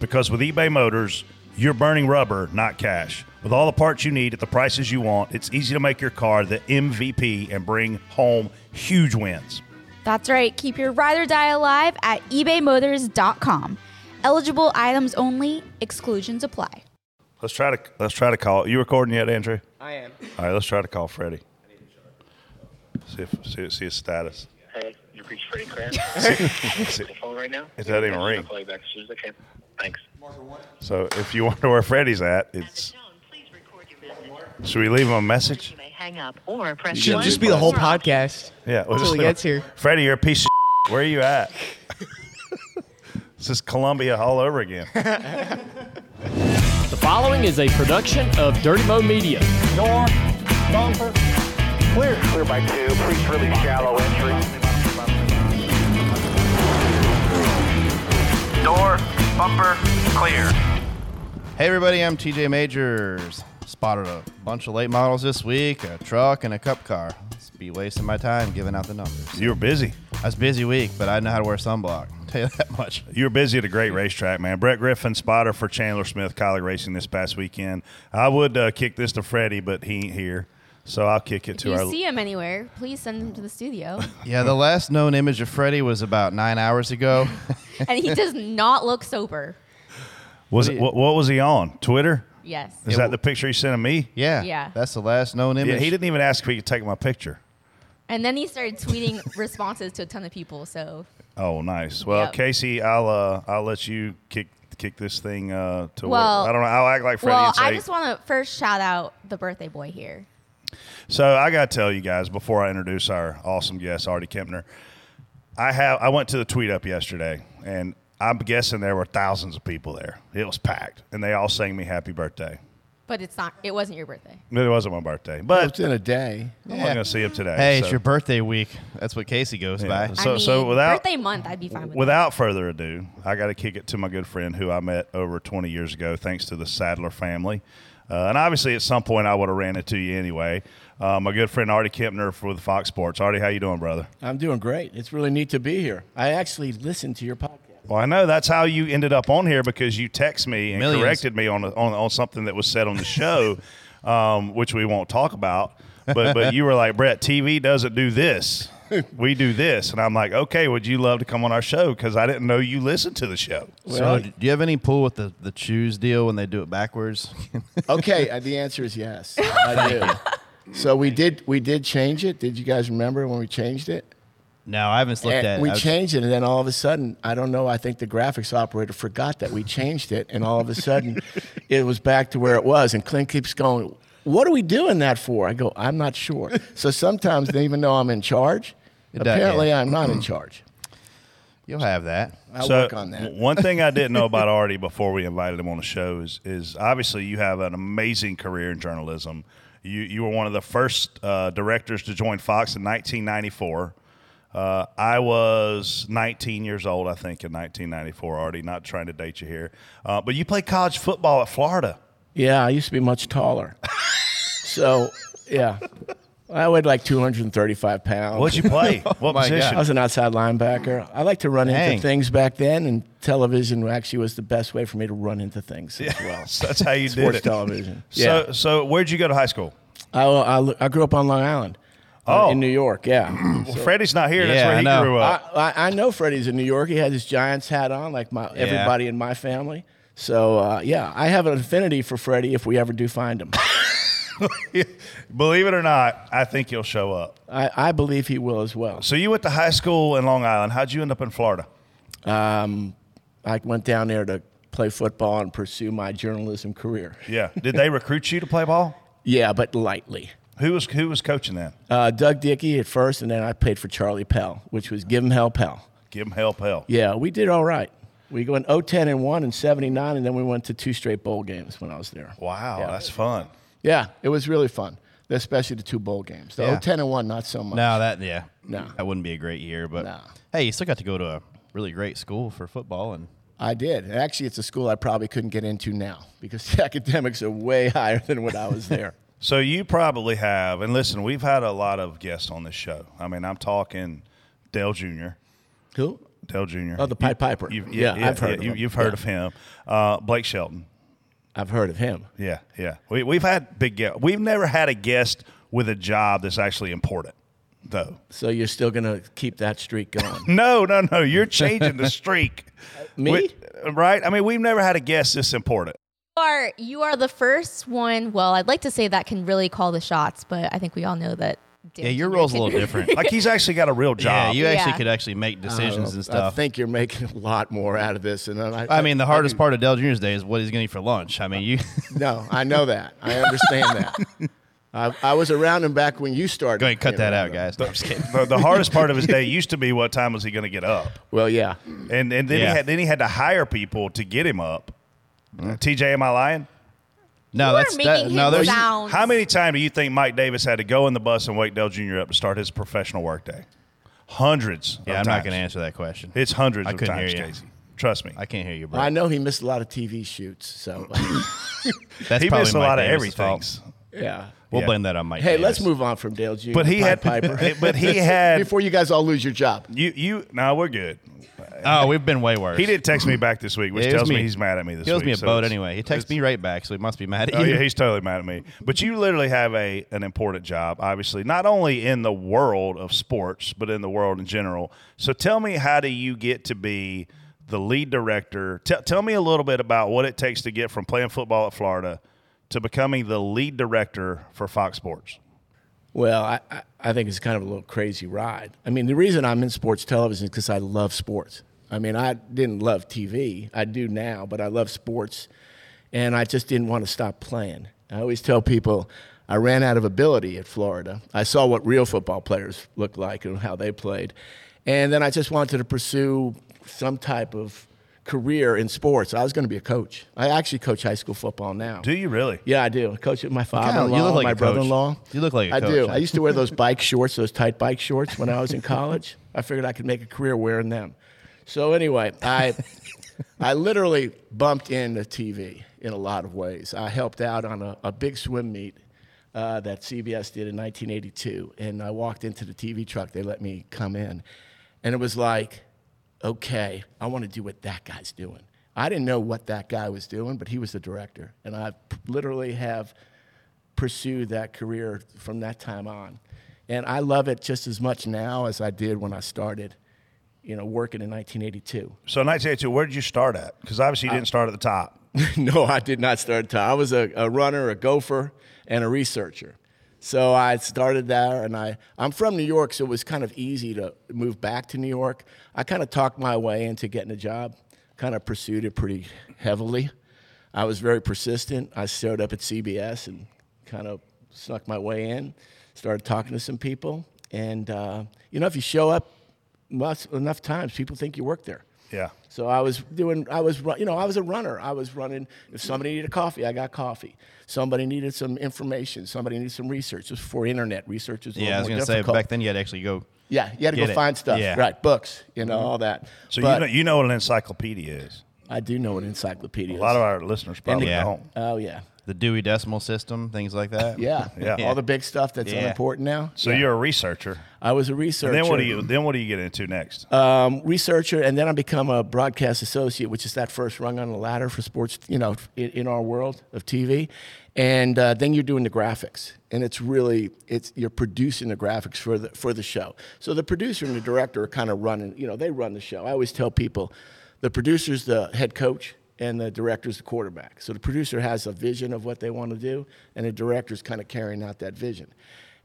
Because with eBay Motors, you're burning rubber, not cash. With all the parts you need at the prices you want, it's easy to make your car the MVP and bring home huge wins. That's right, keep your ride or die alive at ebaymotors.com. Eligible items only, exclusions apply. Let's try to let's try to call. You recording yet, Andrew? I am. All right, let's try to call Freddie. See if see, see his status. Hey, you reached Freddie Grant. See- the phone right now. It doesn't even I'll ring. Call you back as soon as I can. Thanks. So if you wonder where Freddie's at, it's should we leave him a message? hang up or press Should just be the whole podcast. Yeah, we'll Till just he leave gets him- here. Freddie, you're a piece of shit. Where are you at? this is Columbia all over again. The following is a production of Dirty Mo Media. Clear by two. Please really shallow entry. Door, bumper, clear. Hey, everybody, I'm TJ Majors. Spotted a bunch of late models this week a truck and a cup car. Let's be wasting my time giving out the numbers. You were busy. That's a busy week, but I know how to wear sunblock. I'll tell you that much. You were busy at a great racetrack, man. Brett Griffin, spotter for Chandler Smith Collie Racing this past weekend. I would uh, kick this to Freddie, but he ain't here. So I'll kick it If to you our. see him anywhere, please send him to the studio. Yeah, the last known image of Freddie was about nine hours ago. and he does not look sober. was it, what, what was he on? Twitter? Yes. Is that the picture he sent to me? Yeah. Yeah. That's the last known Yeah, image. he didn't even ask if he could take my picture. And then he started tweeting responses to a ton of people. So Oh, nice. Well, Yep. Casey, I'll uh, I'll let you kick kick this thing uh, to. Well- work. I don't know. I'll act like Freddie. well, and say, I just want to first shout out the birthday boy here. So I got to tell you guys before I introduce our awesome guest, Artie Kempner. I have I went to the tweet up yesterday, and I'm guessing there were thousands of people there. It was packed, and they all sang me happy birthday. But it's not. It wasn't your birthday. But it wasn't my birthday, but in a day. I'm not gonna see him today. hey, so- it's your birthday week. That's what Casey goes Yeah. by. So- I mean, so without- birthday month, I'd be fine with. that. Without further ado, I got to kick it to my good friend who I met over 20 years ago, thanks to the Sadler family. Uh, and obviously, at some point, I would have ran into you anyway. Uh, my good friend Artie Kempner for the Fox Sports. Artie, how you doing, brother? I'm doing great. It's really neat to be here. I actually listened to your podcast. Well, I know that's how you ended up on here because you text me and Millions. corrected me on, on on something that was said on the show, um, which we won't talk about. But but you were like, Brett, TV doesn't do this. We do this, and I'm like, okay. Would you love to come on our show? Because I didn't know you listened to the show. So, do you have any pull with the, the choose deal when they do it backwards? Okay, uh, the answer is yes. I do. So we did we did change it. Did you guys remember when we changed it? no, I haven't looked And at it. Eh, we I've- changed it, and then all of a sudden, I don't know. I think the graphics operator forgot that we changed it, and all of a sudden, it was back to where it was. And Clint keeps going, "What are we doing that for?" I go, "I'm not sure." So sometimes they even know I'm in charge. does, yeah. Apparently, I'm not in charge. You'll have that. I'll work on that. w- One thing I didn't know about Artie before we invited him on the show is is obviously you have an amazing career in journalism. You you were one of the first uh, directors to join Fox in 1994. Uh, I was 19 years old, I think, in 1994. Artie, not trying to date you here, uh, but you played college football at Florida. Yeah, I used to be much taller. so, yeah. I weighed like 235 pounds. What'd you play? Oh What my position? I was an outside linebacker. I like to run Dang. into things back then, and television actually was the best way for me to run into things as well. So That's how you did Sports it. television. So yeah. so where'd you go to high school? I, I, I grew up on Long Island. uh, Oh. in New York, yeah. Well, Freddie's not here. Yeah, That's where I he know. grew I, up. I, I know Freddie's in New York. He had his Giants hat on, like my everybody in my family. So uh, yeah, I have an affinity for Freddie if we ever do find him. Believe it or not, I think he'll show up. I, I believe he will as well. So you went to high school in Long Island. How'd you end up in Florida? Um, I went down there to play football and pursue my journalism career. Yeah. Did they recruit you to play ball? Yeah, but lightly. Who was who was coaching then? Uh, Doug Dickey at first, and then I played for Charlie Pell, which was give him hell, Pell. Give him hell, hell. Yeah, we did all right. We went 0-10 and one and 79, and then we went to two straight bowl games when I was there. Wow, Yeah. that's fun. Yeah, it was really fun, especially the two bowl games. The Yeah. 0-10 and one, not so much. No, that yeah, No. that wouldn't be a great year. But No. hey, you still got to go to a really great school for football, and I did. And Actually, it's a school I probably couldn't get into now because the academics are way higher than when I was there. So you probably have, and listen, we've had a lot of guests on this show. I mean, I'm talking Dale Jr. Who? Dale Jr. Oh, the Pied Piper. You've, Yeah, yeah, yeah, I've heard yeah, of you, him. You've heard Yeah. of him. Uh, Blake Shelton. I've heard of him. Yeah, yeah. We, we've had big guests. We've never had a guest with a job that's actually important, though. So you're still going to keep that streak going. No, no, no. You're changing the streak. Me? We- right? I mean, we've never had a guest this important. You are you are the first one. Well, I'd like to say that can really call the shots, but I think we all know that. Dan yeah, your Jr. role's a can- little different. Like he's actually got a real yeah, job. you actually Yeah. could actually make decisions and I stuff. think you're making a lot more out of this. And then I, I mean, the hardest part of Dell Jr.'s day is what he's going to eat for lunch. I mean, you. No, I know that. I understand that. I, I was around him back when you started. Go ahead, cut you that know. out, guys. No, I'm just kidding. the, the hardest part of his day used to be what time was he going to get up, Well, yeah. and and then Yeah. Mm-hmm. he had then he had to hire people to get him up. TJ, am I lying? No, You are that's making that, him no. There's sound. How many times do you think Mike Davis had to go in the bus and wake Dell Jr. up to start his professional workday? Hundreds. yeah, of I'm not times. going to answer that question. It's hundreds I of couldn't times, hear you. Casey. Trust me. I can't hear you, bro. I know he missed a lot of TV shoots. So, That's he probably missed a Mike lot of Davis's fault. everything. yeah. We'll Yeah. blame that on Mike. Hey, Davis. let's move on from Dale Jr. But he Pied had Piper. but he had Before you guys all lose your job. you you no, we're good. Oh, we've been way worse. He did text me back this week, which Yeah, it was tells me me. he's mad at me this He owes week. me a so boat it's- anyway. He texts me right back, so he must be mad at Oh you. yeah, he's totally mad at me. But you literally have a an important job, obviously, not only in the world of sports, but in the world in general. So tell me, how do you get to be the lead director? Tell tell me a little bit about what it takes to get from playing football at Florida to becoming the lead director for Fox Sports. Well, I, I- I think it's kind of a little crazy ride. I mean, the reason I'm in sports television is because I love sports. I mean, I didn't love TV. I do now, but I love sports. And I just didn't want to stop playing. I always tell people I ran out of ability at Florida. I saw what real football players looked like and how they played. And then I just wanted to pursue some type of career in sports. I was going to be a coach. I actually coach high school football now. Do you really? Yeah, I do. I coach with my father in you look law, like my a coach. brother in law. You look like a I do. coach. I used to wear those bike shorts, those tight bike shorts when I was in college. I figured I could make a career wearing them. So anyway, I I literally bumped into TV in a lot of ways. I helped out on a, a big swim meet uh, that CBS did in 1982, and I walked into the TV truck. They let me come in, and it was like, okay, I want to do what that guy's doing. I didn't know what that guy was doing, but he was the director, and I p- literally have pursue that career from that time on. And I love it just as much now as I did when I started, you know, working in 1982. So 1982, where did you start at? Because obviously Uh, you didn't start at the top. no, I did not start time. I was a, a runner, a gopher, and a researcher. So I started there, and I, I'm from New York, so it was kind of easy to move back to New York. I kind of talked my way into getting a job, kind of pursued it pretty heavily. I was very persistent. I showed up at CBS and kind of snuck my way in, started talking to some people. And, uh, you know, if you show up most, enough times, people think you work there. Yeah. So I was doing, I was, ru- you know, I was a runner. I was running. If somebody needed coffee, I got coffee. Somebody needed some information. Somebody needed some research. Just before internet, research was a yeah, I was little more going to say difficult. back then you had to actually go. yeah, you had to get go it. find stuff. Yeah. Right, books, you know, all that. So But you know you know what an encyclopedia is. I do know an encyclopedia. A lot of our listeners probably Yeah. don't. oh yeah, The Dewey Decimal System, things like that. yeah, Yeah. all the big stuff that's Yeah. unimportant now. So you're a researcher. I was a researcher. Then what do you then what do you get into next? um, researcher, and then I become a broadcast associate, which is that first rung on the ladder for sports, you know, in, in our world of TV. And uh, then you're doing the graphics, and it's really it's you're producing the graphics for the for the show. So the producer and the director are kind of running, you know, they run the show. I always tell people, the producer's the head coach. And the director's the quarterback. So the producer has a vision of what they want to do, and the director's kind of carrying out that vision.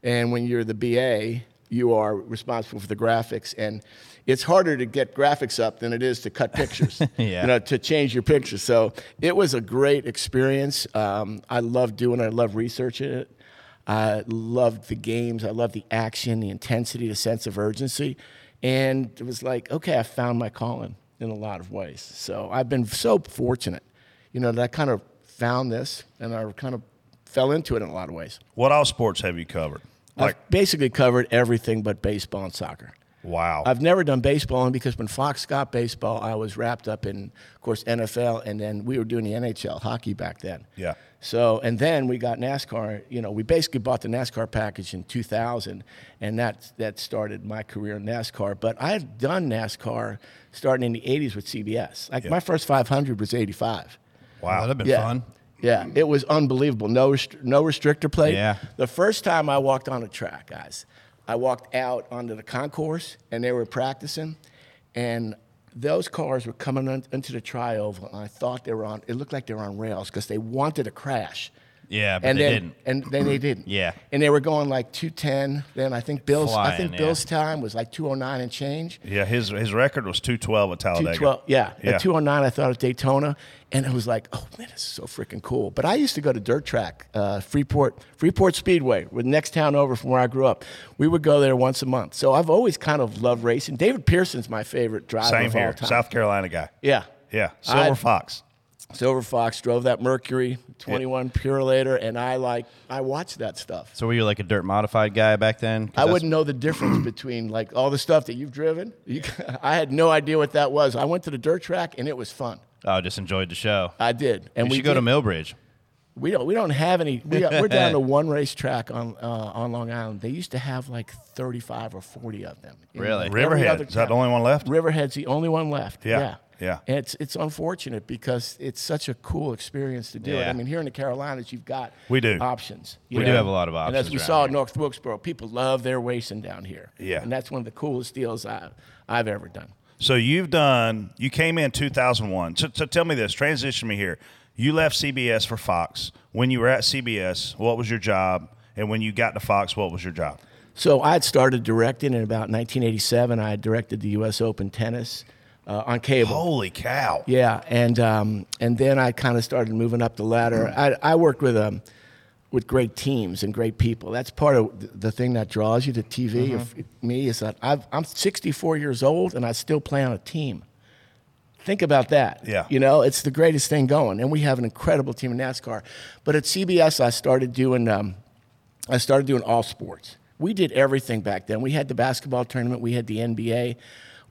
And when you're the BA, you are responsible for the graphics. And it's harder to get graphics up than it is to cut pictures, Yeah. you know, to change your picture. So it was a great experience. Um, I love doing it. I love researching it. I loved the games. I loved the action, the intensity, the sense of urgency. And it was like, okay, I found my calling. in a lot of ways. So I've been so fortunate, you know, that I kind of found this and I kind of fell into it in a lot of ways. What all sports have you covered? Like, I've basically covered everything but baseball and soccer. wow. I've never done baseball, and because when Fox got baseball, I was wrapped up in, of course, NFL, and then we were doing the NHL hockey back then. Yeah. So, and then we got NASCAR. You know, we basically bought the NASCAR package in 2000, and that that started my career in NASCAR. But I had done NASCAR starting in the 80s with CBS. Like my first 500 was 85. wow. That'd have been Yeah. fun. Yeah, it was unbelievable. No, rest- no restrictor plate. Yeah. The first time I walked on a track, guys, I walked out onto the concourse and they were practicing, and those cars were coming on, into the trioval, and I thought they were on. It looked like they were on rails because they wanted to crash. Yeah, but and they then, didn't. And then they didn't. Yeah. And they were going like 210. Then I think Bill's. I think Flying, yeah. Bill's time was like 209 and change. Yeah, his his record was 212 at Talladega. 212, yeah. Yeah. At 209, I thought of Daytona, and it was like, oh man, this is so freaking cool. But I used to go to dirt track, uh, Freeport, Freeport Speedway, with next town over from where I grew up. We would go there once a month. So I've always kind of loved racing. David Pearson's my favorite driver Same of all here. time. South Carolina guy. yeah. Yeah. Silver I- Fox. Silver Fox drove that Mercury 21 Pure later, and I like I watched that stuff. So were you like a dirt modified guy back then? 'Cause I that's- wouldn't know the difference between like all the stuff that you've driven. You, I had no idea what that was. I went to the dirt track and it was fun. Oh, just enjoyed the show. I did, and we we should go to did- Millbridge. We don't. We don't have any. We got, we're down to one racetrack on uh, on Long Island. They used to have like thirty five or forty of them. in Really? every other Riverhead. Is that town. the only one left? Riverhead's the only one left. Yeah, Yeah. yeah. And it's it's unfortunate because it's such a cool experience to do it. Yeah. I mean, here in the Carolinas, you've got We do. options. We do have a lot of And as options we around saw in here. North Wilkesboro, people love their racing down here. Yeah. And that's one of the coolest deals I I've ever done. So you've done. You came in 2001. So, so tell me this. Transition me here. You left CBS for Fox. When you were at CBS, what was your job? And when you got to Fox, what was your job? So I had started directing in about 1987. I had directed the U.S. Open tennis uh, on cable. Holy cow! Yeah, and um, and then I kind of started moving up the ladder. I, I worked with um, with great teams and great people. That's part of th- the thing that draws you to TV. If, me is that I've, I'm 64 years old and I still play on a team. Think about that. Yeah. You know, it's the greatest thing going, and we have an incredible team in NASCAR. But at CBS, I started doing um, I started doing all sports. We did everything back then. We had the basketball tournament. We had the NBA.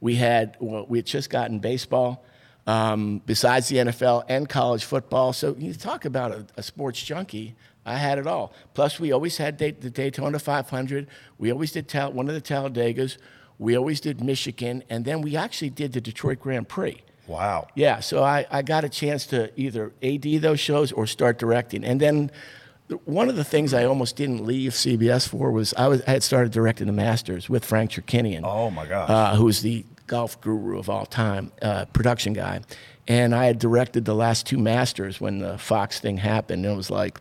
We had well, we had just gotten baseball. Um, besides the NFL and college football, so you talk about a, a sports junkie. I had it all. Plus, we always had day, the Daytona 500. We always did Tal- one of the Talladegas. We always did Michigan, and then we actually did the Detroit Grand Prix. Wow. Yeah, so I, I got a chance to either AD those shows or start directing. And then th- one of the things I almost didn't leave CBS for was I, was, I had started directing the Masters with Frank Cherkinian. Oh my gosh. Uh, who's the golf guru of all time, uh, production guy. And I had directed the last two Masters when the Fox thing happened. And it was like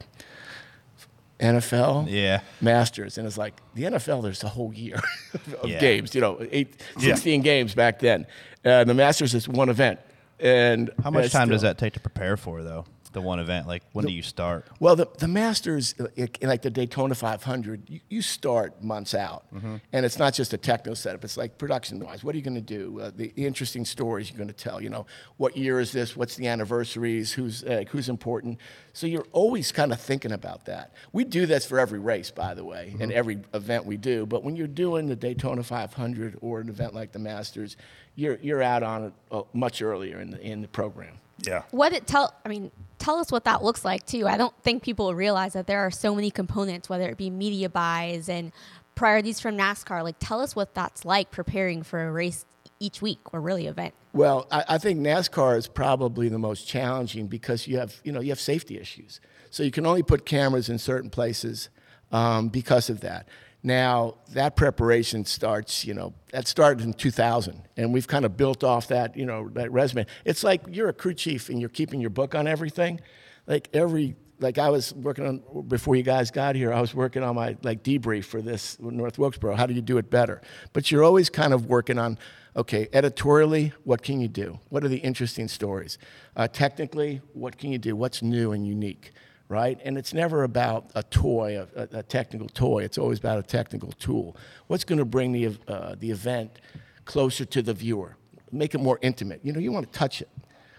NFL, Yeah. Masters. And it's like the NFL, there's a whole year of Yeah. games, you know, eight, 16 games back then. Uh, the Masters is one event. And How much it's time does still- that take to prepare for though? The one event, like when do you start? Well, the, the Masters, uh, it- like the Daytona 500, you, you start months out. And it's not just a techno setup, it's like production wise. What are you going to do? Uh, the interesting stories you're going to tell. You know, what year is this? What's the anniversaries? Who's, uh, who's important? So you're always kind of thinking about that. We do this for every race, by the way, and every event we do. But when you're doing the Daytona 500 or an event like the Masters, you're, you're out on it uh, much earlier in the, in the program. yeah. What it tell? I mean, tell us what that looks like too. I don't think people realize that there are so many components, whether it be media buys and priorities from NASCAR. Like, tell us what that's like preparing for a race each week or really event. Well, I, I think NASCAR is probably the most challenging because you have you know you have safety issues, so you can only put cameras in certain places um, because of that. Now that preparation starts, you know, that started in 2000, and we've kind of built off that, you know, that resume. It's like you're a crew chief and you're keeping your book on everything, like every like I was working on before you guys got here. I was working on my like debrief for this North Wilkesboro. How do you do it better? But you're always kind of working on okay editorially, what can you do? What are the interesting stories? Uh, technically, what can you do? What's new and unique? Right, and it's never about a toy, a, a- a technical toy. It's always about a technical tool. What's going to bring the ev- uh, the event closer to the viewer? make it more intimate. You know, you want to touch it.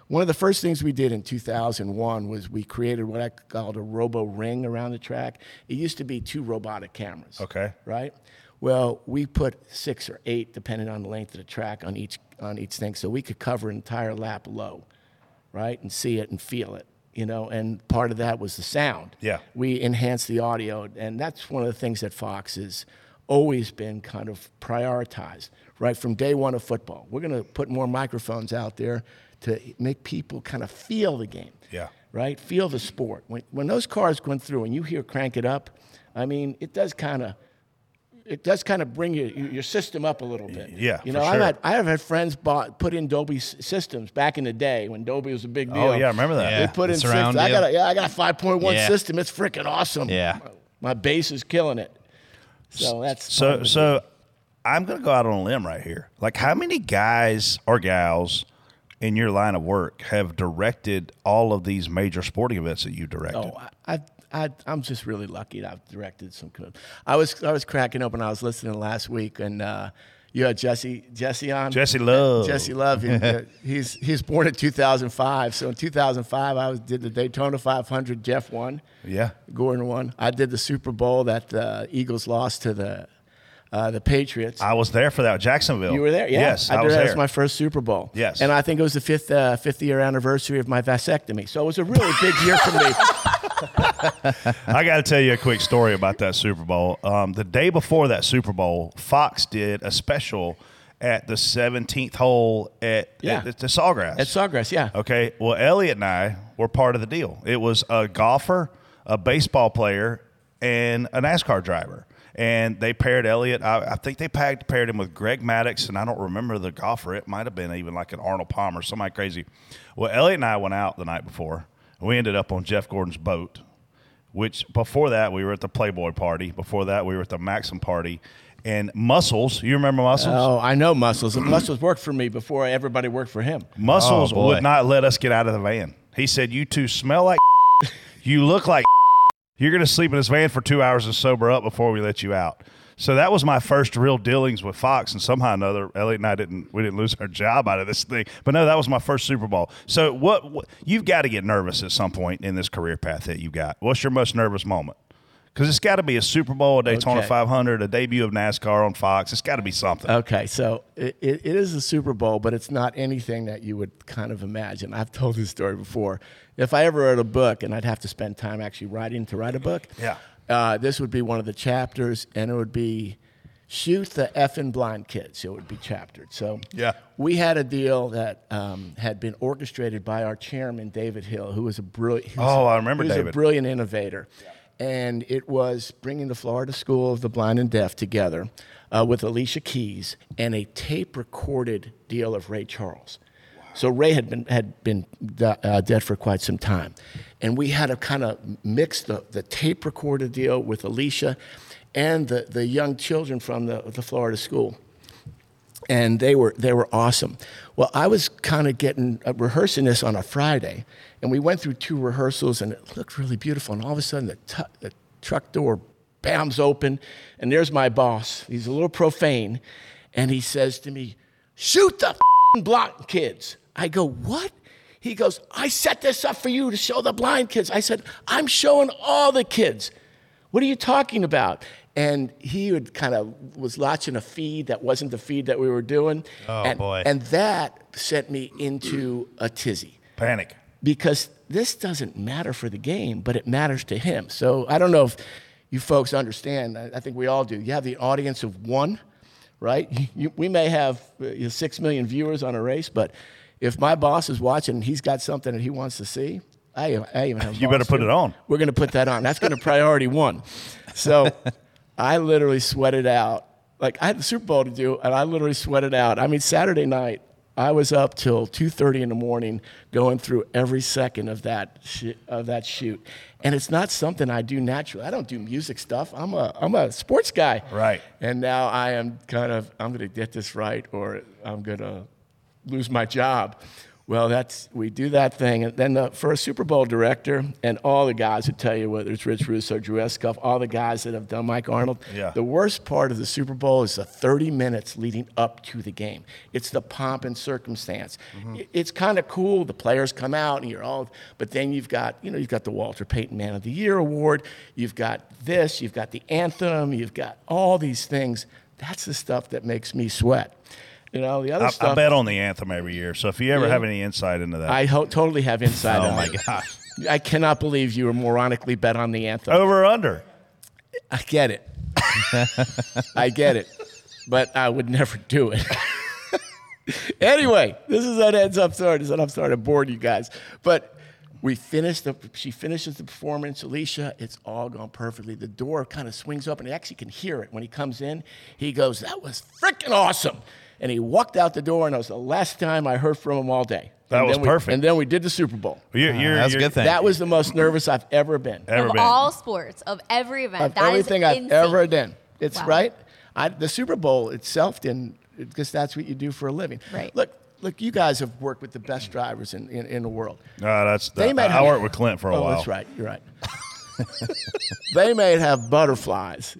One of the first things we did in 2001 was we created what I called a robo ring around the track. It used to be two robotic cameras. Okay. Right? Well, we put six or eight, depending on the length of the track, on each on each thing, so we could cover an entire lap low, right, and see it and feel it, you know. And part of that was the sound. Yeah. We enhanced the audio, and that's one of the things that Fox has always been kind of prioritized, right, from day one of football. We're going to put more microphones out there to make people kind of feel the game Yeah. right? Feel the sport. When, when those cars went through and you hear crank it up, I mean, it does kind of. It does kind of bring your, your your system up a little bit. yeah, you for know, I've sure. had I have had friends bought put in Dolby s- systems back in the day when Dolby was a big deal. Oh, yeah, I remember that. They Yeah, put the in surround systems. I got a, deal. yeah, I got a five point one Yeah. system. It's freaking awesome. Yeah. my, my bass is killing it. So that's So so I'm gonna go out on a limb right here. Like how many guys or gals in your line of work have directed all of these major sporting events that you directed? Oh, I, I, I, I'm just really lucky that I've directed some good. I was, I was cracking open. I was listening last week, and uh, you had Jesse, Jesse on. Jesse Love. Jesse Love. He, uh, he's he's born in 2005. So in 2005, I was, did the Daytona 500. Jeff won. Yeah. Gordon won. I did the Super Bowl that uh, Eagles lost to the uh, the Patriots. I was there for that Jacksonville. You were there, yeah. Yes, I, did was that. there. It was my first Super Bowl. Yes. and I think it was the fifth uh, fifth year anniversary of my vasectomy. So it was a really big year for me. I got to tell you a quick story about that Super Bowl. Um, the day before that Super Bowl, Fox did a special at the 17th hole at, Yeah. at, the Sawgrass. At Sawgrass, yeah. Okay. Well, Elliot and I were part of the deal. It was a golfer, a baseball player, and a NASCAR driver. And they paired Elliot. I, I think they packed, paired him with Greg Maddox, and I don't remember the golfer. It might have been even like an Arnold Palmer, somebody crazy. Well, Elliot and I went out the night before. We ended up on Jeff Gordon's boat, which before that we were at the Playboy party. Before that we were at the Maxim party, and Muscles. You remember Muscles? Oh, I know Muscles. Muscles worked for me before everybody worked for him. Muscles Oh, boy. would not let us get out of the van. He said, "You two smell like. you look like. You're going to sleep in this van for two hours and sober up before we let you out." So that was my first real dealings with Fox, and somehow or another, Elliot and I didn't we didn't lose our job out of this thing. But no, that was my first Super Bowl. So what, what you've got to get nervous at some point in this career path that you got. What's your most nervous moment? Because it's got to be a Super Bowl, a Daytona Okay. 500, a debut of NASCAR on Fox. It's got to be something. Uh, Okay, so it, it, it is the Super Bowl, but it's not anything that you would kind of imagine. I've told this story before. If I ever wrote a book, and I'd have to spend time actually writing to write a book, Yeah. uh, this would be one of the chapters, and it would be shoot the effing blind kids. It would be chaptered. So Yeah. we had a deal that um, had been orchestrated by our chairman David Hill, who was a brilliant. Oh, I remember he was David. A brilliant innovator, and it was bringing the Florida School of the Blind and Deaf together uh, with Alicia Keys and a tape recorded deal of Ray Charles. So Ray had been had been de- uh, dead for quite some time, and we had to kind of mix the, the tape recorder deal with Alicia, and the, the young children from the, the Florida school and they were they were awesome. Well, I was kind of getting uh, rehearsing this on a Friday, and we went through two rehearsals, and it looked really beautiful. And all of a sudden, the, tu the truck door bams open, and there's my boss. He's a little profane, and he says to me, "Shoot the fing block kids." I go, "What?" He goes, "I set this up for you to show the blind kids." I said, "I'm showing all the kids." what are you talking about? And he would kind of was watching a feed that wasn't the feed that we were doing. Oh, and, boy. And that sent me into a tizzy Panic. because this doesn't matter for the game, but it matters to him. So I don't know if you folks understand. I I think we all do. You have the audience of one, right? You, we may have uh, you know, six million viewers on a race, but if my boss is watching and he's got something that he wants to see, I, I even have. a You better boss put too. it on. We're going to put that on. That's going to priority one. So I literally sweated out. Like I had the Super Bowl to do, and I literally sweated out. I mean, Saturday night, I was up till two thirty in the morning, going through every second of that sh- of that shoot. And it's not something I do naturally. I don't do music stuff. I'm a I'm a sports guy. Right. And now I am kind of I'm going to get this right, or I'm going to lose my job. Well, that's we do that thing, and then the, for a Super Bowl director and all the guys that tell you whether it's Rich Russo, Drew Escoff, all the guys that have done Mike Arnold. Yeah. The worst part of the Super Bowl is the 30 minutes leading up to the game. It's the pomp and circumstance. I- It's kind of cool. The players come out, and you're all. But then you've got you know you've got the Walter Payton Man of the Year award. You've got this. You've got the anthem. You've got all these things. That's the stuff that makes me sweat. You know the other I, stuff. I bet on the anthem every year. So if you ever Yeah. have any insight into that, I ho- totally have inside. Oh on my it. I cannot believe you were moronically bet on the anthem. over or under. I get it. I get it, but I would never do it. anyway, this is an heads up story. This is an up story. I bored you guys, but we finished the. She finishes the performance. Alicia, it's all gone perfectly. The door kind of swings open. You actually can hear it when he comes in. He goes, "That was freaking awesome," and he walked out the door. And that was the last time I heard from him all day. That And was then we- perfect. And then we did the Super Bowl. You're, you're, that's a you're- good thing. Uh, That was the most nervous I've ever been Ever of been. all sports, of every event. of that is everything I've insane. ever done. It's Wow. right. I, the Super Bowl itself didn't, because that's what you do for a living. Right. Look, look, you guys have worked with the best drivers in, in, in the world. Ah, that's They that, might I have- worked with Clint for a oh, while. that's right. You're right. they may have butterflies.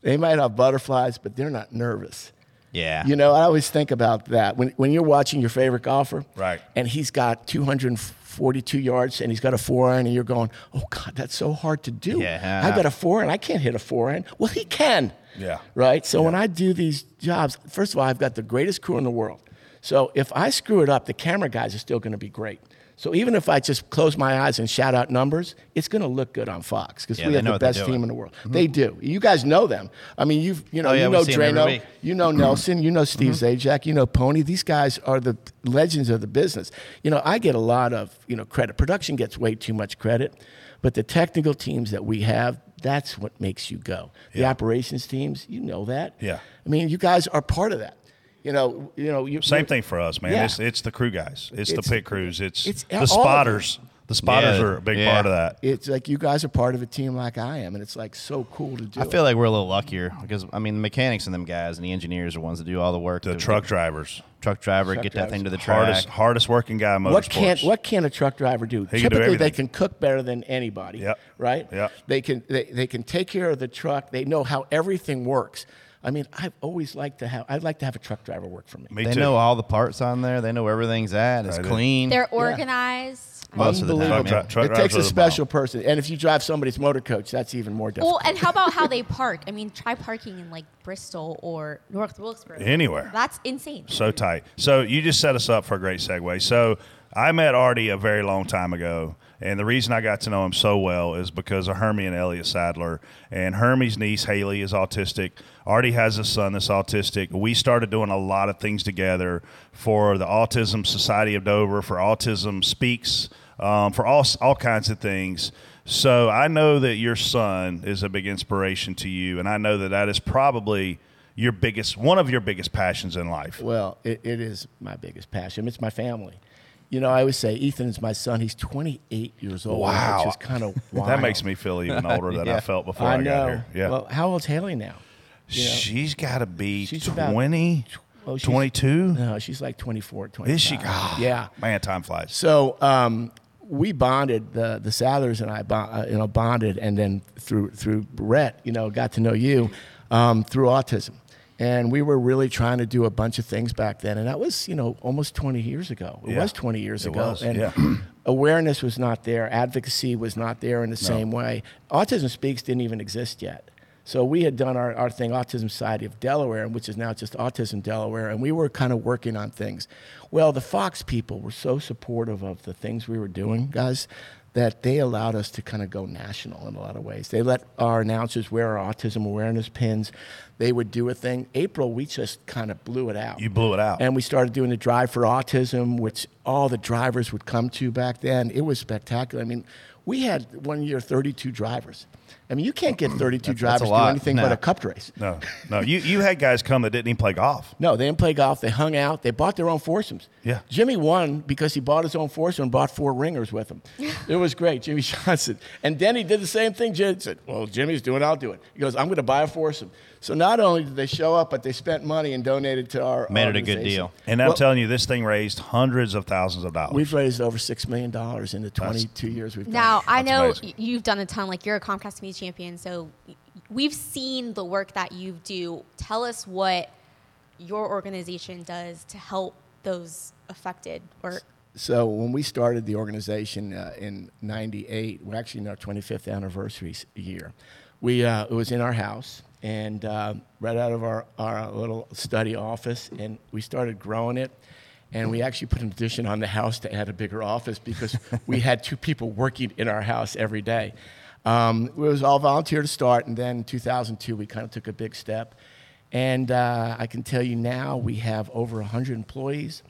They might have butterflies, but they're not nervous. Yeah. You know, I always think about that when when you're watching your favorite golfer, Right. And he's got 242 yards, and he's got a four iron, and you're going, "Oh God, that's so hard to do." Yeah. I got a four iron, I can't hit a four iron. Well, he can. Yeah. Right. So when I do these jobs, first of all, I've got the greatest crew in the world. So if I screw it up, the camera guys are still going to be great. So even if I just close my eyes and shout out numbers, it's going to look good on Fox because Yeah, we they have know the what they're best team doing. in the world. They do. You guys know them. I mean, you've you know Oh, yeah, you we know see 'em every Drano, week. you know Nelson, you know Steve Mm-hmm. Zajac, you know Pony. These guys are the legends of the business. You know, I get a lot of you know credit. Production gets way too much credit, but the technical teams that we have, that's what makes you go. The operations teams, you know that. Yeah. I mean, you guys are part of that. You know, you know, you Same you- thing for us, man. Yeah. It's it's the crew guys. It's, It's- the pit crews. It's, it's all the of spotters. The spotters Yeah. are a big Yeah. part of that. It's like you guys are part of a team like I am, and it's like so cool to do. I it. feel like we're a little luckier because I mean the mechanics and them guys and the engineers are ones that do all the work. The truck drivers, truck driver Truck get that drivers. thing to the track. hardest hardest working guy in motorsports. what can't what can a truck driver do? do Typically, they everything. can cook better than anybody. Yep. Right. Yep. They can they, they can take care of the truck. They know how everything works. I mean, I've always liked to have I'd like to have a truck driver work for me. Me They too. know all the parts on there. They know where everything's at. It's They do. clean. They're organized. most of the time. Unbelievable. man. Truck it drivers takes are a the special person, and if you drive somebody's motor coach, that's even more Well, difficult. and how about how they park? I mean, try parking in like Bristol or North Wilkesboro. Anywhere. That's insane. So tight. So you just set us up for a great segue. So I met Artie a very long time ago, and the reason I got to know him so well is because of Hermie and Elliot Sadler. And Hermie's niece Haley is autistic. Artie has a son that's autistic. We started doing a lot of things together for the Autism Society of Dover, for Autism Speaks, um, for all all kinds of things. So I know that your son is a big inspiration to you, and I know that that is probably your biggest one of your biggest passions in life. Well, it, it is my biggest passion. It's my family. You know, I always say Ethan is my son. He's 28 years old, Wow. Oh, which is kind of wild. That makes me feel even older than I felt before I, I know. got here. Yeah. Well, how old's Haley now? she's got to be She's about- 20, Oh, she's- 22. No, she's like 24, 25. Is she? Ah, yeah. Man, time flies. So um, we bonded the the Sathlers and I, bon- uh, you know, bonded, and then through through Brett, you know, got to know you um, through autism, and we were really trying to do a bunch of things back then, and that was you know almost 20 years ago. It Yeah. was 20 years It ago, was, and yeah. awareness was not there, advocacy was not there in the same way. Autism Speaks didn't even exist yet. So we had done our, our thing, Autism Society of Delaware, which is now just Autism Delaware, and we were kind of working on things. Well, the Fox people were so supportive of the things we were doing, guys, that they allowed us to kind of go national in a lot of ways. They let our announcers wear our autism awareness pins. They would do a thing. April, we just kind of blew it out. You blew it Oh. out. And we started doing the drive for autism, which all the drivers would come to back then. It was spectacular. I mean, we had one year 32 drivers. I mean, you can't get 32 drivers to do lot. anything No. but a cup race. No, no. You you had guys come that didn't even play golf. No, they didn't play golf. They hung out. They bought their own foursomes. Yeah. Jimmy won because he bought his own foursome and bought four ringers with him. It was great, Jimmy Johnson. And then he did the same thing. Jim said, "Well, Jimmy's doing it. I'll do it." He goes, "I'm going to buy a foursome." So not only did they show up, but they spent money and donated to our Made it a good organization. deal. And I'm Well, telling you, this thing raised hundreds of thousands of dollars. We've raised over six million dollars in the 22 years we've done. Now it. I That's know amazing. y- you've done a ton. Like you're a Comcast Media Champion, so y- we've seen the work that you do. Tell us what your organization does to help those affected. Or So when we started the organization uh, in '98, we're actually in our 25th anniversary s- year. We uh, it was in our house and uh, right out of our, our little study office, and we started growing it. And we actually put an addition on the house to add a bigger office because we had two people working in our house every day. Um, it was all volunteer to start, and then in 2002 we kind of took a big step. And uh, I can tell you now we have over 100 employees.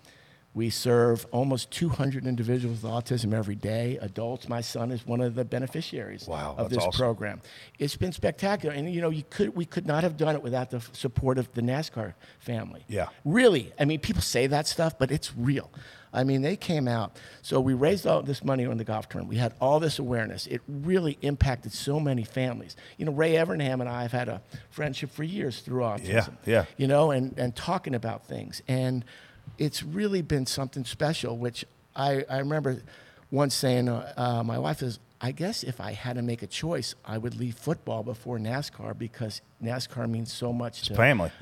We serve almost 200 individuals with autism every day, adults. My son is one of the beneficiaries Wow, that's of this awesome. program. It's been spectacular, and you know, you could we could not have done it without the f- support of the NASCAR family. Yeah. really. I mean, people say that stuff, but it's real. I mean, they came out. So we raised all this money on the golf tournament. We had all this awareness. It really impacted so many families. You know, Ray Evernham and I have had a friendship for years through autism Yeah, yeah. you know, and, and talking about things. And it's really been something special, which I, I remember once saying, uh, uh, my wife is, I guess if I had to make a choice, I would leave football before NASCAR because NASCAR means so much to family.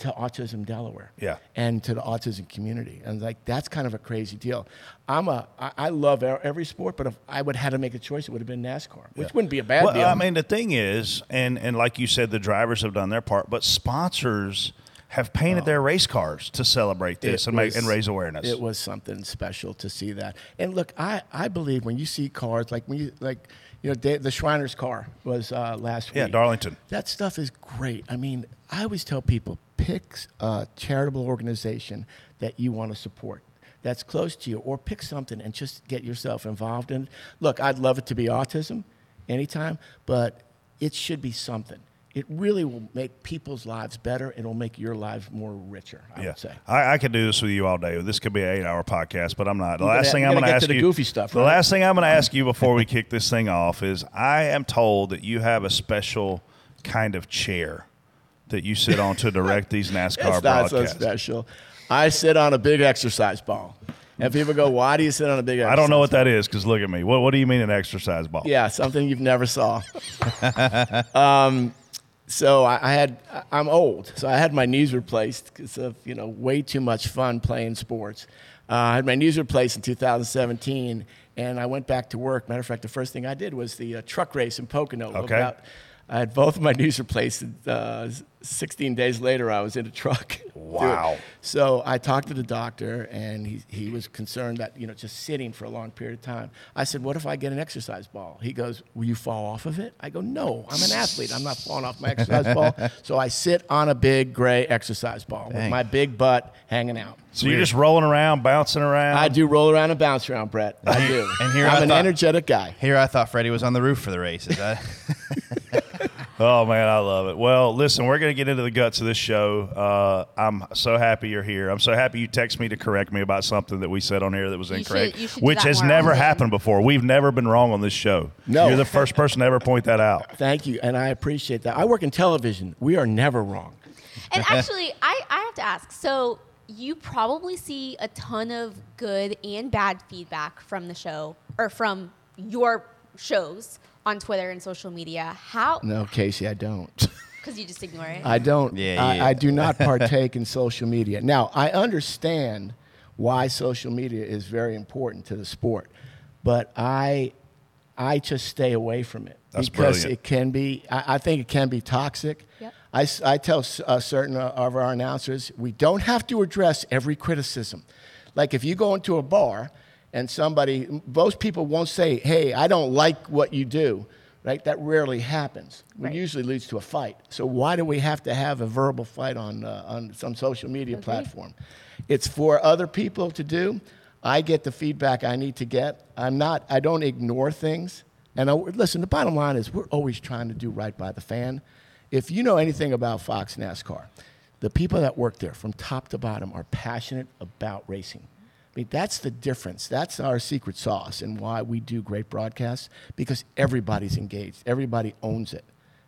to Autism Delaware, Yeah. and to the autism community, and like that's kind of a crazy deal. I'm a, I, I love e- every sport, but if I would had to make a choice, it would have been NASCAR, which wouldn't be a bad well, deal. I mean, the thing is, and and like you said, the drivers have done their part, but sponsors have painted their race cars to celebrate this Oh. It and make was- and raise awareness. It was something special to see that. And look, I, I believe when you see cars like when you like you know Da- the Shriners car was uh, last Yeah, week. Darlington. That stuff is great. I mean, I always tell people pick a charitable organization that you want to support. That's close to you, or pick something and just get yourself involved in it. Look, I'd love it to be autism anytime, but it should be something. It really will make people's lives better. It'll make your lives more richer, I Yeah, would say. I, I could do this with you all day. This could be an eight-hour podcast, but I'm not. The You're last gonna- thing you're I'm gonna going get ask to the you, goofy stuff, The right? last thing I'm going to ask you before we kick this thing off is, I am told that you have a special kind of chair that you sit on to direct these NASCAR it's not broadcasts. so special. I sit on a big exercise ball. And people go, why do you sit on a big exercise I don't know what that is because look at me. What What do you mean an exercise ball? Yeah, something you've never saw. um, so I, I had, I- I'm old, so I had my knees replaced because of you know way too much fun playing sports. Uh, I had my knees replaced in 2017, and I went back to work. Matter of fact, the first thing I did was the uh, truck race in Pocono. Okay. About, I had both of my knees replaced. Uh, 16 days later, I was in a truck. doing- Wow. so I talked to the doctor, and he, he was concerned that, you know, just sitting for a long period of time. I said, What if I get an exercise ball? He goes, Will you fall off of it? I go, No, I'm an athlete. I'm not falling off my exercise ball. So I sit on a big gray exercise ball with my big butt hanging out. So you're just rolling around, bouncing around. I do roll around and bounce around, Brett. I do. And here I'm I an thought- energetic guy. Here I thought Freddie was on the roof for the race. Is that? Oh man, I love it. Well, listen, we're gonna get into the guts of this show. Uh, I'm so happy you're here. I'm so happy you text me to correct me about something that we said on here that was You should- incorrect, you should do which that has more never often. happened before. We've never been wrong on this show. No. you're the first person to ever point that out. Thank you, and I appreciate that. I work in television. We are never wrong. and actually, I, I have to ask. So you probably see a ton of good and bad feedback from the show or from your shows on Twitter and social media. How? No, Casey, I don't. Because you just ignore it. I don't. Yeah, I, yeah. I do not partake in social media. Now I understand why social media is very important to the sport, but I, I just stay away from it That's because brilliant. it can be. I, I think it can be toxic. Yep. I, s- I tell s- uh, certain of our announcers we don't have to address every criticism. Like if you go into a bar and somebody, most people won't say, "Hey, I don't like what you do." Right, that rarely happens. It usually leads to a fight. So why do we have to have a verbal fight on uh, on some social media platform? It's for other people to do. I get the feedback I need to get. I'm not. I don't ignore things. And I, listen, the bottom line is we're always trying to do right by the fan. If you know anything about Fox NASCAR, the people that work there from top to bottom are passionate about racing mean, that's the difference. That's our secret sauce and why we do great broadcasts because everybody's engaged. Everybody owns it.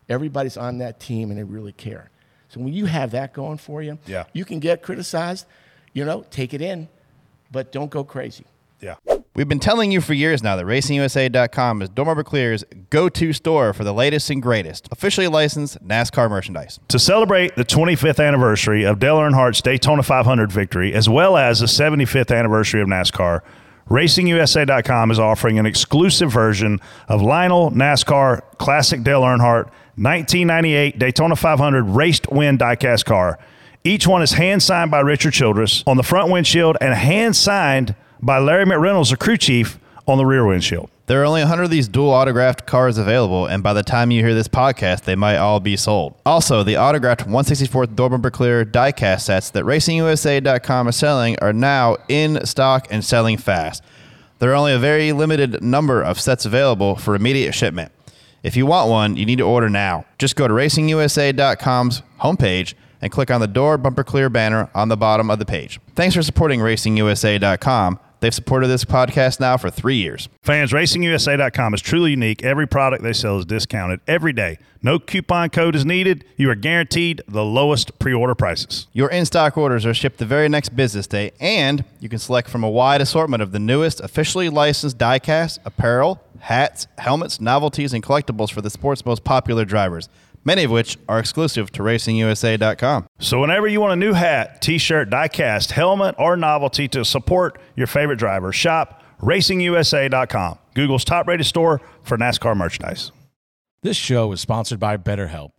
Everybody's on that team and they really care. So when you have that going for you, Yeah. you can get criticized, you know, take it in, but don't go crazy. Yeah. We've been telling you for years now that RacingUSA.com is Dormer Clear's go to store for the latest and greatest officially licensed NASCAR merchandise. To celebrate the 25th anniversary of Dale Earnhardt's Daytona 500 victory, as well as the 75th anniversary of NASCAR, RacingUSA.com is offering an exclusive version of Lionel NASCAR Classic Dale Earnhardt 1998 Daytona 500 raced win diecast car. Each one is hand signed by Richard Childress on the front windshield and hand signed by Larry McReynolds, the crew chief, on the rear windshield. There are only 100 of these dual autographed cars available, and by the time you hear this podcast, they might all be sold. Also, the autographed 164th Dortmund Clear diecast sets that RacingUSA.com is selling are now in stock and selling fast. There are only a very limited number of sets available for immediate shipment. If you want one, you need to order now. Just go to RacingUSA.com's homepage and click on the Door Bumper Clear banner on the bottom of the page. Thanks for supporting RacingUSA.com. They've supported this podcast now for three years. Fans, racingusa.com is truly unique. Every product they sell is discounted every day. No coupon code is needed. You are guaranteed the lowest pre order prices. Your in stock orders are shipped the very next business day, and you can select from a wide assortment of the newest officially licensed diecast, apparel, hats, helmets, novelties, and collectibles for the sport's most popular drivers, many of which are exclusive to racingusa.com. So, whenever you want a new hat, t shirt, diecast, helmet, or novelty to support your favorite driver, shop racingusa.com, Google's top rated store for NASCAR merchandise. This show is sponsored by BetterHelp.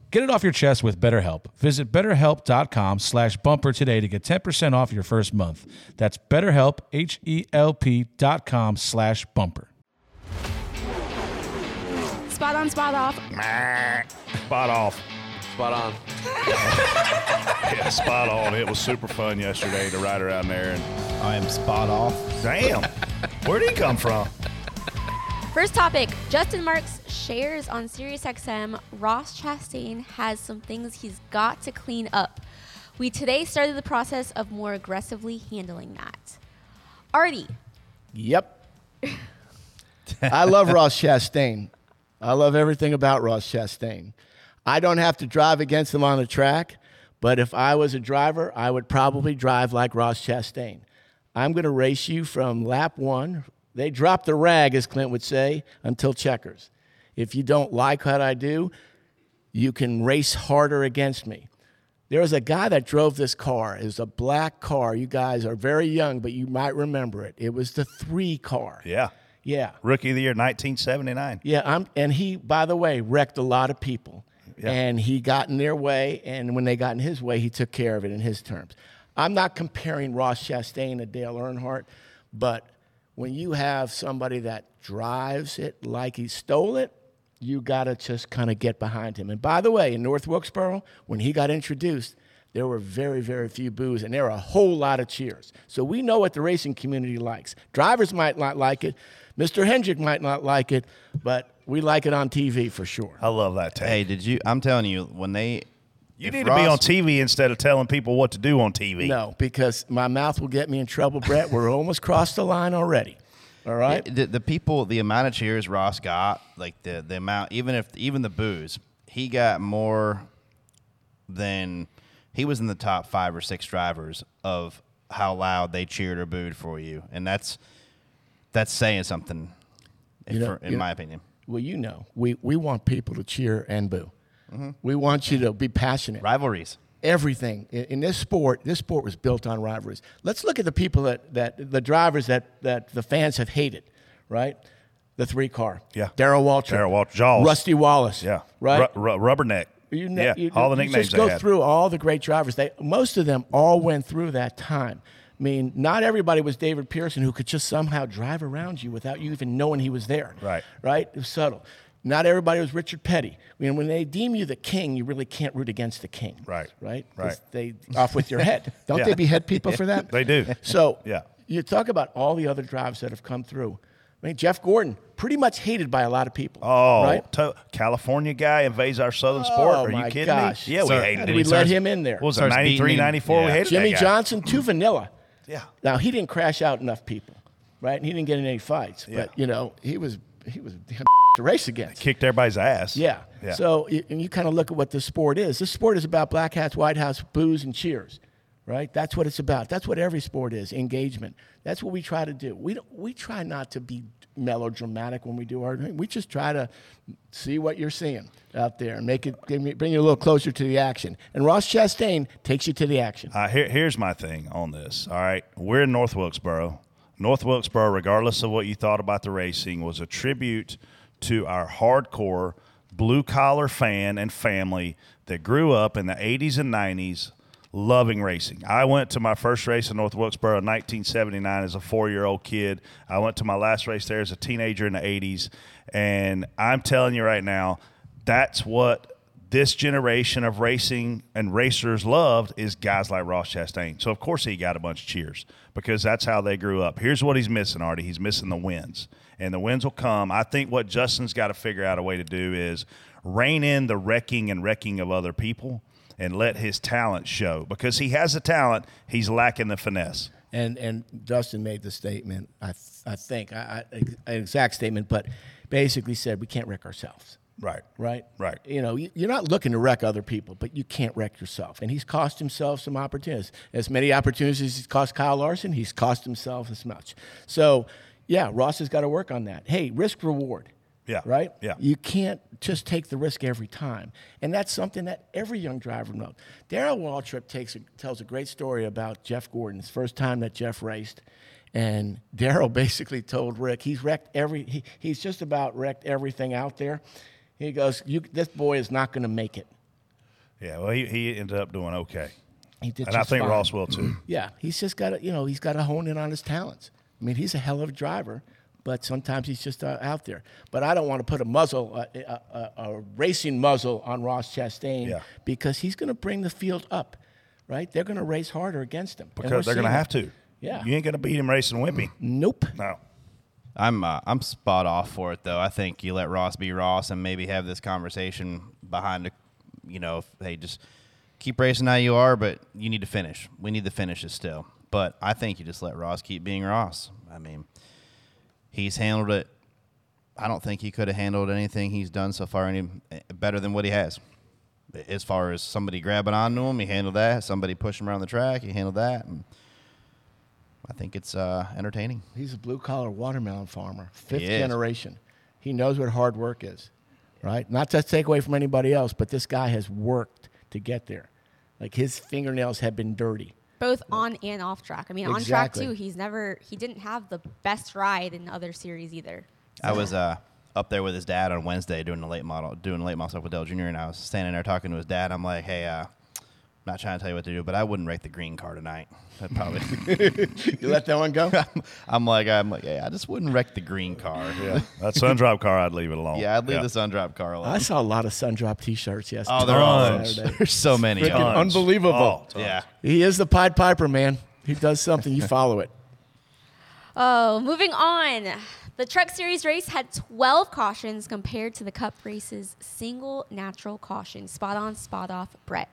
Get it off your chest with BetterHelp. Visit betterhelp.com slash bumper today to get 10% off your first month. That's betterhelp, H-E-L-P dot com slash bumper. Spot on, spot off. Spot off. Spot on. Yeah, spot on. It was super fun yesterday to ride around there. And I am spot off. damn, where'd he come from? First topic Justin Marks shares on SiriusXM Ross Chastain has some things he's got to clean up. We today started the process of more aggressively handling that. Artie, Yep. I love Ross Chastain. I love everything about Ross Chastain. I don't have to drive against him on the track, but if I was a driver, I would probably drive like Ross Chastain. I'm going to race you from lap one. They drop the rag, as Clint would say, until checkers. If you don't like what I do, you can race harder against me. There was a guy that drove this car. It was a black car. You guys are very young, but you might remember it. It was the three car. Yeah, Yeah. rookie of the year, 1979. Yeah, I'm, and he, by the way, wrecked a lot of people. And he got in their way, and when they got in his way, he took care of it in his terms. I'm not comparing Ross Chastain to Dale Earnhardt, but when you have somebody that drives it like he stole it, you got to just kind of get behind him. And by the way, in North Wilkesboro, when he got introduced, there were very, very few boos, and there were a whole lot of cheers. So we know what the racing community likes. Drivers might not like it, Mr. Hendrick might not like it, but we like it on TV for sure. I love that tape. Hey, did you? I'm telling you, when they. You if need to be Ross- on TV instead of telling people what to do on TV. No, because my mouth will get me in trouble, Brett. We're almost crossed the line already. All right? The, the people, the amount of cheers Ross got, like the, the amount, even if even the booze, he got more than he was in the top five or six drivers of how loud they cheered or booed for you, and that's that's saying something, if- You know- for- in you know- my opinion. Well, you know, we, we want people to cheer and boo. We want you to be passionate. Rivalries. everything in, in this sport. This sport was built on rivalries. Let's look at the people that, that the drivers that, that the fans have hated, right? The three car. Yeah. Darrell Waltrip. Darrell Waltrip. Jaws. Rusty Wallace. Yeah. Right? Ru- ru- rubberneck. You know, yeah. you, all the you nicknames Just go they had. through all the great drivers. They most of them all went through that time. I mean, not everybody was David Pearson who could just somehow drive around you without you even knowing he was there. Right. Right. It was subtle. Not everybody was Richard Petty. When, when they deem you the king, you really can't root against the king. Right. Right. 'Cause Right. They off with your head. Don't Yeah. they behead people for that? They do. So Yeah. you talk about all the other drives that have come through. I mean, Jeff Gordon, pretty much hated by a lot of people. Oh, right? Oh to- California guy invades our southern sport. Are you my kidding gosh. me? Yeah, we Sir, hated we him. let Starts- him in there. What was it, Starts 93, beating him. 94? We Yeah. hated Jimmy that guy. Johnson, too vanilla. Yeah. Now he didn't crash out enough people, right? And he didn't get in any fights. Yeah. But you know, he was he was damn to race against. Kicked everybody's ass. Yeah. Yeah. So y- and you kind of look at what this sport is. This sport is about black hats, white hats, booze, and cheers. Right? That's what it's about. That's what every sport is, engagement. That's what we try to do. We don't, we try not to be melodramatic when we do our We just try to see what you're seeing out there and make it bring you a little closer to the action. And Ross Chastain takes you to the action. Uh, here, here's my thing on this. All right, we're in North Wilkesboro. North Wilkesboro, regardless of what you thought about the racing, was a tribute to our hardcore blue collar fan and family that grew up in the 80s and 90s loving racing. I went to my first race in North Wilkesboro in 1979 as a four year old kid. I went to my last race there as a teenager in the 80s. And I'm telling you right now, that's what this generation of racing and racers loved is guys like Ross Chastain. So of course he got a bunch of cheers because that's how they grew up. Here's what he's missing, Artie. He's missing the wins, and the wins will come. I think what Justin's got to figure out a way to do is rein in the wrecking and wrecking of other people and let his talent show because he has the talent. He's lacking the finesse. And and Dustin made the statement. I th- I think I, I, an exact statement, but basically said we can't wreck ourselves. Right. Right. Right. You know, you- you're not looking to wreck other people, but you can't wreck yourself. And he's cost himself some opportunities. As many opportunities as he's cost Kyle Larson, he's cost himself as much. So, yeah, Ross has got to work on that. Hey, risk reward. Yeah. Right? Yeah. You can't just take the risk every time. And that's something that every young driver knows. Darrell Waltrip takes a, tells a great story about Jeff Gordon, his first time that Jeff raced. And Darrell basically told Rick, he's wrecked every, he, he's just about wrecked everything out there. He goes, you, this boy is not going to make it. Yeah. Well, he, he ended up doing okay, He did and I just think fine. Ross will too. Yeah, he's just got to, you know, he's got to hone in on his talents. I mean, he's a hell of a driver, but sometimes he's just uh, out there. But I don't want to put a muzzle, a, a, a, a racing muzzle on Ross Chastain Yeah. because he's going to bring the field up, right? They're going to race harder against him. And we're Because they're going to seeing have to. it. Yeah. You ain't going to beat him racing Wimpy. Nope. No. I'm uh, I'm spot off for it though. I think you let Ross be Ross and maybe have this conversation behind the, you know, if, hey, just keep racing how you are, but you need to finish. We need the finishes still. But I think you just let Ross keep being Ross. I mean, he's handled it. I don't think he could have handled anything he's done so far any eh, better than what he has. As far as somebody grabbing onto him, he handled that. Somebody pushing him around the track, he handled that. And I think it's uh, entertaining. He's a blue collar watermelon farmer, fifth is. generation. He knows what hard work is, right? Not to take away from anybody else, but this guy has worked to get there. Like his fingernails have been dirty. both on and off track. I mean, Exactly. on track too, he's never he didn't have the best ride in other series either. I was uh, up there with his dad on Wednesday doing the late model, doing the late model stuff with Dell Jr. And I was standing there talking to his dad. I'm like, hey, uh, I'm not trying to tell you what to do, but I wouldn't rake the green car tonight. That probably. You let that one go? I'm like, I'm like, yeah, I just wouldn't wreck the green car. Yeah, That sun drop car, I'd leave it alone. yeah, I'd leave this the sundrop car alone. I saw a lot of Sundrop T-shirts yesterday. oh, they're all Tons. there's so many. of Freaking them. unbelievable. Oh, yeah, He is the Pied Piper, man. He does something. You follow it. Oh, moving on. The Truck Series race had 12 cautions compared to the Cup race's single natural caution. Spot on, spot off, Brett.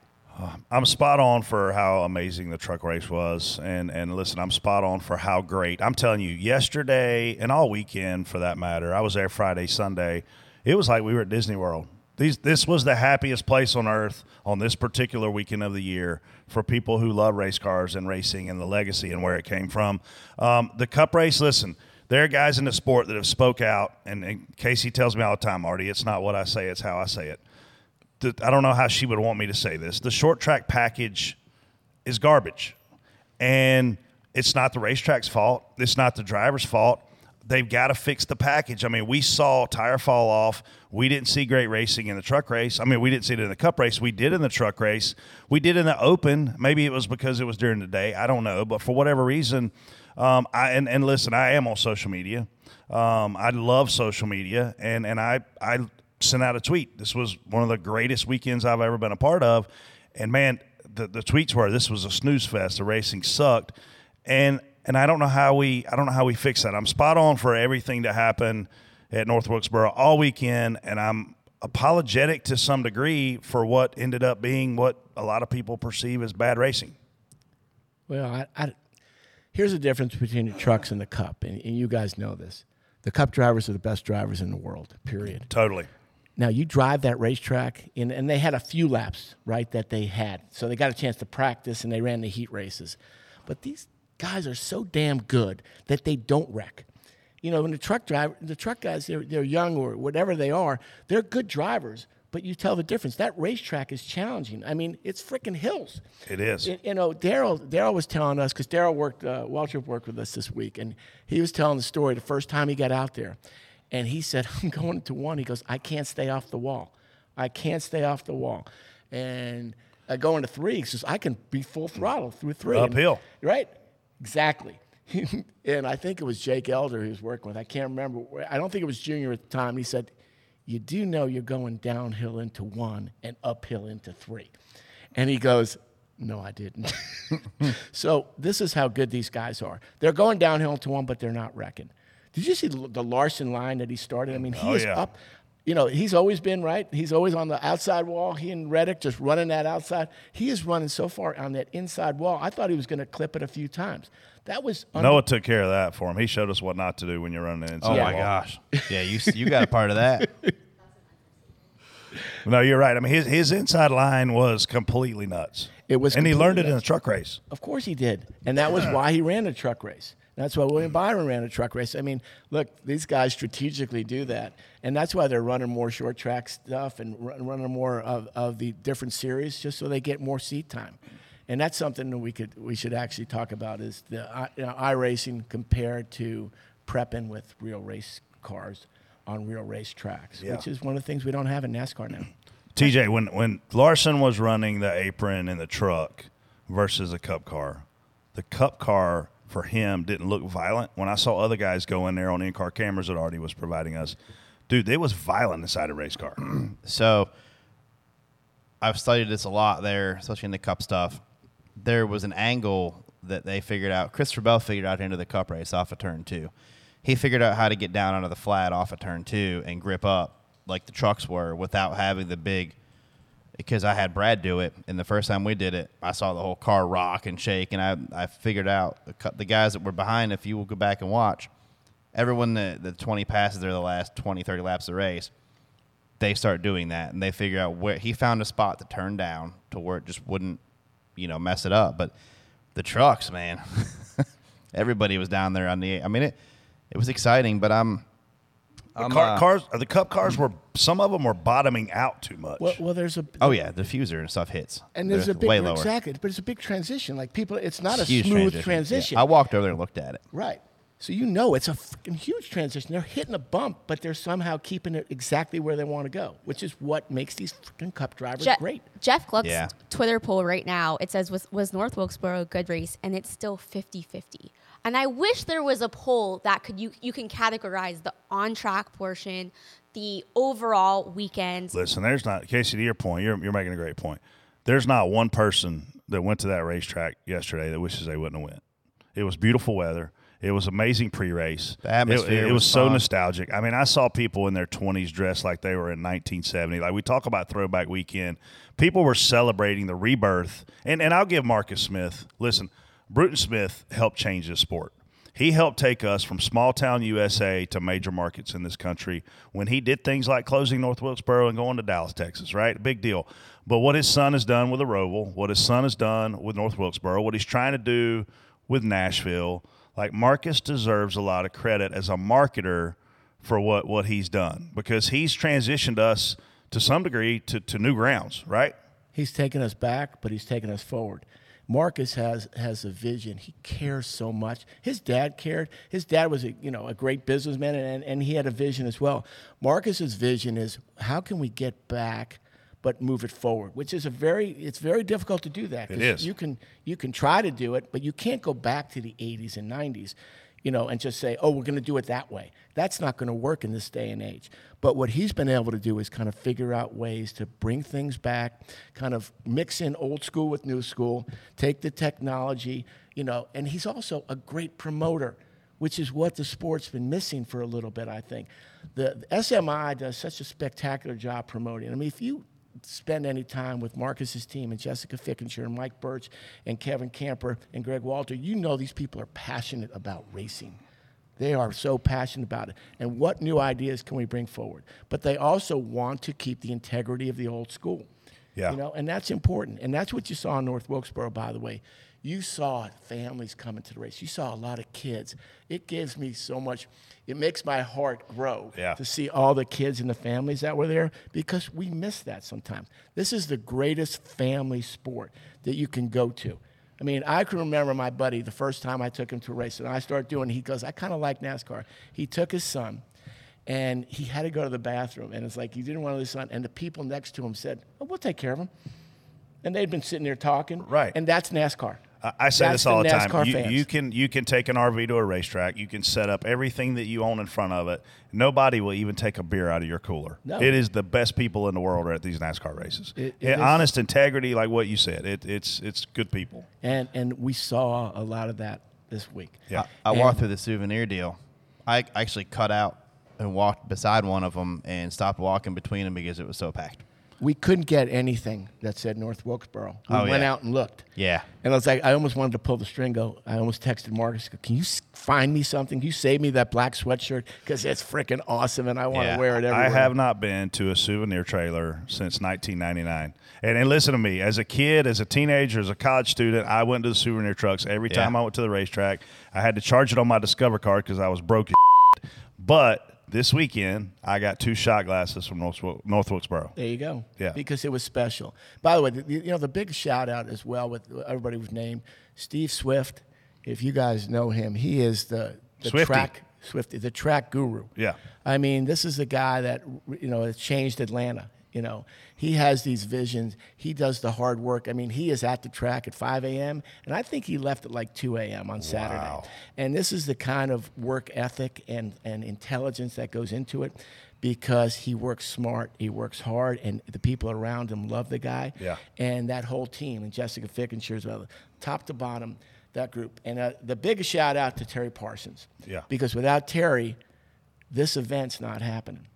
I'm spot on for how amazing the truck race was, and and listen, I'm spot on for how great. I'm telling you, yesterday and all weekend for that matter, I was there Friday, Sunday. It was like we were at Disney World. These this was the happiest place on earth on this particular weekend of the year for people who love race cars and racing and the legacy and where it came from. Um, the Cup race, listen. There are guys in the sport that have spoke out, and, and Casey tells me all the time, Artie, it's not what I say, it's how I say it the, I don't know how she would want me to say this. The short track package is garbage, and it's not the racetrack's fault. It's not the driver's fault. They've got to fix the package. I mean, we saw tire fall off. We didn't see great racing in the truck race. I mean, we didn't see it in the cup race. We did in the truck race. We did in the open. Maybe it was because it was during the day. I don't know. But for whatever reason, um, I and, and listen, I am on social media. Um, I love social media, and and I I sent out a tweet. This was one of the greatest weekends I've ever been a part of, and man, the the tweets were this was a snooze fest. The racing sucked, and and I don't know how we I don't know how we fix that. I'm spot on for everything that happened at North Wilkesboro all weekend, and I'm apologetic to some degree for what ended up being what a lot of people perceive as bad racing. Well, I, I, here's the difference between the trucks and the cup, and, and you guys know this. The cup drivers are the best drivers in the world, period. Totally. Now, you drive that racetrack, and, and they had a few laps, right, that they had. So they got a chance to practice and they ran the heat races. But these guys are so damn good that they don't wreck. You know, when the truck driver, the truck guys, they're, they're young or whatever they are, they're good drivers, but you tell the difference. That racetrack is challenging. I mean, it's freaking hills. It is. You- You know, Daryl. Daryl was telling us because Daryl worked. Uh, Waltrip worked with us this week, and he was telling the story the first time he got out there, and he said, "I'm going to one." He goes, "I can't stay off the wall. I can't stay off the wall," and uh, going to three, he says, "I can be full throttle through three and- Uphill. right? Exactly. and I think it was Jake Elder he was working with. I can't remember. where- I don't think it was Junior at the time. He said, "You do know you're going downhill into one and uphill into three. and he goes, "No, I didn't." so this is how good these guys are. They're going downhill into one, but they're not wrecking. Did you see the the Larson line that he started? I mean, he Oh, is yeah. up. You know, he's always been right. He's always on the outside wall. He and Reddick just running that outside. He is running so far on that inside wall. I thought he was going to clip it a few times. That was un- Noah took care of that for him. He showed us what not to do when you're running inside. Oh the my wall. gosh. Yeah, you you got a part of that. No, you're right. I mean, his his inside line was completely nuts. It was and he learned it completely in the truck race. Of course he did. And that was why he ran a truck race. That's why William Byron ran a truck race. I mean, look, these guys strategically do that. And that's why they're running more short track stuff and run, running more of, of the different series just so they get more seat time. And that's something that we could we should actually talk about is the i- you know, iRacing compared to prepping with real race cars on real race tracks, Yeah. which is one of the things we don't have in NASCAR now. TJ, when when Larson was running the apron in the truck versus a cup car, the cup car for him didn't look violent. When I saw other guys go in there on in-car cameras that Artie was providing us, dude, it was violent inside a race car. So I've studied this a lot there, especially in the cup stuff. There was an angle that they figured out. Christopher Bell figured out into the cup race off of turn two. He figured out how to get down out of the flat off of turn two and grip up like the trucks were without having the big. Because I had Brad do it, and the first time we did it, I saw the whole car rock and shake, and I, I figured out the, cu- the guys that were behind. If you will go back and watch, everyone that the 20 passes there the last 20, 30 laps of the race, they start doing that and they figure out where he found a spot to turn down to where it just wouldn't, you know, mess it up. But the trucks, man, everybody was down there on the. I mean, it it was exciting, but I'm. The I'm, car, uh, cars, the cup cars were some of them were bottoming out too much. Well, well there's a Oh yeah, the diffuser and stuff hits. And there's They're a big way lower. exactly, but it's a big transition. Like people, it's not a Huge smooth Yeah, transition. I walked over there and looked at it. Right. So you know it's a freaking huge transition. They're hitting a bump, but they're somehow keeping it exactly where they want to go, which is what makes these freaking cup drivers Je- great. Jeff Gluck's Yeah. Twitter poll right now, it says, was, was North Wilkesboro a good race? And it's still 50 50. And I wish there was a poll that could you, you can categorize the on track portion, the overall weekend. Listen, there's not Casey. To your point, you're you're making a great point. There's not one person that went to that racetrack yesterday that wishes they wouldn't have went. It was beautiful weather. It was amazing pre-race. The atmosphere It, was was, so fun. nostalgic. I mean, I saw people in their 20s dressed like they were in 1970. Like we talk about Throwback Weekend, people were celebrating the rebirth. And and I'll give Marcus Smith. Listen, Bruton Smith helped change this sport. He helped take us from small town USA to major markets in this country when he did things like closing North Wilkesboro and going to Dallas, Texas, right? Big deal. But what his son has done with Roval, what his son has done with North Wilkesboro, what he's trying to do with Nashville, like Marcus deserves a lot of credit as a marketer for what, what he's done because he's transitioned us to some degree to, to new grounds, right? He's taking us back, but he's taking us forward. Marcus has has a vision. He cares so much. His dad cared. His dad was a you know a great businessman, and, and he had a vision as well. Marcus's vision is how can we get back, but move it forward, which is a very it's very difficult to do that. It 'cause is. You can you can try to do it, but you can't go back to the 80s and 90s, you know, and just say oh we're going to do it that way. That's not going to work in this day and age. But what he's been able to do is kind of figure out ways to bring things back, kind of mix in old school with new school, take the technology, you know, and he's also a great promoter, which is what the sport's been missing for a little bit, I think. The, the SMI does such a spectacular job promoting. I mean, if you spend any time with Marcus's team and Jessica Fickinger and Mike Birch and Kevin Camper and Greg Walter, you know these people are passionate about racing. They are so passionate about it. And what new ideas can we bring forward? But they also want to keep the integrity of the old school. Yeah. You know, and that's important. And that's what you saw in North Wilkesboro, by the way. You saw families coming to the race. You saw a lot of kids. It gives me so much, it makes my heart grow Yeah. to see all the kids and the families that were there because we miss that sometimes. This is the greatest family sport that you can go to. I mean, I can remember my buddy the first time I took him to a race, and I started doing. He goes, "I kind of like NASCAR." He took his son, and he had to go to the bathroom, and it's like he didn't want to lose his son. And the people next to him said, oh, "We'll take care of him," and they'd been sitting there talking. Right. And that's NASCAR. I- I say That's this all the, NASCAR time. You, fans. you can you can take an RV to a racetrack. You can set up everything that you own in front of it. Nobody will even take a beer out of your cooler. No. It is the best people in the world are at these NASCAR races. It- it Yeah, is. honest integrity, like what you said. It, it's it's good people. and and we saw a lot of that this week. Yeah. I And- walked through the souvenir deal. I actually cut out and walked beside one of them and stopped walking between them because it was so packed. We couldn't get anything that said North Wilkesboro. We Oh, went yeah. out and looked. Yeah. And I was like, I almost wanted to pull the string. Go, I almost texted Marcus. Go, can you s- find me something? Can you save me that black sweatshirt because it's freaking awesome and I want to wear it everywhere. I have not been to a souvenir trailer since 1999. And, and listen to me, as a kid, as a teenager, as a college student, I went to the souvenir trucks every Yeah. time I went to the racetrack. I had to charge it on my Discover card because I was broke as shit. But this weekend, I got two shot glasses from North, Wil- North Wilkesboro. There you go. Yeah. Because it was special. By the way, the, you know, the big shout out as well with everybody we've named Steve Swift. If you guys know him, he is the, the Swifty. track Swifty, the track guru. Yeah. I mean, this is the guy that you know has changed Atlanta. You know, he has these visions. He does the hard work. I mean, he is at the track at 5 a.m. and I think he left at like 2 a.m. on Saturday. And this is the kind of work ethic and and intelligence that goes into it, because he works smart, he works hard, and the people around him love the guy Yeah. and that whole team and Jessica Fickinger as well, top to bottom, that group. And uh, the biggest shout out to Terry Parsons. Yeah. Because without Terry, this event's not happening.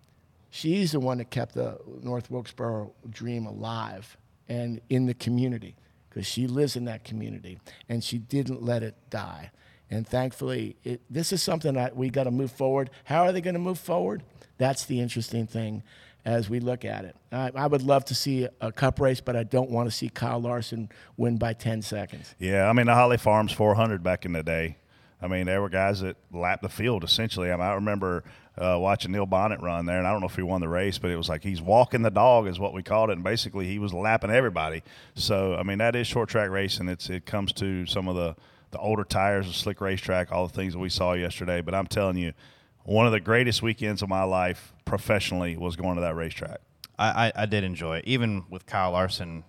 She's the one that kept the North Wilkesboro dream alive and in the community because she lives in that community and she didn't let it die. And thankfully, it, this is something that we got to move forward. How are they going to move forward? That's the interesting thing as we look at it. I, I would love to see a cup race, but I don't want to see Kyle Larson win by 10 seconds. Yeah, I mean the Holly Farms 400 back in the day. I mean there were guys that lapped the field essentially. I, mean, I remember uh, watching Neil Bonnet run there, and I don't know if he won the race, but it was like he's walking the dog is what we called it, and basically he was lapping everybody. So I mean that is short track racing. It's it comes to some of the the older tires, the slick racetrack, all the things that we saw yesterday. But I'm telling you, one of the greatest weekends of my life professionally was going to that racetrack. I, I, I did enjoy it. Even with Kyle Larson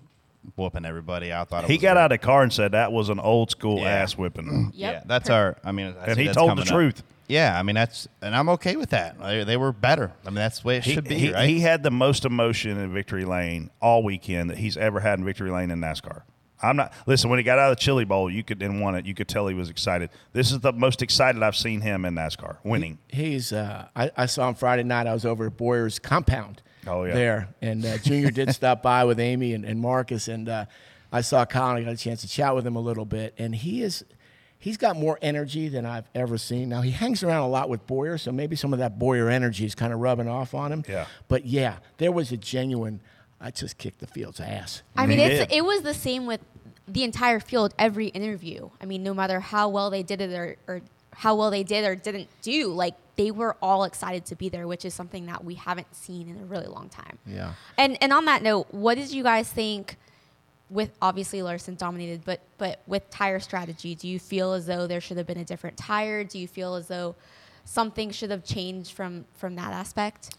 whooping everybody, I thought it He was got great. out of the car and said that was an old school Yeah. ass whipping. Yeah, that's our. I mean, I And see he that's told the coming up. truth. Yeah, I mean that's, and I'm okay with that. They, they were better. I mean that's the way it should be, he, right? he had the most emotion in victory lane all weekend that he's ever had in victory lane in NASCAR. I'm not listen when he got out of the Chili Bowl, you could and won it. You could tell he was excited. This is the most excited I've seen him in NASCAR winning. He's, uh, I, I saw him Friday night. I was over at Boyer's compound. Oh, yeah. There. And uh, Junior did stop by with Amy and, and Marcus. And uh, I saw Colin. I got a chance to chat with him a little bit. And he is, he's got more energy than I've ever seen. Now, he hangs around a lot with Boyer. So maybe some of that Boyer energy is kind of rubbing off on him. Yeah. But yeah, there was a genuine, I just kicked the field's ass. I mean, it's, it was the same with the entire field every interview. I mean, no matter how well they did it or, or how well they did or didn't do, like they were all excited to be there, which is something that we haven't seen in a really long time. Yeah. And and on that note, what did you guys think with obviously Larson dominated, but but with tire strategy, do you feel as though there should have been a different tire? Do you feel as though something should have changed from from that aspect?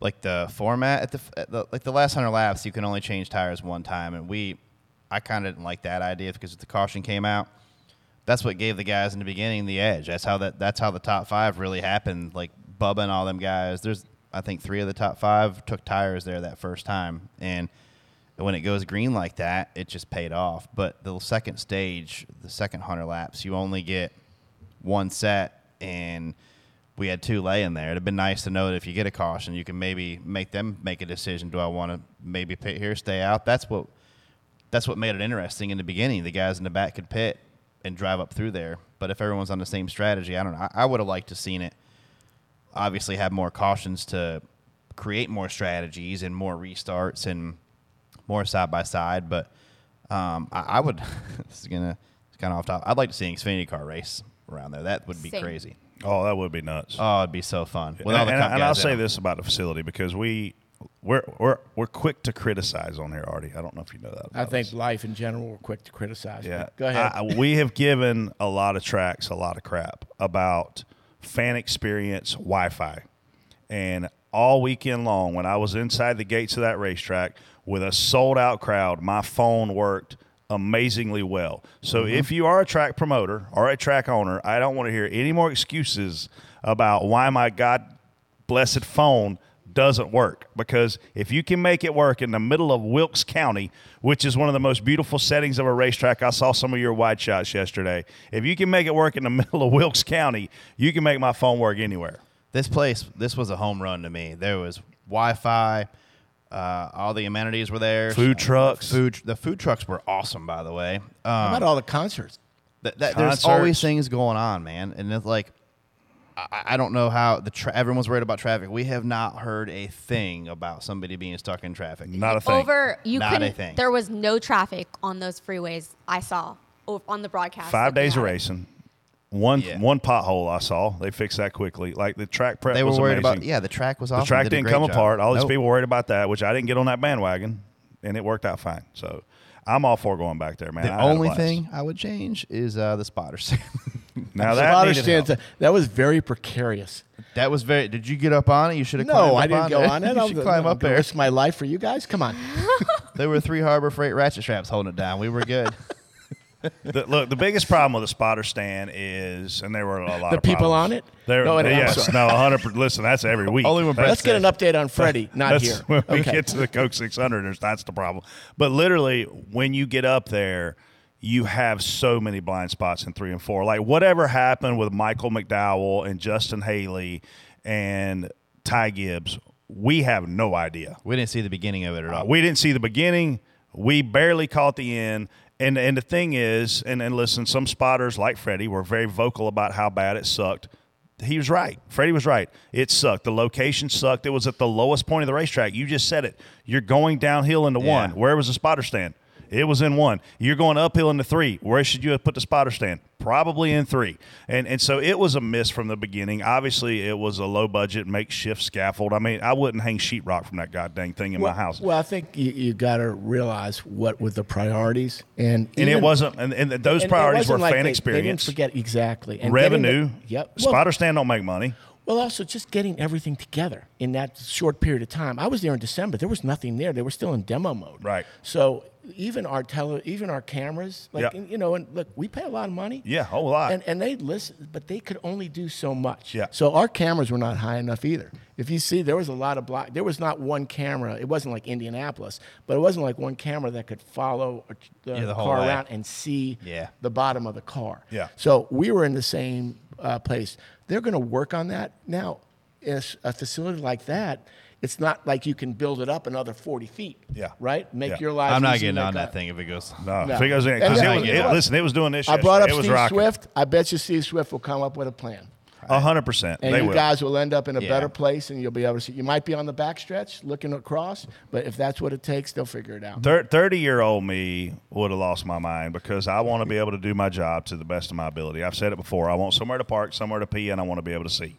like the format at the, f- at the like the last hundred laps, you can only change tires one time, and we, I kind of didn't like that idea because the caution came out. That's what gave the guys in the beginning the edge. That's how that that's how the top five really happened. Like Bubba and all them guys. There's I think three of the top five took tires there that first time, and when it goes green like that, it just paid off. But the second stage, the second hundred laps, you only get one set and we had two lay in there. It'd have been nice to know that if you get a caution, you can maybe make them make a decision. Do I want to maybe pit here, stay out? That's what that's what made it interesting in the beginning. The guys in the back could pit and drive up through there. But if everyone's on the same strategy, I don't know. I, I would have liked to seen it obviously have more cautions to create more strategies and more restarts and more side by side. But um, I, I would this is gonna it's kind of off top. I'd like to see an Xfinity car race around there. That would be Same. crazy. Oh, that would be nuts. Oh, it'd be so fun. With and, all the and- cup and I'll guys in say it. this about the facility because we we're we're we're quick to criticize on here, Artie. I don't know if you know that. I think life in general, we're quick to criticize. Yeah. Go ahead. I- we have given a lot of tracks a lot of crap about fan experience Wi Fi. And all weekend long, when I was inside the gates of that racetrack with a sold out crowd, my phone worked amazingly well. So Mm-hmm. if you are a track promoter or a track owner, I don't want to hear any more excuses about why my God blessed phone doesn't work because if you can make it work in the middle of Wilkes County, which is one of the most beautiful settings of a racetrack, I saw some of your wide shots yesterday. If you can make it work in the middle of Wilkes County, you can make my phone work anywhere. This place, this was a home run to me. There was Wi-Fi. Uh, all the amenities were there. Food trucks. Food. The food trucks were awesome, by the way. Um, How about all the concerts? that, that- there's Concerts. always things going on, man, and it's like I, I don't know how the tra- everyone's worried about traffic. We have not heard a thing about somebody being stuck in traffic. Not a Over you not a couldn't. thing. There was no traffic on those freeways. I saw o- on the broadcast. Five looking days at of it. racing. One one pothole I saw. They fixed that quickly. Like the track prep. They were was worried amazing. about- yeah, the track was The awesome. track Did a didn't great come job. apart. All these Nope. people worried about that, which I didn't get on that bandwagon, and it worked out fine. So I'm all for going back there, man. I The had a only blast. thing I would change is uh, the spotter stand. Now The that spotter needed stands- help. that was very precarious. That was very. Did you get up on it? You should have. No, climbed I up didn't on go it. on it. you I'm should gonna- climb I'm up gonna there. Risk my life for you guys. Come on. there were three Harbor Freight ratchet straps holding it down. We were good. the, look, the biggest problem with the spotter stand is, and there were a lot The of people problems. on it? There, No, it- I'm yes, sorry. no, 100. per- Listen, that's every week. Only when That's- Let's get an update on Freddie, not that's here. When we Okay. get to the Coke 600, there's- that's the problem. But literally, when you get up there, you have so many blind spots in three and four. Like whatever happened with Michael McDowell and Justin Haley and Ty Gibbs, we have no idea. we didn't see the beginning of it at all. uh, We didn't see the beginning. We barely caught the end. And and the thing is, and, and listen, some spotters like Freddie were very vocal about how bad it sucked. He was right. Freddie was right. It sucked. The location sucked. It was at the lowest point of the racetrack. You just said it. You're going downhill into one. Where was the spotter stand? It was in one. You're going uphill into three. Where should you have put the spotter stand? Probably in three. And and so it was a miss from the beginning. Obviously, it was a low budget makeshift scaffold. I mean, I wouldn't hang sheetrock from that goddamn thing in well, my house. Well, I think you, you got to realize what were the priorities, and and it even- wasn't and, and those and it priorities were wasn't like fan they- They didn't experience forget exactly And getting the- revenue yep. Well, spotter stand don't make money Well, also just getting everything together in that short period of time. I was there in December. There was nothing there. They were still in demo mode. Right. So even our tele, even our cameras, like Yeah. and, you know, and look, we pay a lot of money. Yeah, a whole lot. And and they listen, but they could only do so much. Yeah. So our cameras were not high enough either. If you see, there was a lot of block. There was not one camera. It wasn't like Indianapolis, but it wasn't like one camera that could follow a- the, Yeah, the whole car way. around and see Yeah. the bottom of the car. Yeah. So we were in the same uh, place. They're going to work on that now. Is a facility like that? It's not like you can build it up another forty feet. Yeah. Right. Make Yeah. your life. I'm not easier, getting make on our- that thing if it goes. no, No. if Uh, it goes in 'cause it And yeah, was, you know it, what? listen it was doing this I brought up yesterday. it was Steve rocking Swift. I bet you Steve Swift will come up with a plan, A 100% and they you will guys will end up in a Yeah. better place, and you'll be able to see. You might be on the backstretch looking across, but if that's what it takes, they'll figure it out. Thir- 30 year old me would have lost my mind because I want to be able to do my job to the best of my ability. I've said it before. I want somewhere to park, somewhere to pee, and I want to be able to see.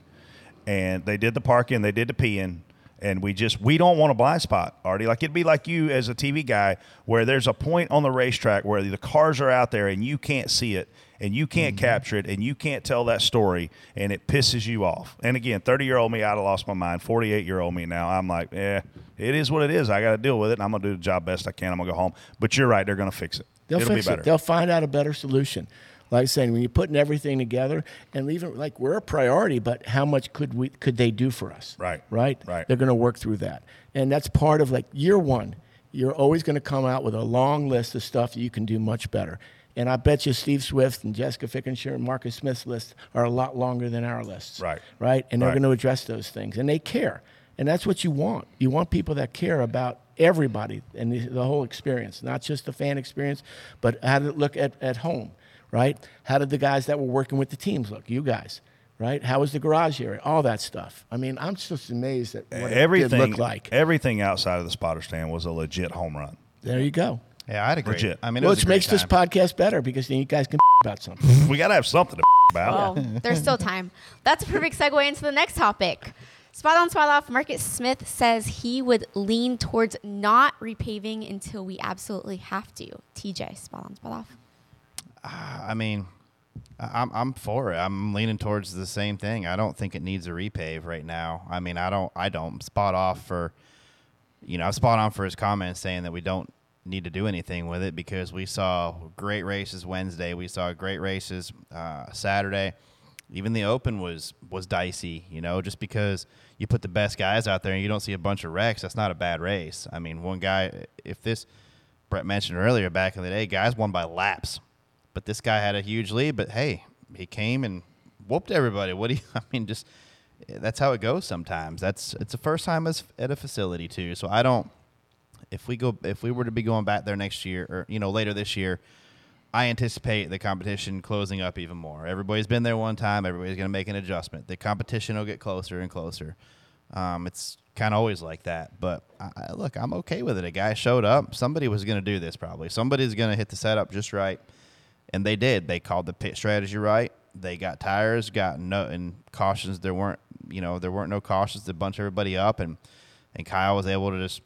and they did the parking, they did the peeing, and we just we don't want a blind spot, Artie. Like it'd be like you as a TV guy where there's a point on the racetrack where the cars are out there and you can't see it and you can't Mm-hmm. capture it and you can't tell that story and it pisses you off. And again, 30 year old me, I'd have lost my mind. 48 year old me now, I'm like, eh, it is what it is. I got to deal with it and I'm going to do the job best I can. I'm going to go home. But you're right, they're going to fix it. They'll It'll fix be better. it. They'll find out a better solution. Like I saying, when you're putting everything together and leaving, like we're a priority, but how much could we could they do for us? Right. Right. Right. They're going to work through that, and that's part of like year one. You're always going to come out with a long list of stuff that you can do much better. And I bet you Steve Swift and Jessica Fickenshire and Marcus Smith's lists are a lot longer than our lists. Right. Right. And they're Right. going to address those things, and they care, and that's what you want. You want people that care about everybody and the, the whole experience, not just the fan experience, but how did it look at, at home, right? How did the guys that were working with the teams look? You guys, right? How was the garage area? All that stuff. I mean, I'm just amazed at what everything it did look like. Everything outside of the spotter stand was a legit home run. There you go. Yeah, I'd agree. Legit. I mean, it was which a great makes this podcast better because then you guys can about something. we got to have something to Oh, about. there's still time. That's a perfect segue into the next topic. Spot on, spot off. Marcus Smith says he would lean towards not repaving until we absolutely have to. TJ, spot on, spot off. I mean, I- I'm I'm for it. I'm leaning towards the same thing. I don't think it needs a repave right now. I mean, I don't I don't spot off for, you know, I spot on for his comments saying that we don't need to do anything with it because we saw great races Wednesday. We saw great races uh, Saturday. Even the open was was dicey, you know, just because you put the best guys out there and you don't see a bunch of wrecks, that's not a bad race. I mean, one guy if this Brett mentioned earlier back in the day, guys won by laps but this guy had a huge lead. But hey, he came and whooped everybody. What do you? I mean, just that's how it goes sometimes. That's it's the first time as at a facility too. So I don't. If we go, if we were to be going back there next year, or you know later this year, I anticipate the competition closing up even more. Everybody's been there one time. Everybody's going to make an adjustment. The competition will get closer and closer. Um, it's kind of always like that. But I, I- look, I'm okay with it. A guy showed up. Somebody was going to do this probably. Somebody's going to hit the setup just right, and they did. They called the pit strategy right. They got tires, got no and cautions. There weren't, you know, there weren't no cautions to bunch everybody up, and and Kyle was able to just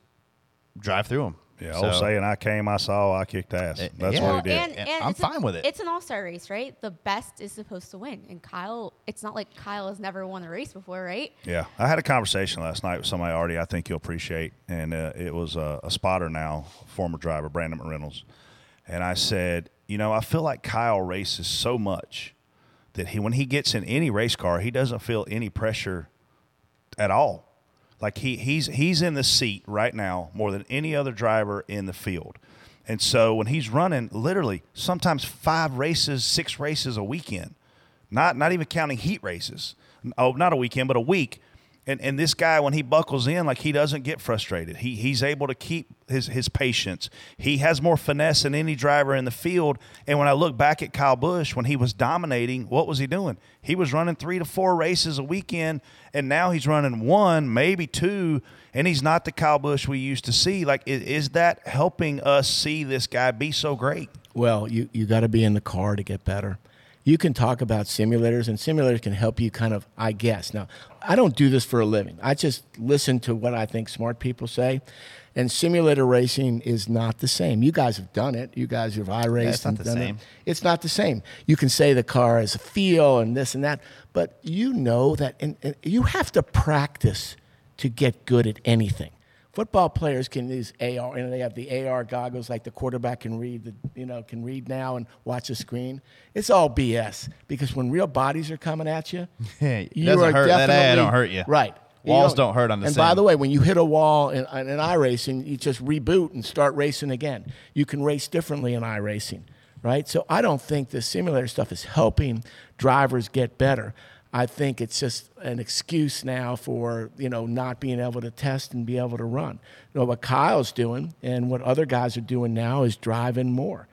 drive through them. Yeah, old saying, I came, I saw, I kicked ass. That's Oh, yeah. what he did. Oh, And, and I'm it's a- fine with it. It's an all star race, right? The best is supposed to win. And Kyle, it's not like Kyle has never won a race before, right? Yeah, I had a conversation last night with somebody already. I think you'll appreciate, and uh, it was a, a spotter now, former driver Brandon McReynolds, and I said, you know, I feel like Kyle races so much that he, when he gets in any race car, he doesn't feel any pressure at all. Like he he's he's in the seat right now more than any other driver in the field. And so when he's running literally sometimes 5 races, 6 races a weekend. Not not even counting heat races. Oh, not a weekend, but a week. And and this guy when he buckles in like he doesn't get frustrated. He he's able to keep his his patience. He has more finesse than any driver in the field. And when I look back at Kyle Busch when he was dominating, what was he doing? He was running 3 to 4 races a weekend and now he's running one, maybe two, and he's not the Kyle Busch we used to see. Like i- is that helping us see this guy be so great? Well, you, you got to be in the car to get better. You can talk about simulators, and simulators can help you kind of, I guess. Now, I don't do this for a living. I just listen to what I think smart people say. And simulator racing is not the same. You guys have done it. You guys have I raced. it's not and the done it. same. It's not the same. You can say the car is a feel and this and that, but you know that, and, and you have to practice to get good at anything. Football players can use AR, and they have the AR goggles, like the quarterback can read, the, you know, can read now and watch a screen. It's all BS because when real bodies are coming at you, It you doesn't are hurt. That ad definitely- don't hurt you. Right. You Walls don't hurt on the And same. by the way, when you hit a wall in, in, in iRacing, you just reboot and start racing again. You can race differently in iRacing, right? So I don't think the simulator stuff is helping drivers get better. I think it's just an excuse now for you know not being able to test and be able to run. You know what Kyle's doing and what other guys are doing now is driving more.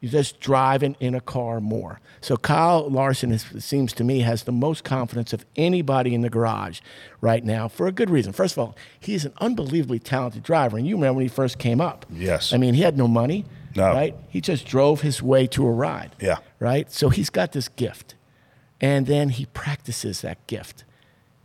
You're just driving in a car more. So Kyle Larson, is, it seems to me, has the most confidence of anybody in the garage right now for a good reason. First of all, he's an unbelievably talented driver, and you remember when he first came up. Yes. I mean, he had no money, No. right? He just drove his way to a ride. Yeah. Right. So he's got this gift, and then he practices that gift.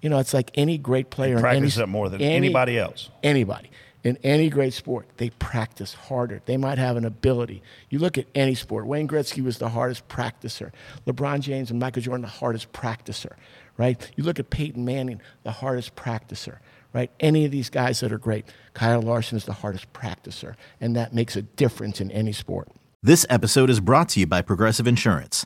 You know, it's like any great player. in any- practice that more than anybody else. Anybody in any great sport, they practice harder. They might have an ability. You look at any sport. Wayne Gretzky was the hardest practicer. LeBron James and Michael Jordan, the hardest practicer. Right? You look at Peyton Manning, the hardest practicer. Right? Any of these guys that are great, Kyle Larson is the hardest practicer, and that makes a difference in any sport. This episode is brought to you by Progressive Insurance.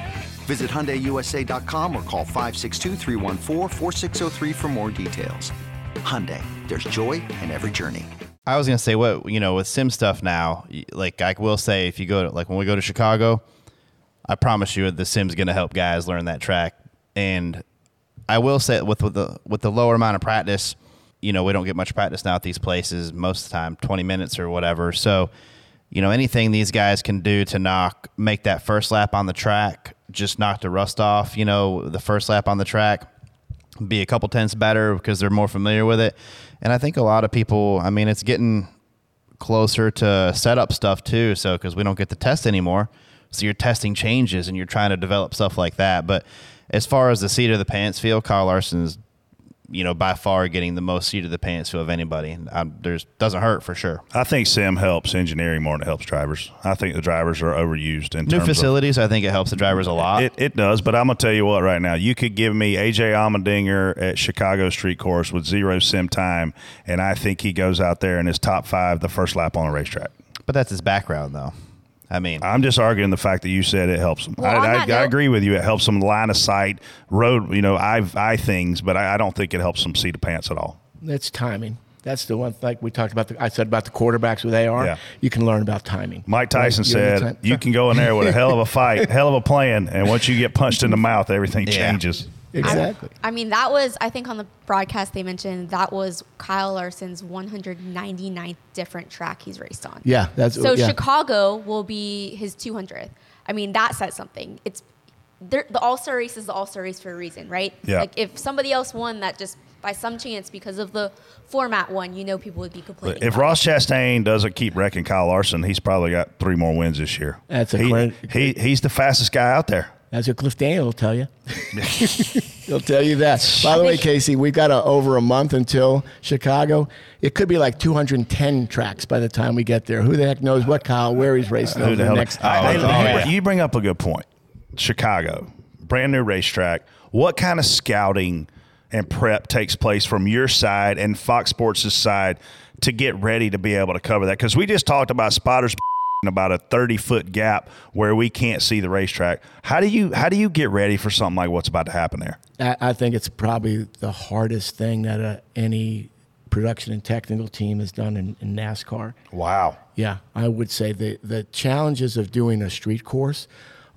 Visit HyundaiUSA.com or call 562-314-4603 for more details. Hyundai, there's joy in every journey. I was gonna say what you know with sim stuff now. y- Like I will say, if you go to like when we go to Chicago, I promise you the sim's gonna help guys learn that track. And I will say with with the with the lower amount of practice, you know we don't get much practice now at these places most of the time, twenty minutes or whatever. So you know anything these guys can do to knock make that first lap on the track, just knock the rust off. You know the first lap on the track be a couple tenths better because they're more familiar with it. And I think a lot of people, I mean, it's getting closer to setup stuff too. So, because we don't get to test anymore. So, your testing changes and you're trying to develop stuff like that. But as far as the seat of the pants feel, Kyle Larson's, you know, by far getting the most seat of the pants feel of anybody. And I, there's, doesn't hurt for sure. I think Sim helps engineering more than it helps drivers. I think the drivers are overused in New terms of facilities, I think it helps the drivers a lot. It, it does, but I'm gonna tell you what. Right now, you could give me AJ Allmendinger at Chicago Street Course with zero sim time, and I think he goes out there in his top five the first lap on a racetrack. But that's his background, though. I mean, I'm just arguing the fact that you said it helps him. Well, on I, I, that note- I agree with you. It helps him line of sight, road, you know, eye, eye things, but I, I don't think it helps him see the pants at all. That's timing. That's the one like we talked about. The, I said about the quarterbacks with AR. Yeah. You can learn about timing. Mike Tyson Right? You know, said, time- "You can go in there with a hell of a fight, hell of a plan, and once you get punched in the mouth, everything changes." Exactly. I mean, that was, I think on the broadcast they mentioned that was Kyle Larson's 199th different track he's raced on. Yeah, that's- so. yeah. Chicago will be his 200th. I mean, that says something. It's there- the All Star race is the All Star race for a reason, right? Yeah. Like if somebody else won that just by some chance because of the format one, you know, people would be complaining. If Ross Chastain doesn't keep wrecking Kyle Larson, he's probably got three more wins this year. That's a he, clear- he he's the fastest guy out there. That's what Cliff Daniel will tell you. He'll tell you that. By the way, Casey, we've got a, over a month until Chicago. It could be like 210 tracks by the time we get there. Who the heck knows what Kyle, where he's racing over Who the the, hell? next Oh, I- hour. I- you- You bring up a good point. Chicago, brand new racetrack. What kind of scouting and prep takes place from your side and Fox Sports' side to get ready to be able to cover that? Because we just talked about spotters about a 30 foot gap where we can't see the racetrack. How do you how do you get ready for something like what's about to happen there? I, I think it's probably the hardest thing that uh, any production and technical team has done in, in NASCAR. Wow. Yeah, I would say the the challenges of doing a street course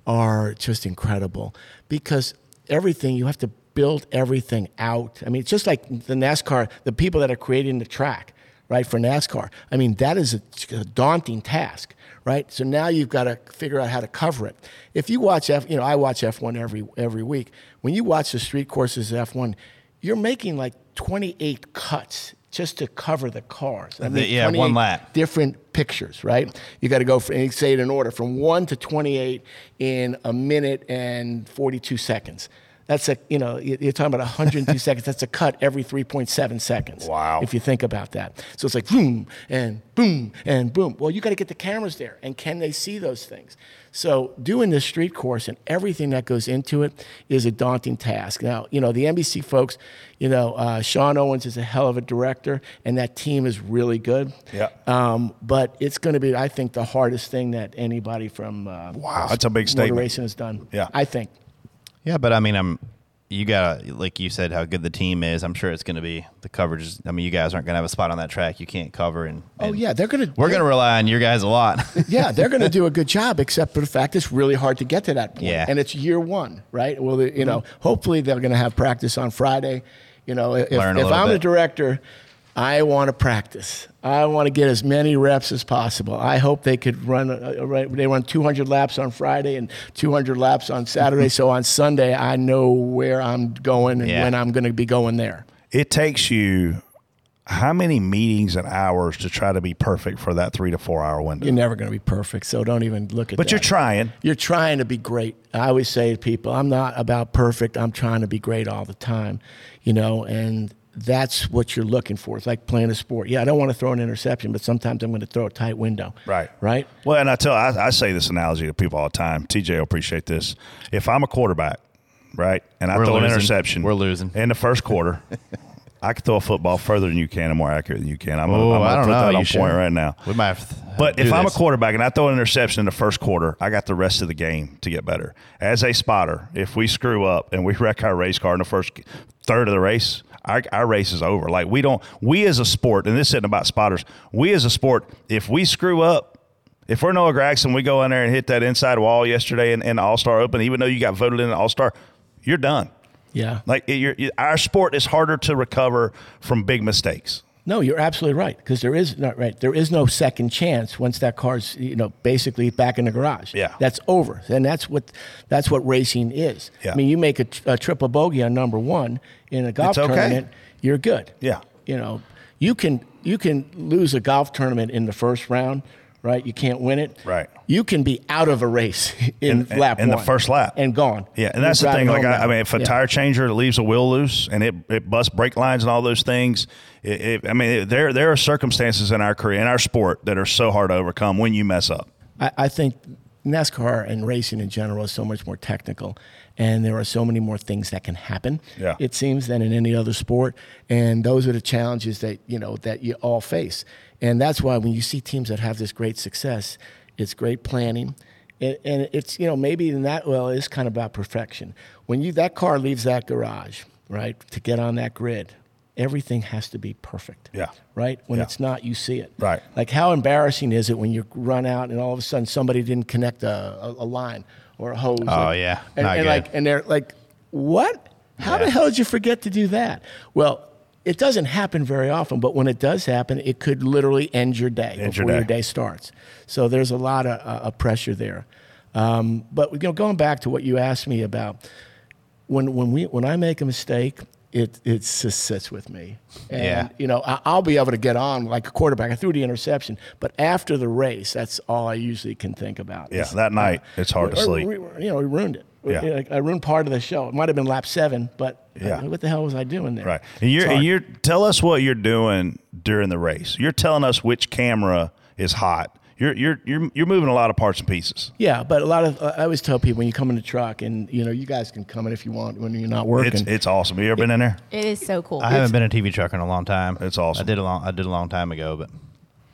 are just incredible because everything you have to build everything out. I mean, it's just like the NASCAR, the people that are creating the track, right for NASCAR. I mean, that is a, a daunting task, right? So now you've got to figure out how to cover it. If you watch F, you know, I watch F1 every every week. When you watch the street courses at F1, you're making like 28 cuts just to cover the cars. I The- mean, yeah, one 28 lap. different pictures, right? You got to go for, and say it in order from one to 28 in a minute and 42 seconds. That's a you know you- you're talking about 102 seconds. That's a cut every 3.7 seconds. Wow! If you think about that, so it's like boom and boom and boom. Well, you got to get the cameras there, and can they see those things? So doing this street course and everything that goes into it is a daunting task. Now you know the NBC folks, you know uh, Sean Owens is a hell of a director, and that team is really good. Yeah. Um, but it's going to be, I think, the hardest thing that anybody from uh, Wow, that's a big motor statement. racing has done. Yeah. I think. Yeah, but I mean, I'm you gotta like you said how good the team is. I'm sure it's gonna be the coverage. is- I mean, you guys aren't gonna have a spot on that track. You can't cover, and, Oh and yeah, they're going to. we're gonna rely on your guys a lot. yeah, they're going to do a good job, except for the fact it's really hard to get to that point. Yeah. And it's year one, right? Well, you know, hopefully they're going to have practice on Friday. You know, if, if Learn a little I'm the bit. director, I want to practice. I want to get as many reps as possible. I hope they could run, uh, uh, right, they run 200 laps on Friday and 200 laps on Saturday. so on Sunday, I know where I'm going and Yeah. when I'm going to be going there. It takes you how many meetings and hours to try to be perfect for that three to four hour window? You're never going to be perfect, so don't even look at But that. you're trying. You're trying to be great. I always say to people, I'm not about perfect. I'm trying to be great all the time, you know, and that's what you're looking for. It's like playing a sport. Yeah, I don't want to throw an interception, but sometimes I'm going to throw a tight window. Right. Right. Well, and I tell I, I say this analogy to people all the time. TJ will appreciate this. If I'm a quarterback, right, and I We're throw an losing. interception, we're losing in the first quarter. I can throw a football further than you can and more accurate than you can. I'm, Oh, I'm I gonna don't put know. that You on should. point right now. We might have. To But do if I'm a this. quarterback and I throw an interception in the first quarter, I got the rest of the game to get better. As a spotter, if we screw up and we wreck our race car in the first third of the race, our, our race is over. Like we don't, we as a sport, and this isn't about spotters. We as a sport, if we screw up, if we're Noah Gregson, we go in there and hit that inside wall yesterday in, in the All Star Open, even though you got voted in the All Star, you're done. Yeah. Like it, you're, you- our sport is harder to recover from big mistakes. No, you're absolutely right because there is not right. There is no second chance once that car's you know basically back in the garage. Yeah. that's over, and that's what that's what racing is. Yeah. I mean, you make a, tr- a triple bogey on number one in a It's golf okay. tournament, you're good. Yeah. you know, you can you can lose a golf tournament in the first round, right? You can't win it. Right. You can be out of a race in, In- lap in the one first lap. and gone. Yeah, and You're that's the driving thing. Like, home I, I now. mean, if a Yeah. tire changer leaves a wheel loose and it, it busts brake lines and all those things, it, it, I mean, it- there there are circumstances in our career, in our sport, that are so hard to overcome when you mess up. I, I think NASCAR and racing in general is so much more technical, and there are so many more things that can happen. Yeah. It seems than in any other sport, and those are the challenges that you know that you all face, and that's why when you see teams that have this great success, it's great planning. And, and it's you know maybe in that well it's kind of about perfection. When you that car leaves that garage, right, to get on that grid, everything has to be perfect Yeah. right? When Yeah. it's not, you see it. Right. Like, how embarrassing is it when you run out and all of a sudden somebody didn't connect a, a, a line or a hose? Oh, And- yeah. And, Not and good. like, and they're like, what? How the hell did you forget to do that? Well, it doesn't happen very often, but when it does happen, it could literally end your day End your before your day. day starts. So there's a lot of uh, of pressure there. Um, but you know, going back to what you asked me about, when when we when I make a mistake, it it just sits with me. And, Yeah. You know, I, I'll be able to get on like a quarterback. I threw the interception, but after the race, that's all I usually can think about. Yeah, It's- that night it's hard to or sleep. we- you know, we ruined it. We- Yeah. like, I ruined part of the show. It might have been lap seven, but Yeah. uh, what the hell was I doing there? Right. And you're and you're tell us what you're doing during the race. You're telling us which camera is hot. You're you're you're you're moving a lot of parts and pieces. Yeah, but a lot of I always tell people when you come in the truck, and you know, you guys can come in if you want when you're not working. It's it's awesome. You ever been in there? It is so cool. I haven't been in a TV truck in a long time. It's awesome. I did a long. I did a long time ago, but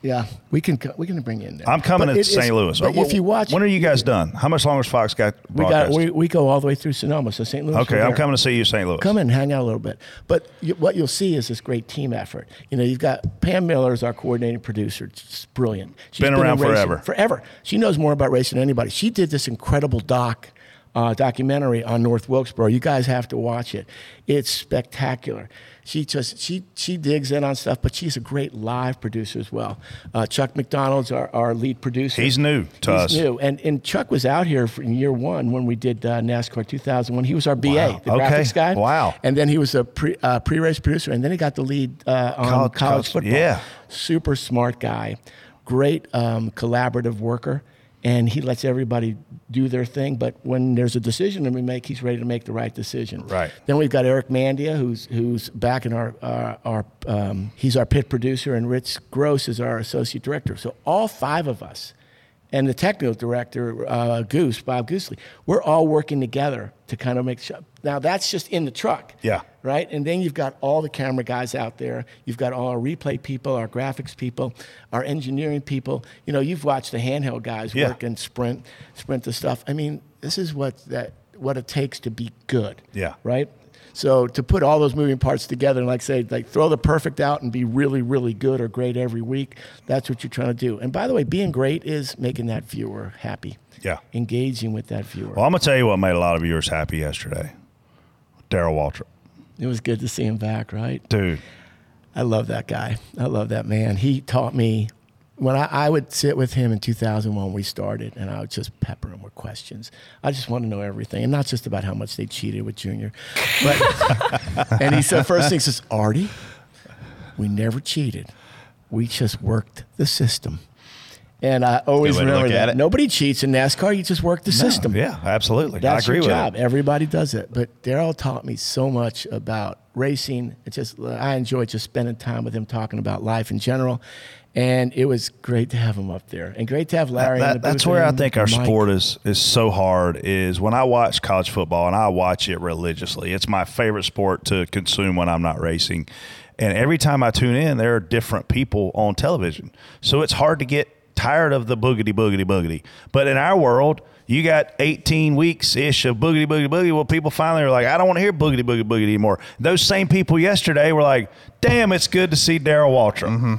yeah, we can co- we can bring you in there. I'm coming But to it is- St. Louis. But Well, if you watch, when are you guys done? How much longer has Fox got? we got broadcast? we, we go all the way through Sonoma, so St. Louis. okay, we're I'm there. coming to see you, St. Louis. Come and hang out a little bit. But you, what you'll see is this great team effort. You know, you've got Pam Miller is our coordinating producer. She's brilliant. She's Been around in racing forever. Forever. She knows more about racing than anybody. She did this incredible doc. Uh, documentary on North Wilkesboro. You guys have to watch it. It's spectacular. She just she she digs in on stuff, but she's a great live producer as well. Uh, Chuck McDonald's our, our lead producer. He's new to He's us. new, and and Chuck was out here for, in year one when we did uh, NASCAR 2001. He was our BA, Wow. the Okay. graphics guy. Wow. And then he was a pre, uh, pre-race producer, and then he got the lead uh, on College- college, college- football. yeah. Super smart guy, great um, collaborative worker. and he lets everybody do their thing. But when there's a decision to be make, he's ready to make the right decision. Right. Then we've got Eric Mandia, who's who's back in our our, our um, he's our pit producer, and Rich Gross is our associate director. So all five of us, and the technical director uh, Goose Bob Goosley, we're all working together to kind of make the show. Now that's just in the truck. Yeah. Right? And then you've got all the camera guys out there. You've got all our replay people, our graphics people, our engineering people. You know, you've watched the handheld guys Yeah. work and sprint, sprint the stuff. I mean, this is what that what it takes to be good. Yeah. Right? So to put all those moving parts together and like say, like throw the perfect out and be really, really good or great every week, that's what you're trying to do. And by the way, being great is making that viewer happy. Yeah. Engaging with that viewer. Well, I'm gonna tell you what made a lot of viewers happy yesterday. Daryl Waltrip, It was good to see him back, right? dude. I love that guy. I love that man. He taught me when I, I would sit with him in 2001, we started, and I would just pepper him with questions. I just want to know everything, and not just about how much they cheated with Junior. But, and he said, first thing, he says, Artie, we never cheated. We just worked the system. And I always Good way to remember look at that. it. Nobody cheats in NASCAR. You just work the system. Yeah, absolutely. I That's agree your with job. it. Everybody does it. But Daryl taught me so much about racing. It just I enjoyed just spending time with him talking about life in general. And it was great to have him up there, and great to have Larry. in the That- that's booth where I and think our Mike. sport is is so hard. Is when I watch college football and I watch it religiously. It's my favorite sport to consume when I'm not racing. And every time I tune in, there are different people on television, so it's hard to get tired of the boogity boogity boogity. But in our world, you got 18 weeks ish of boogity boogity boogity. Well, people finally are like, I don't want to hear boogity boogity boogity anymore. Those same people yesterday were like, Damn, it's good to see Daryl Waltrip. Mm-hmm.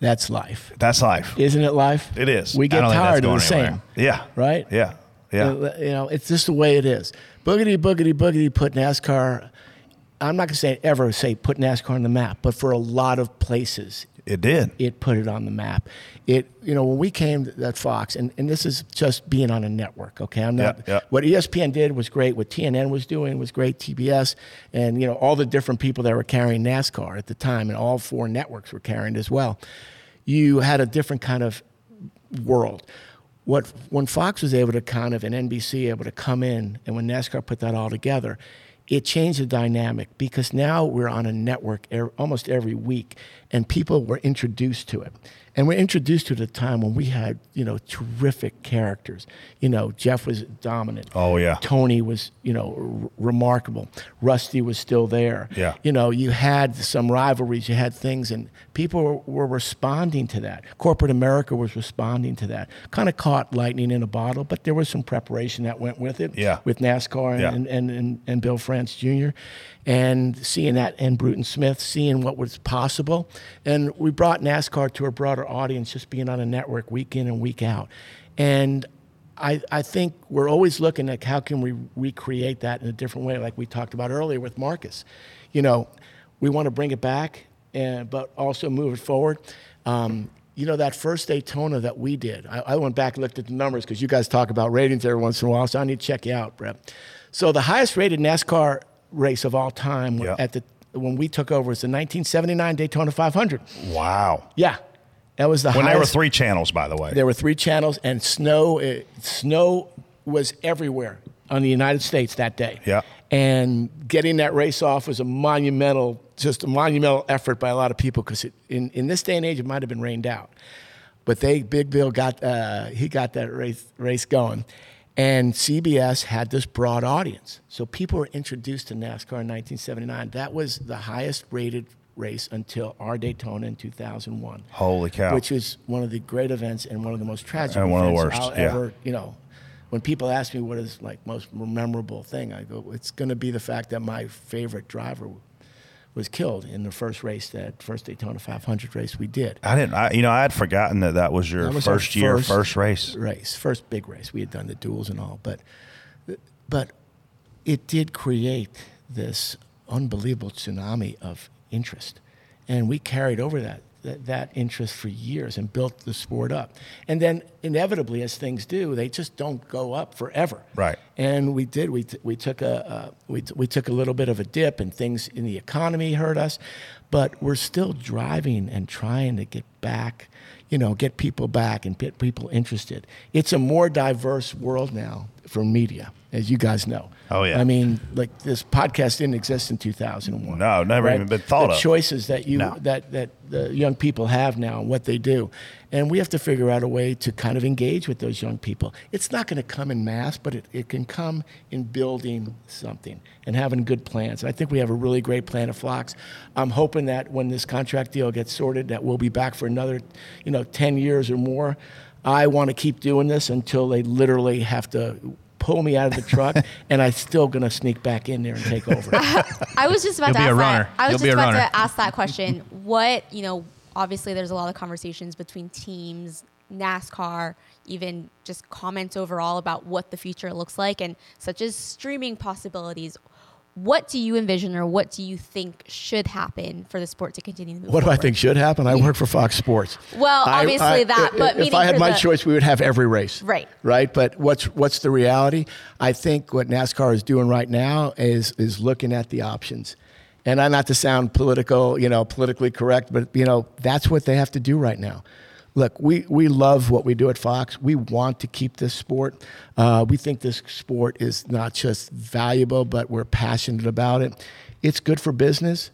That's life, That's life. isn't it? Life. It is. We get tired of the same, Yeah. right? Yeah. Yeah. Uh, You know, it's just the way it is. Boogity, boogity, boogity put NASCAR. I'm not going to say ever say put NASCAR on the map, but for a lot of places, It did. it put it on the map. It, you know, when we came to- at Fox, and, and this is just being on a network, okay? I'm not, Yeah, yeah. what E ESPN did was great. What TNN was doing was great. TBS and, you know, all the different people that were carrying NASCAR at the time, and all four networks were carrying it as well. You had a different kind of world. What when Fox was able to kind of and NBC able to come in, and when NASCAR put that all together, it changed the dynamic because now we're on a network er, almost every week, and people were introduced to it, and we're introduced to it at a time when we had you know terrific characters. You know Jeff was dominant. Oh, yeah. Tony was you know r- remarkable. Rusty was still there. Yeah. You know, you had some rivalries, you had things, and people were, were responding to that. Corporate America was responding to that. Kind of caught lightning in a bottle, but there was some preparation that went with it. Yeah. With NASCAR and, Yeah. and, and, and, and Bill France Jr. And seeing that, and Bruton Smith, seeing what was possible. And we brought NASCAR to a broader audience, just being on a network week in and week out. And I, I think we're always looking at how can we recreate that in a different way, like we talked about earlier with Marcus. You know, we want to bring it back, and, but also move it forward. Um, you know, that first Daytona that we did, I, I went back and looked at the numbers because you guys talk about ratings every once in a while, so I need to check you out, Brett. So the highest rated NASCAR race of all time Yeah. at the when we took over was the 1979 Daytona 500. Wow. Yeah, that was the When highest. there were three channels, by the way. There were three channels, and snow uh, snow was everywhere on the United States that day. Yeah. And getting that race off was a monumental, just a monumental effort by a lot of people because in, in this day and age, it might have been rained out. But they, Big Bill got, uh, he got that race, race going. And CBS had this broad audience. So people were introduced to NASCAR in 1979. That was the highest rated race until our Daytona in 2001 Holy cow. which is one of the great events and one of the most tragic And one of the events worst, I'll yeah. ever, you know. When people ask me what is like most memorable thing, I go, it's going to be the fact that my favorite driver was killed in the first race, that first Daytona 500 race we did. I didn't. I, you know, I had forgotten that that was your That was our first year, first- first, race. Race, first big race. We had done the duels and all, but but it did create this unbelievable tsunami of interest, and we carried over that that, that interest for years and built the sport up. And then inevitably, as things do, they just don't go up forever. Right. And we did. We, t- we took a uh, we, t- we took a little bit of a dip, and things in the economy hurt us, but we're still driving and trying to get back. You you know, get people back and get people interested. It's a more diverse world now for media, as you guys know. Oh, yeah. I mean, like this podcast didn't exist in 2001. No, never even been thought The of. Choices that you No. that that the young people have now and what they do, and we have to figure out a way to kind of engage with those young people. It's not going to come in mass, but it, it can come in building something and having good plans. And I think we have a really great plan at Flocks. I'm hoping that when this contract deal gets sorted, that we'll be back for another, you know, 10 years or more. I want to keep doing this until they literally have to pull me out of the truck, and I'm still going to sneak back in there and take over. I was just about You'll to be a ask runner. that. I was You'll just be a about runner. to ask that question. what you know, obviously, there's a lot of conversations between teams, NASCAR, even just comments overall about what the future looks like, and such as streaming possibilities. What do you envision, or what do you think should happen for the sport to continue? To move What do I forward? think should happen? I work for Fox Sports. Well, I- obviously I- that, i- but if meaning I had for my the- choice, we would have every race. Right. Right. But what's what's the reality? I think what NASCAR is doing right now is is looking at the options, and I not to sound political, you know, politically correct, but you know that's what they have to do right now. Look, we, we love what we do at Fox. We want to keep this sport. Uh, we think this sport is not just valuable, but we're passionate about it. It's good for business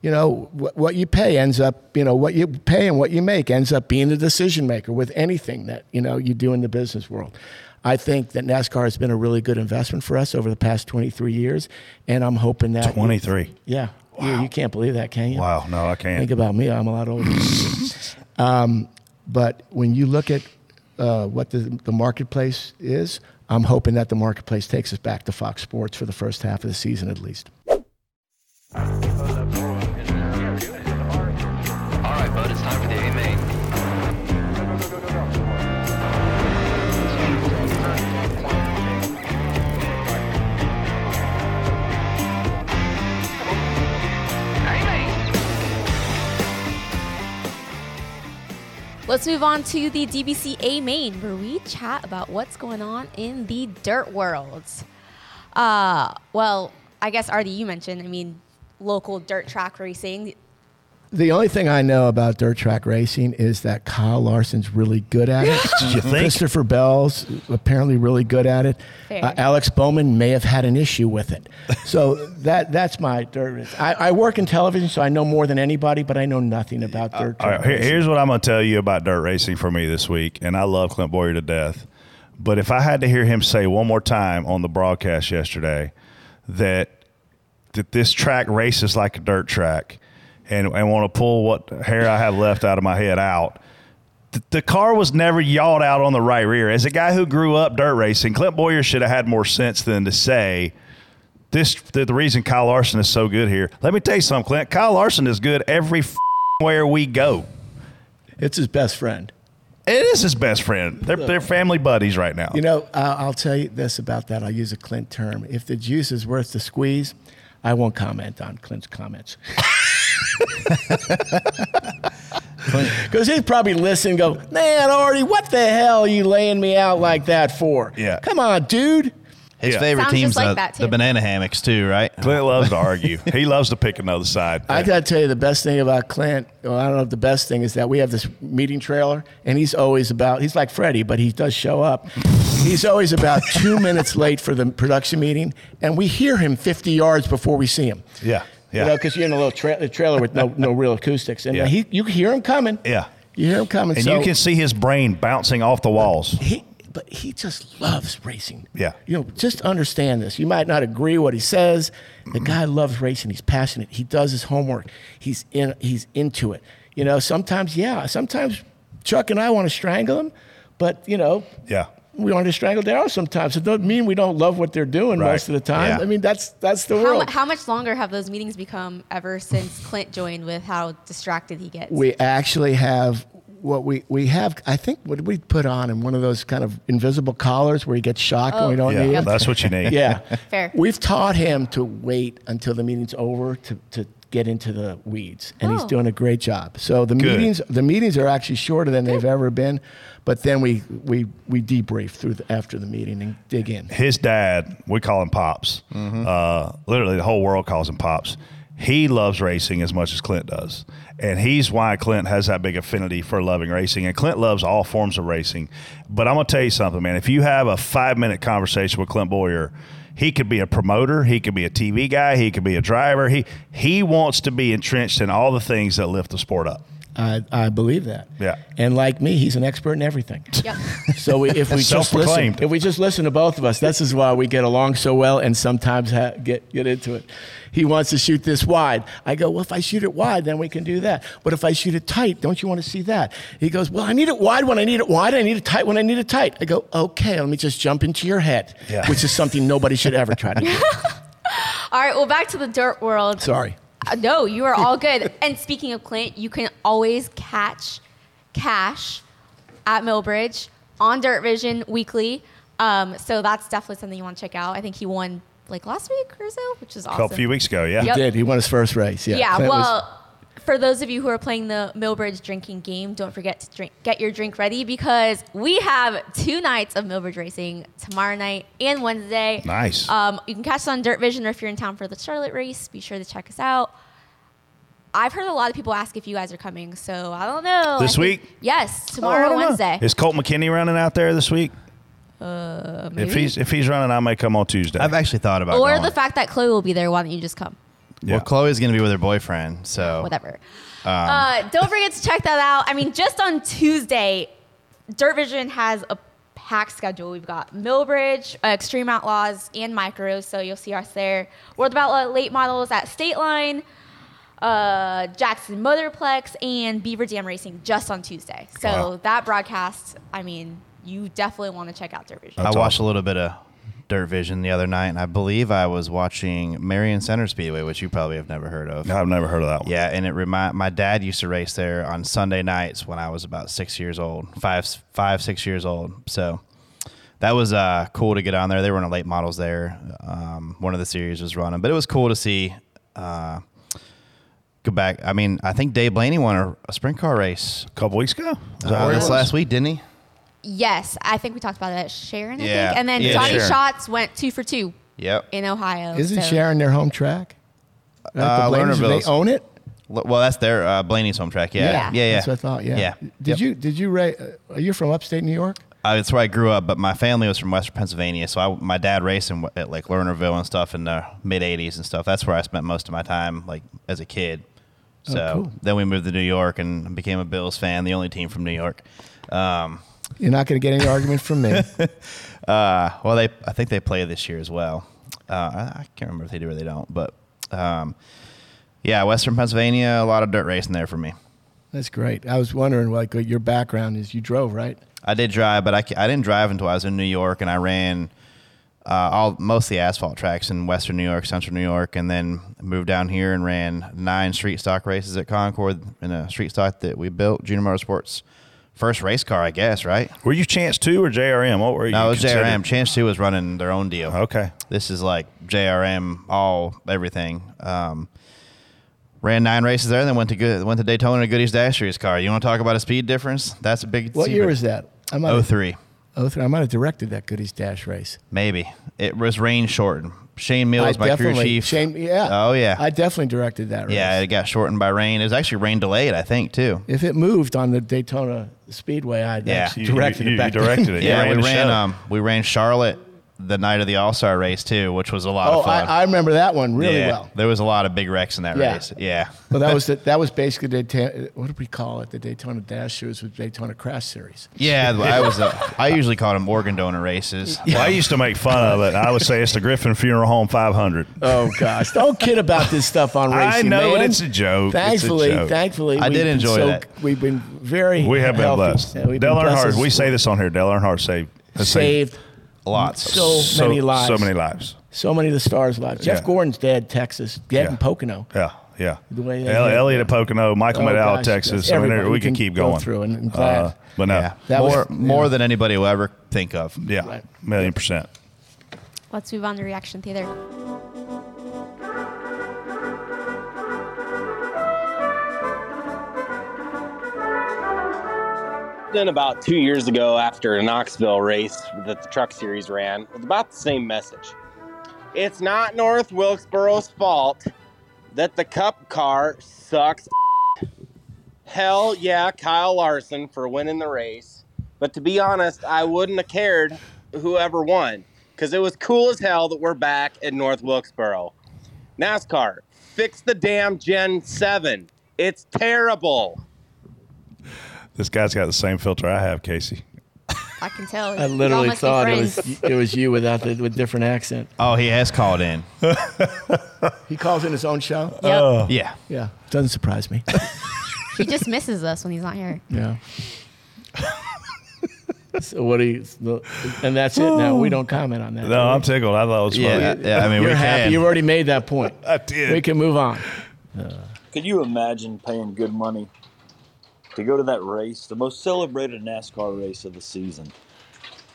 you know what, what you pay ends up you know what you pay and what you make ends up being the decision maker with anything that you know you do in the business world i think that nascar has been a really good investment for us over the past 23 years and i'm hoping that 23. yeah you, you can't believe that can you Wow, no, I can't. Think about me. I'm a lot older. than you. um, but when you look at uh, what the, the marketplace is, I'm hoping that the marketplace takes us back to Fox Sports for the first half of the season at least. All right, bud, it's time for the A main. Let's move on to the DBCA main, where we chat about what's going on in the dirt world. Uh, well, I guess Artie, you mentioned. I mean, local dirt track racing. The only thing I know about dirt track racing is that Kyle Larson's really good at it. You think? Christopher Bell's apparently really good at it. Fair. Uh, Alex Bowman may have had an issue with it. So that that's my dirt. race. I, I work in television, so I know more than anybody, but I know nothing about dirt All track right, here- racing. here's what I'm going to tell you about dirt racing for me this week, and I love Clint Boyer to death. But if I had to hear him say one more time on the broadcast yesterday that that this track races like a dirt track, and and want to pull what hair I have left out of my head out. th- The car was never yawed out on the right rear. As a guy who grew up dirt racing, Clint Boyer should have had more sense than to say, this the, the reason Kyle Larson is so good here. Let me tell you something, Clint. Kyle Larson is good every f- where we go. It's his best friend. It is his best friend. They're they're family buddies right now. You know, uh, I'll tell you this about that. I'll use a Clint term. If the juice is worth the squeeze, I won't comment on Clint's comments. Because he'd probably listen and go, man, Artie, what the hell are you laying me out like that for? Yeah. Come on, dude. His favorite Sounds just team's like the- that, the too. banana hammocks too, right? Clint loves to argue. he loves to pick another side. I got to tell you, the best thing about Clint, well, I don't know if the best thing is that we have this meeting trailer, and he's always about, he's like Freddie, but he does show up. he's always about two minutes late for the production meeting, and we hear him 50 yards before we see him. Yeah, yeah. You know, because you're in a little tra- trailer with no, no real acoustics. And Yeah. he, you can hear him coming. Yeah. You hear him coming. and so you can see his brain bouncing off the walls. He, but he just loves racing. Yeah. You know, just understand this. You might not agree what he says. The guy loves racing. He's passionate. He does his homework. He's in. He's into it. You know, sometimes, yeah, sometimes Chuck and I want to strangle him, but you know, Yeah. we want to strangle Daryl sometimes. It doesn't mean we don't love what they're doing Right. most of the time. Yeah. I mean, that's that's the How, mu- world. how much longer have those meetings become ever since Clint joined? With how distracted he gets. we actually have what we, we have i think what we put on in one of those kind of invisible collars where he gets shocked when we Oh, don't yeah, need him that's what you need. yeah Fair. we've taught him to wait until the meeting's over to, to get into the weeds and he's Oh. doing a great job so the Good. meetings the meetings are actually shorter than they've ever been but then we we we debrief through the, after the meeting and dig in his dad, we call him Pops. Uh, literally, the whole world calls him Pops. He loves racing as much as Clint does. And he's why Clint has that big affinity for loving racing. And Clint loves all forms of racing. But I'm going to tell you something, man. If you have a five minute conversation with Clint Boyer, he could be a promoter. He could be a TV guy. He could be a driver. He he wants to be entrenched in all the things that lift the sport up. I, I believe that. Yeah. And like me, he's an expert in everything. Yep. So we, if we just listen, Self-proclaimed. if we just listen to both of us, this is why we get along so well, and sometimes ha- get get into it. He wants to shoot this wide. I go, well, if I shoot it wide, then we can do that. But if I shoot it tight, don't you want to see that? He goes, well, I need it wide when I need it wide. I need it tight when I need it tight. I go, okay, let me just jump into your head, Yeah. which is something nobody should ever try to do. All right, well, back to the dirt world. Sorry. Uh, no, you are all good. and speaking of Clint, you can always catch Cash at Millbridge on Dirt Vision weekly. Um, so that's definitely something you want to check out. I think he won like last week or so, which is awesome. A few weeks ago, yeah. Yep. He did. He won his first race. Yeah. Yeah, Clint well, was- for those of you who are playing the Millbridge drinking game, don't forget to drink, get your drink ready because we have two nights of Millbridge racing tomorrow night and Wednesday. Nice. Um, you can catch us on Dirt Vision, or if you're in town for the Charlotte race, be sure to check us out. I've heard a lot of people ask if you guys are coming, so I don't know. This I think- week? Yes, tomorrow and Wednesday. Is Colt McKinney running out there this week? Uh, If maybe? he's if he's running, I may come on Tuesday. I've actually thought or the fact that Chloe will be there, why don't you just come? Well, Chloe's going to be with her boyfriend, so Whatever. Um, uh, don't forget to check that out. I mean, just on Tuesday, Dirt Vision has a packed schedule. We've got Millbridge, uh, Extreme Outlaws, and Micros, so you'll see us there. World of Outlaw late models at State Line, uh, Jackson Motorplex, and Beaver Dam Racing just on Tuesday. So Wow. that broadcast, I mean, you definitely want to check out Dirt Vision. I watched a little bit of Dirt Vision the other night, and I believe I was watching Marion Center Speedway, which you probably have never heard of. No, I've never heard of that one. Yeah, and it remind my dad used to race there on Sunday nights when I was about six years old, five, five, six years old. So that was uh, cool to get on there. They were in the late models there. Um, one of the series was running, but it was cool to see. Uh, go back. I mean, I think Dave Blaney won a, a sprint car race a couple weeks ago. Uh, this last week, didn't he? Yes, I think we talked about that. Sharon, I Yeah. think. And then Yeah, Johnny Sharon. Shots went two for two Yep. in Ohio. Isn't so- Sharon their home track? Uh, The Blaney's, do Lernerville's. They own it. L- Well, that's their uh, Blaney's home track. Yeah, yeah, yeah. That's what I thought. Yeah. yeah. Did you did you ra- uh, Are you from upstate New York? Uh, that's where I grew up, but my family was from Western Pennsylvania, so I, my dad raced in, at like Lernerville and stuff in the mid '80s and stuff. That's where I spent most of my time, like as a kid. Oh, So cool. then we moved to New York and became a Bills fan, the only team from New York. Um, You're not going to get any argument from me. uh, well, they I think they play this year as well. Uh, I, I can't remember if they do or they don't, but um, yeah, Western Pennsylvania, a lot of dirt racing there for me. That's great. I was wondering, like, your background is you drove, right? I did drive, but I, ca- I didn't drive until I was in New York, and I ran uh, all mostly asphalt tracks in Western New York, Central New York, and then moved down here and ran nine street stock races at Concord in a street stock that we built, Junior Motorsports. First race car, I guess, right? Were you Chance Two or JRM? What were you? No, it was considered? JRM. Chance Two was running their own deal. Okay. This is like JRM, all everything. Um, ran nine races there, then went to good, went to Daytona in a Goodies Dash Series car. You want to talk about a speed difference? That's a big. What year secret. was that? I might have- 03. Oh, three. I might have directed that Goodies Dash race. Maybe it was rain shortened. Shane Mills, I my crew definitely- chief. Shane- yeah. Oh yeah. I definitely directed that race. yeah, it got shortened by rain. It was actually rain delayed, I think, too. If it moved on the Daytona Speedway, I'd Yeah. actually You- you- directed you it back. then. yeah, we ran um we ran Charlotte the night of the All Star race too, which was a lot Oh, of fun. I, I remember that one really Yeah, well. There was a lot of big wrecks in that Yeah. race. Yeah. Well, that was the, that was basically Daytona. What did we call it? The Daytona Dash Series with Daytona Crash Series. Yeah, I was. uh, I usually called them organ donor races. Well, I used to make fun of it. I would say it's the Griffin Funeral Home 500. Oh gosh, don't kid about this stuff on I racing. know, man. and it's a joke. It's a Thankfully, joke. thankfully, I we've did been enjoy so- that. We've been very We have been healthy. blessed. Yeah, we've been Dale blessed as- Earnhardt. We say this on here. Dale Earnhardt saved has saved lots, so, many lives, so many lives. so many of the stars' lives. Jeff Yeah. Gordon's dad, Texas, dad in Pocono. Yeah, yeah. The way they El- hit. Elliot at Pocono, Michael Oh, Medal, gosh, Texas. yes. I mean, Everybody we can can keep go going Uh, through, and I'm glad. but no, That was- more more than anybody will ever think of. Yeah, million percent. Let's move on to reaction theater. Then about two years ago, after a Knoxville race that the Truck Series ran, it was about the same message. It's not North Wilkesboro's fault that the cup car sucks. Hell yeah, Kyle Larson for winning the race. But to be honest, I wouldn't have cared whoever won because it was cool as hell that we're back at North Wilkesboro. NASCAR, fix the damn Gen 7. It's terrible. This guy's got the same filter I have, Casey. I can tell. I you literally almost be thought it friends. was it was you without the with different accent. Oh, he has called in. He calls in his own show. Yep. Oh. Yeah. Yeah. Doesn't surprise me. he just misses us when he's not here. Yeah. so what do you? And that's it. Now we don't comment on that. No, I'm tickled. I thought it was Yeah, funny. yeah, I mean, You're we happy. can. You've already made that point. I did. We can move on. Could you imagine paying good money to go to that race, the most celebrated NASCAR race of the season?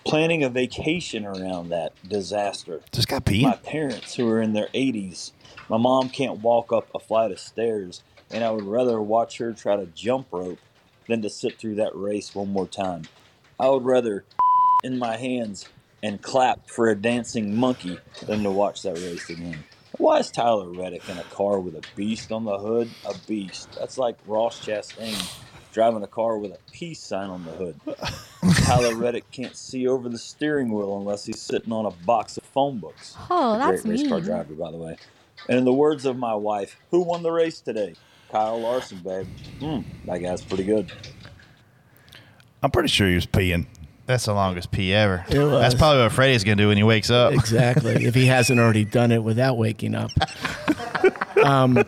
Planning a vacation around that disaster. Just got My parents, who are in their 80s, my mom can't walk up a flight of stairs, and I would rather watch her try to jump rope than to sit through that race one more time. I would rather in my hands and clap for a dancing monkey than to watch that race again. Why is Tyler Reddick in a car with a beast on the hood? A beast. That's like Ross Chastain driving a car with a peace sign on the hood. Tyler Reddick can't see over the steering wheel unless he's sitting on a box of phone books. Oh, He's a that's great race car mean. driver, by the way. And in the words of my wife, who won the race today? Kyle Larson, babe. Mm, that guy's pretty good. I'm pretty sure he was peeing. That's the longest pee ever. It was. That's probably what Freddie's going to do when he wakes up. Exactly. if he hasn't already done it without waking up. Um,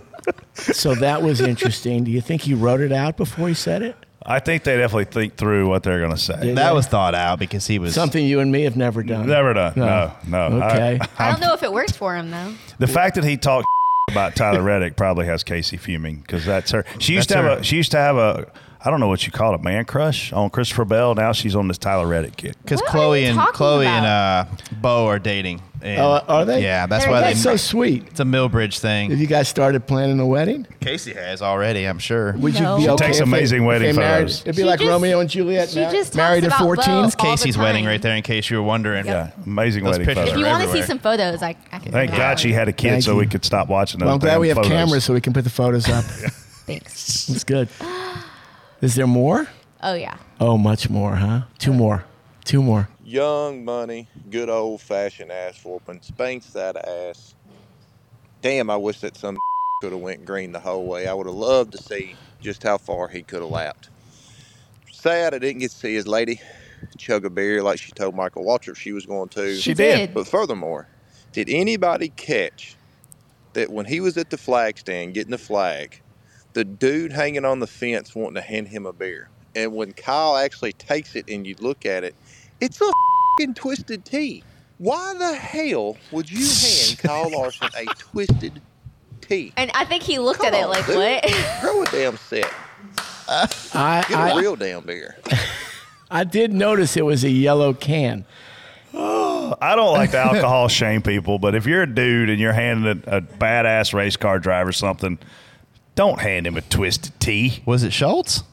so that was interesting. Do you think he wrote it out before he said it? I think they definitely think through what they're going to say. Did That they? was thought out because he was Something you and me have never done. never done. Uh, No, no. Okay. I don't know if it worked for him though. The fact that he talked about Tyler Reddick probably has Casey fuming because that's her. She used to That's have her. a. She used to have a. I don't know what you call it, man crush on Christopher Bell. Now she's on this Tyler Reddick kid. Because Chloe and Chloe and uh, Bo are dating. And- Oh, are they? Yeah, that's They're why dating. they. That's so sweet. It's a Millbridge thing. Have you guys started planning a wedding? Casey has already, I'm sure. Would you be okay if they- if they married- It'd be like Romeo and Juliet. she mar- just talks married at about 14. Bo all the Casey's wedding time. right there, in case you were wondering. Yep. Yeah, amazing Those wedding pictures photos. If you want to see everywhere. some photos, I, I can. Thank God she had a kid Thank so you. we could stop watching. Well, those I'm glad damn we have photos. cameras so we can put the photos up. Thanks. That's good. Is there more? Oh yeah. Oh, much more, huh? Two more. Two more. Young money, good old fashioned ass whooping, spanks that ass. Damn, I wish that some could have went green the whole way. I would have loved to see just how far he could have lapped. Sad I didn't get to see his lady chug a beer like she told Michael Waltrip she was going to. She She did. did. But furthermore, did anybody catch that when he was at the flag stand getting the flag, the dude hanging on the fence wanting to hand him a beer. And when Kyle actually takes it and you look at it, it's a fing twisted tea. Why the hell would you hand Kyle Larson a twisted tea? And I think he looked at Come it on, like, dude. what? Grow a damn set. I- Get a I- real damn beer. I did notice it was a yellow can. I don't like to alcohol shame people, but if you're a dude and you're handing a, a badass race car driver something, don't hand him a twisted tea. Was it Schultz?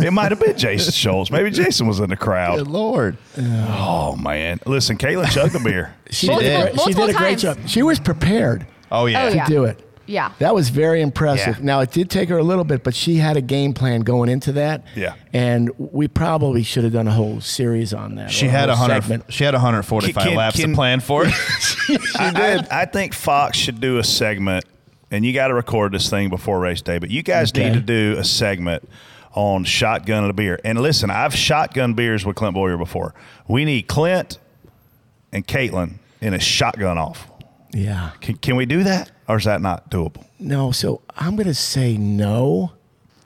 It might have been Jason Schultz. Maybe Jason was in the crowd. Good lord. Oh man! Listen, Caitlin chugged a beer. She did. a great- she did a great job. She was prepared. Oh, yeah. Oh, yeah. To do it. Yeah. That was very impressive. Yeah. Now it did take her a little bit, but she had a game plan going into that. Yeah. And we probably should have done a whole series on that. She or had a whole hundred. segment. She had 145 Can- laps can- to plan for it. I, did. I, I think Fox should do a segment, and you got to record this thing before race day. But you guys need to do a segment on shotgun and a beer. And listen, I've shotgun beers with Clint Boyer before. We need Clint and Caitlin in a shotgun off. Yeah. Can, can we do that, or is that not doable? No, so I'm gonna say no.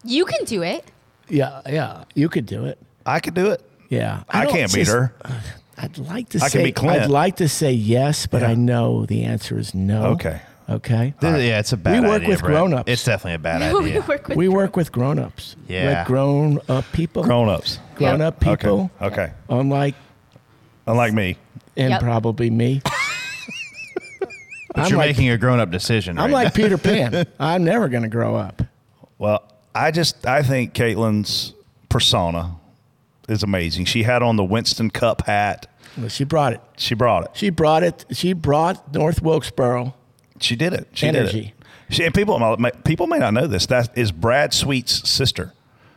You can do it. Yeah, yeah. You could do it. I could do it. Yeah. I, don't can't beat just- her. I'd like to I say can be Clint. I'd like to say yes, but I know the answer is no. Okay. Okay. Yeah, it's a bad idea. We work with Brett. grown-ups. It's definitely a bad No, we idea. work we work with grown-ups. Yeah. Like grown up people. Grown-ups. Grown up Yep. Okay. people. Okay. Unlike Unlike me. and Yep. probably me. But I'm you're like- making a grown-up decision. I'm like right now. Peter Pan. I'm never going to grow up. Well, I just I think Caitlin's persona is amazing. She had on the Winston Cup hat. Well, she brought it. She brought it. She brought it. She brought North Wilkesboro. She did it. She energy. Did it. She, and people may- people may not know this. That is Brad Sweet's sister.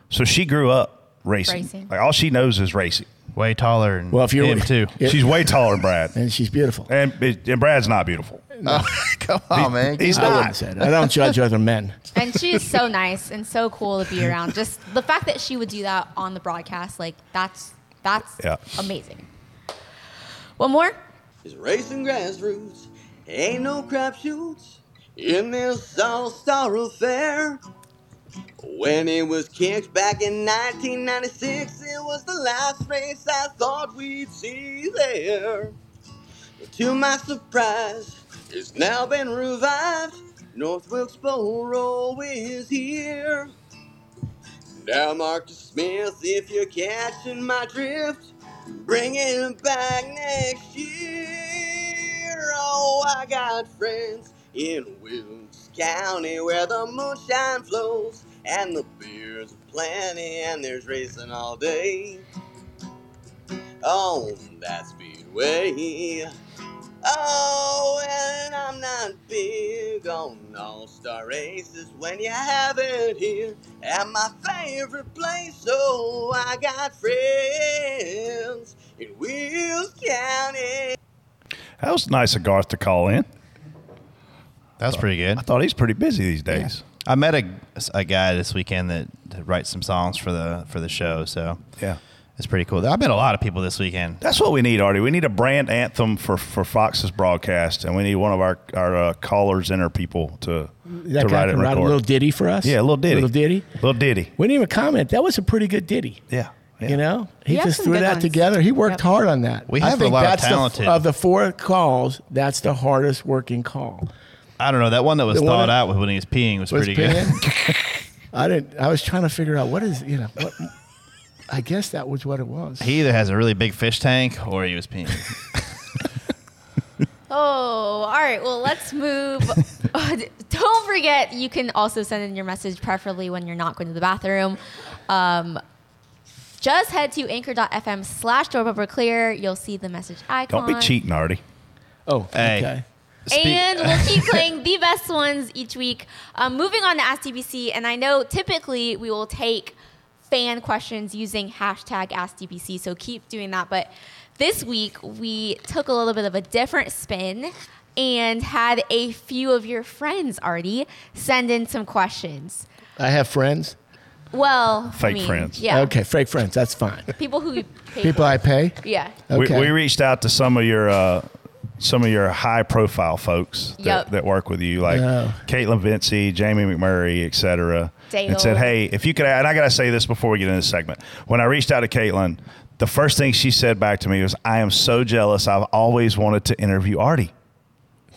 So she grew up racing. Racing. Like all she knows is racing. Way taller and well, if you're- him, too. it- she's way taller than Brad, and she's beautiful. And, and Brad's not beautiful. come on, man. He's I not. wouldn't say that. I don't judge other men. And she is so nice and so cool to be around. Just the fact that she would do that on the broadcast, like that's that's Yeah. amazing. One more. It's racing grassroots. Ain't no crapshoots in this all-star affair. When it was kicked back in 1996, it was the last race I thought we'd see there. But to my surprise, it's now been revived. North Wilkesboro is here. Now, Marcus Smith, if you're catching my drift, Bring it back next year. Oh, I got friends in Wilkes County where the moonshine flows and the beers are plenty and there's racing all day on that speedway. Oh, and I'm not big on all star races when you have it here at my favorite place. Oh, I got friends in Wills County. That was nice of Garth to call in. That's pretty good. I thought he's pretty busy these days. I met a, a guy this weekend that, that writes some songs for the for the show. So yeah, it's pretty cool. I met a lot of people this weekend. That's what we need, Artie. We need a brand anthem for, for Fox's broadcast, and we need one of our our uh, callers and our people to That to guy write it can and write a record. little ditty for us. Yeah, a little ditty. Little ditty. Little ditty. We didn't even comment. That was a pretty good ditty. Yeah. You know, he You have just some threw good that ones. together. He worked hard on that. We I have a think lot of that's the f- talented- of the four calls, that's the hardest working call. I don't know that one that was The one thought that- out with when he was peeing was, Was pretty good. peeing? I didn't. I was trying to figure out what is you know. What, I guess that was what it was. he either has a really big fish tank or he was peeing. Oh, all right. Well, let's move. Don't forget, you can also send in your message, preferably when you're not going to the bathroom. Um, just head to anchor.fm slash doorbell clear. You'll see the message icon. Don't be cheating, Artie. Oh, okay. and we'll keep playing the best ones each week. Um, moving on to Ask DBC, and I know typically we will take fan questions using hashtag Ask DBC, so keep doing that. But this week we took a little bit of a different spin and had a few of your friends already send in some questions. I have friends. Well, I mean, Yeah. Okay, fake friends. That's fine. People who you pay People for. I pay. Yeah. Okay. We, we reached out to some of your uh, some of your high profile folks that, Yep. that work with you, like Yeah. Caitlin Vincey, Jamie McMurray, et cetera, Dale. and said, "Hey, if you could," and I gotta say this before we get into this segment. When I reached out to Caitlin, the first thing she said back to me was, "I am so jealous. I've always wanted to interview Artie."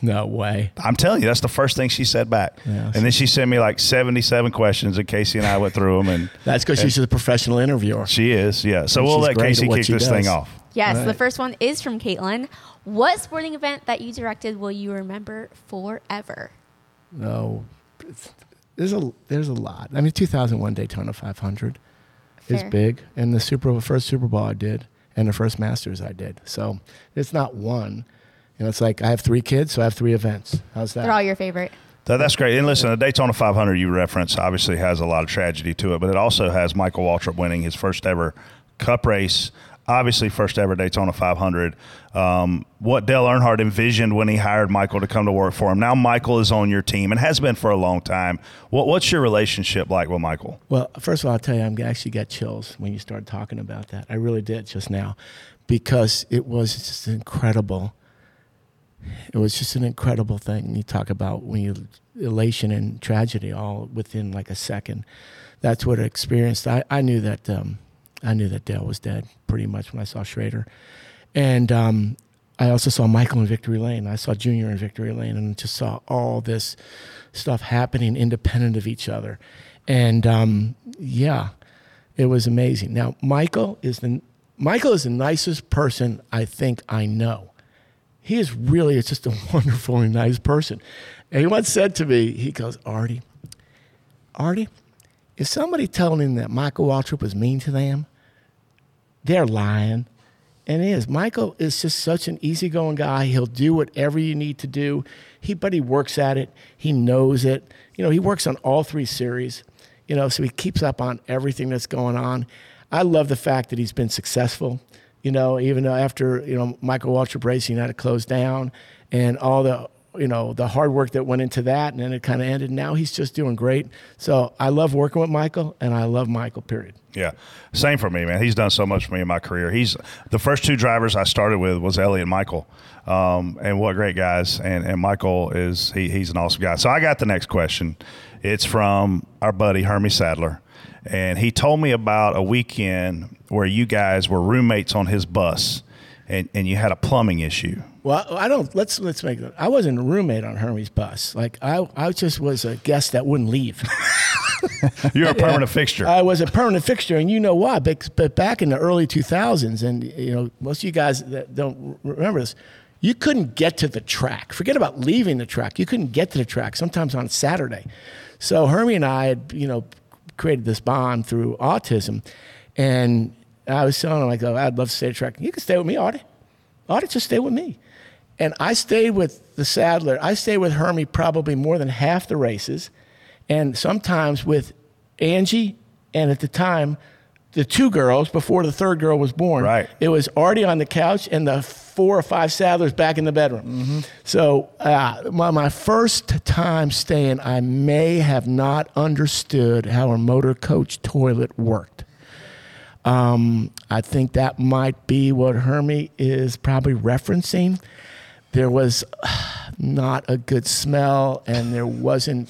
No way. I'm telling you, that's the first thing she said back. And then she sent me like 77 questions, and Casey and I went through them. And That's because she's a professional interviewer. She is, yeah. So And we'll she's let great at Casey what kick she this thing does. off. Yes, All the right. first one is from Caitlin. What sporting event that you directed will you remember forever? No, it's- there's a there's a lot. I mean, 2001 Daytona 500 is Fair. big, and the Super first Super Bowl I did, and the first Masters I did. So it's not one. And it's like I have three kids, so I have three events. How's that? They're all your favorite. That, that's great. And listen, the Daytona 500 you reference obviously has a lot of tragedy to it, but it also has Michael Waltrip winning his first ever Cup race. Obviously, first ever Daytona 500. Um, what Dale Earnhardt envisioned when he hired Michael to come to work for him. Now Michael is on your team and has been for a long time. What, what's your relationship like with Michael? Well, first of all, I'll tell you, I'm actually got chills when you started talking about that. I really did just now, because it was just incredible. It was just an incredible thing. You talk about when you elation and tragedy all within like a second. That's what I experienced. I, I knew that um, I knew that Dale was dead pretty much when I saw Schrader, and um, I also saw Michael in Victory Lane. I saw Junior in Victory Lane, and just saw all this stuff happening independent of each other. And um, yeah, it was amazing. Now Michael is the Michael is the nicest person I think I know. He is really it's just a wonderfully nice person. And he once said to me, he goes, Artie, Artie, if somebody telling him that Michael Waltrip was mean to them, they're lying. And he is. Michael is just such an easygoing guy. He'll do whatever you need to do. He, but he works at it. He knows it. You know, he works on all three series. You know, so he keeps up on everything that's going on. I love the fact that he's been successful. You know, even though after you know Michael Walter Bracing had to close down, and all the you know the hard work that went into that, and then it kind of ended. Now he's just doing great. So I love working with Michael, and I love Michael. Period. Yeah, same for me, man. He's done so much for me in my career. He's the first two drivers I started with was Ellie and Michael, um, and what great guys. And and Michael is he, he's an awesome guy. So I got the next question. It's from our buddy Hermie Sadler, and he told me about a weekend where you guys were roommates on his bus, and and you had a plumbing issue. Well, I don't. Let's let's make it. I wasn't a roommate on Hermes' bus. Like I, I just was a guest that wouldn't leave. You're a permanent fixture. I was a permanent fixture, and you know why? But, but back in the early 2000s, and you know most of you guys that don't remember this, you couldn't get to the track. Forget about leaving the track. You couldn't get to the track sometimes on Saturday. So Hermie and I had you know created this bond through autism, and I was telling him like, oh, I'd love to stay at the track. You can stay with me, Artie. Artie, just stay with me. And I stayed with the Sadler. I stayed with Hermie probably more than half the races, and sometimes with Angie, and at the time, the two girls before the third girl was born. Right. It was already on the couch, and the four or five Sadlers back in the bedroom. So uh, my my first time staying, I may have not understood how a motor coach toilet worked. Um, I think that might be what Hermie is probably referencing. There was not a good smell, and there wasn't.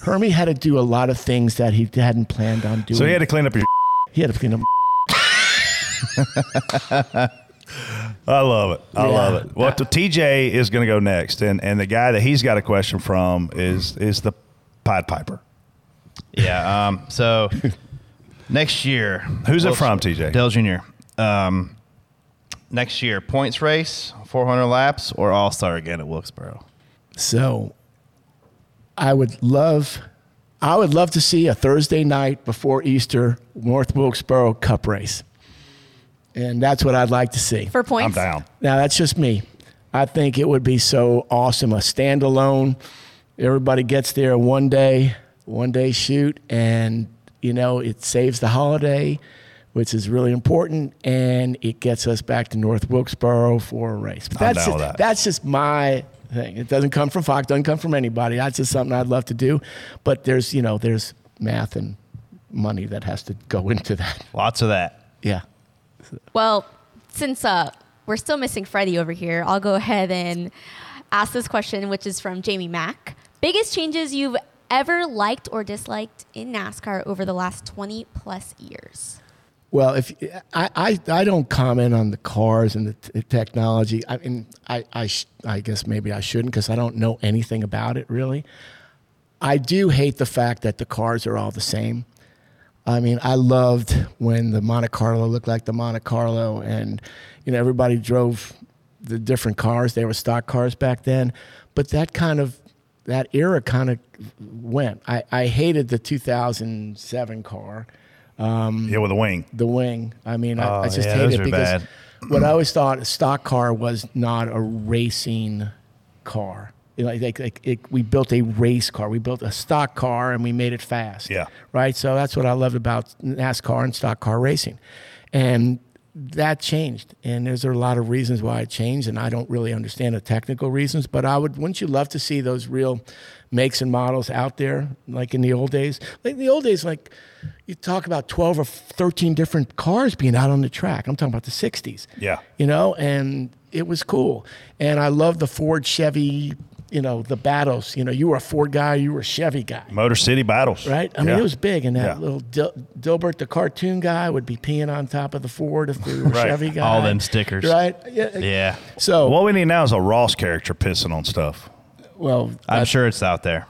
Hermie had to do a lot of things that he hadn't planned on doing. So he had to clean up your. He had to clean up. I love it. I Yeah. love it. Well, TJ is going to go next, and and the guy that he's got a question from is is the Pied Piper. Yeah. Um, so next year, Who's it from, TJ? Dell Jr. Um, next year, points race, 400 laps, or All Star again at Wilkesboro. So I would love I would love to see a Thursday night before Easter North Wilkesboro Cup race. And that's what I'd like to see. For points? I'm down. Now that's just me. I think it would be so awesome a standalone. Everybody gets there one day, one day shoot and you know, it saves the holiday, which is really important, and it gets us back to North Wilkesboro for a race. But I'm that's down just, with that. that's just my thing. It doesn't come from Fox, doesn't come from anybody. That's just something I'd love to do. But there's, you know, there's math and money that has to go into that. Lots of that. Yeah. Well, since uh, we're still missing Freddie over here, I'll go ahead and ask this question, which is from Jamie Mack. Biggest changes you've ever liked or disliked in NASCAR over the last 20 plus years? Well, if I, I, I don't comment on the cars and the t- technology. I mean, I, I, sh- I guess maybe I shouldn't because I don't know anything about it really. I do hate the fact that the cars are all the same. I mean, I loved when the Monte Carlo looked like the Monte Carlo, and you know everybody drove the different cars. They were stock cars back then, but that kind of that era kind of went. I, I hated the 2007 car. Um, yeah, with the wing. The wing. I mean, I, Oh, I just yeah, hate those it are because bad. what I always thought a stock car was not a racing car. You know, like, like it, we built a race car. We built a stock car and we made it fast. Yeah. Right. So that's what I loved about NASCAR and stock car racing. And that changed. And there's a lot of reasons why it changed. And I don't really understand the technical reasons, but I would, wouldn't you love to see those real makes and models out there like in the old days? Like in the old days, like you talk about 12 or 13 different cars being out on the track. I'm talking about the 60s Yeah. you know, and it was cool. And I love the Ford Chevy, you know, the battles. You know, you were a Ford guy, you were a Chevy guy, Motor City Battles. right? I mean, Yeah. it was big. And that Yeah. little Dil- Dilbert, the cartoon guy, would be peeing on top of the Ford if we were a Right. Chevy guy. All them stickers. right? Yeah. Yeah. So what we need now is a Ross character pissing on stuff. Well, I'm sure it's out there.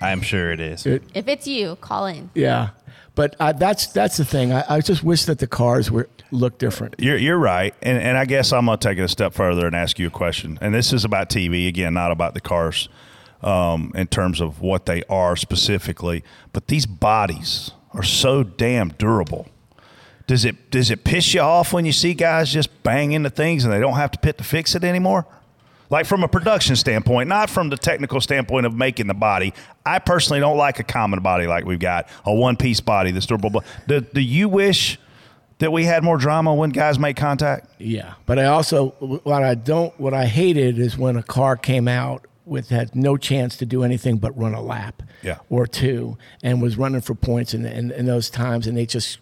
I'm sure it is. If it's you, call in. Yeah. But I, that's that's the thing. I, I just wish that the cars were looked different. You're, you're right. And, and I guess I'm going to take it a step further and ask you a question. And this is about TV, again, not about the cars um, in terms of what they are specifically. But these bodies are so damn durable. Does it does it piss you off when you see guys just bang into things and they don't have to pit to fix it anymore? Like from a production standpoint, not from the technical standpoint of making the body. I personally don't like a common body like we've got a one piece body. That's blah blah blah. Do, do you wish that we had more drama when guys make contact? Yeah, but I also what I don't what I hated is when a car came out with had no chance to do anything but run a lap Yeah. or two and was running for points in, in, in those times and they just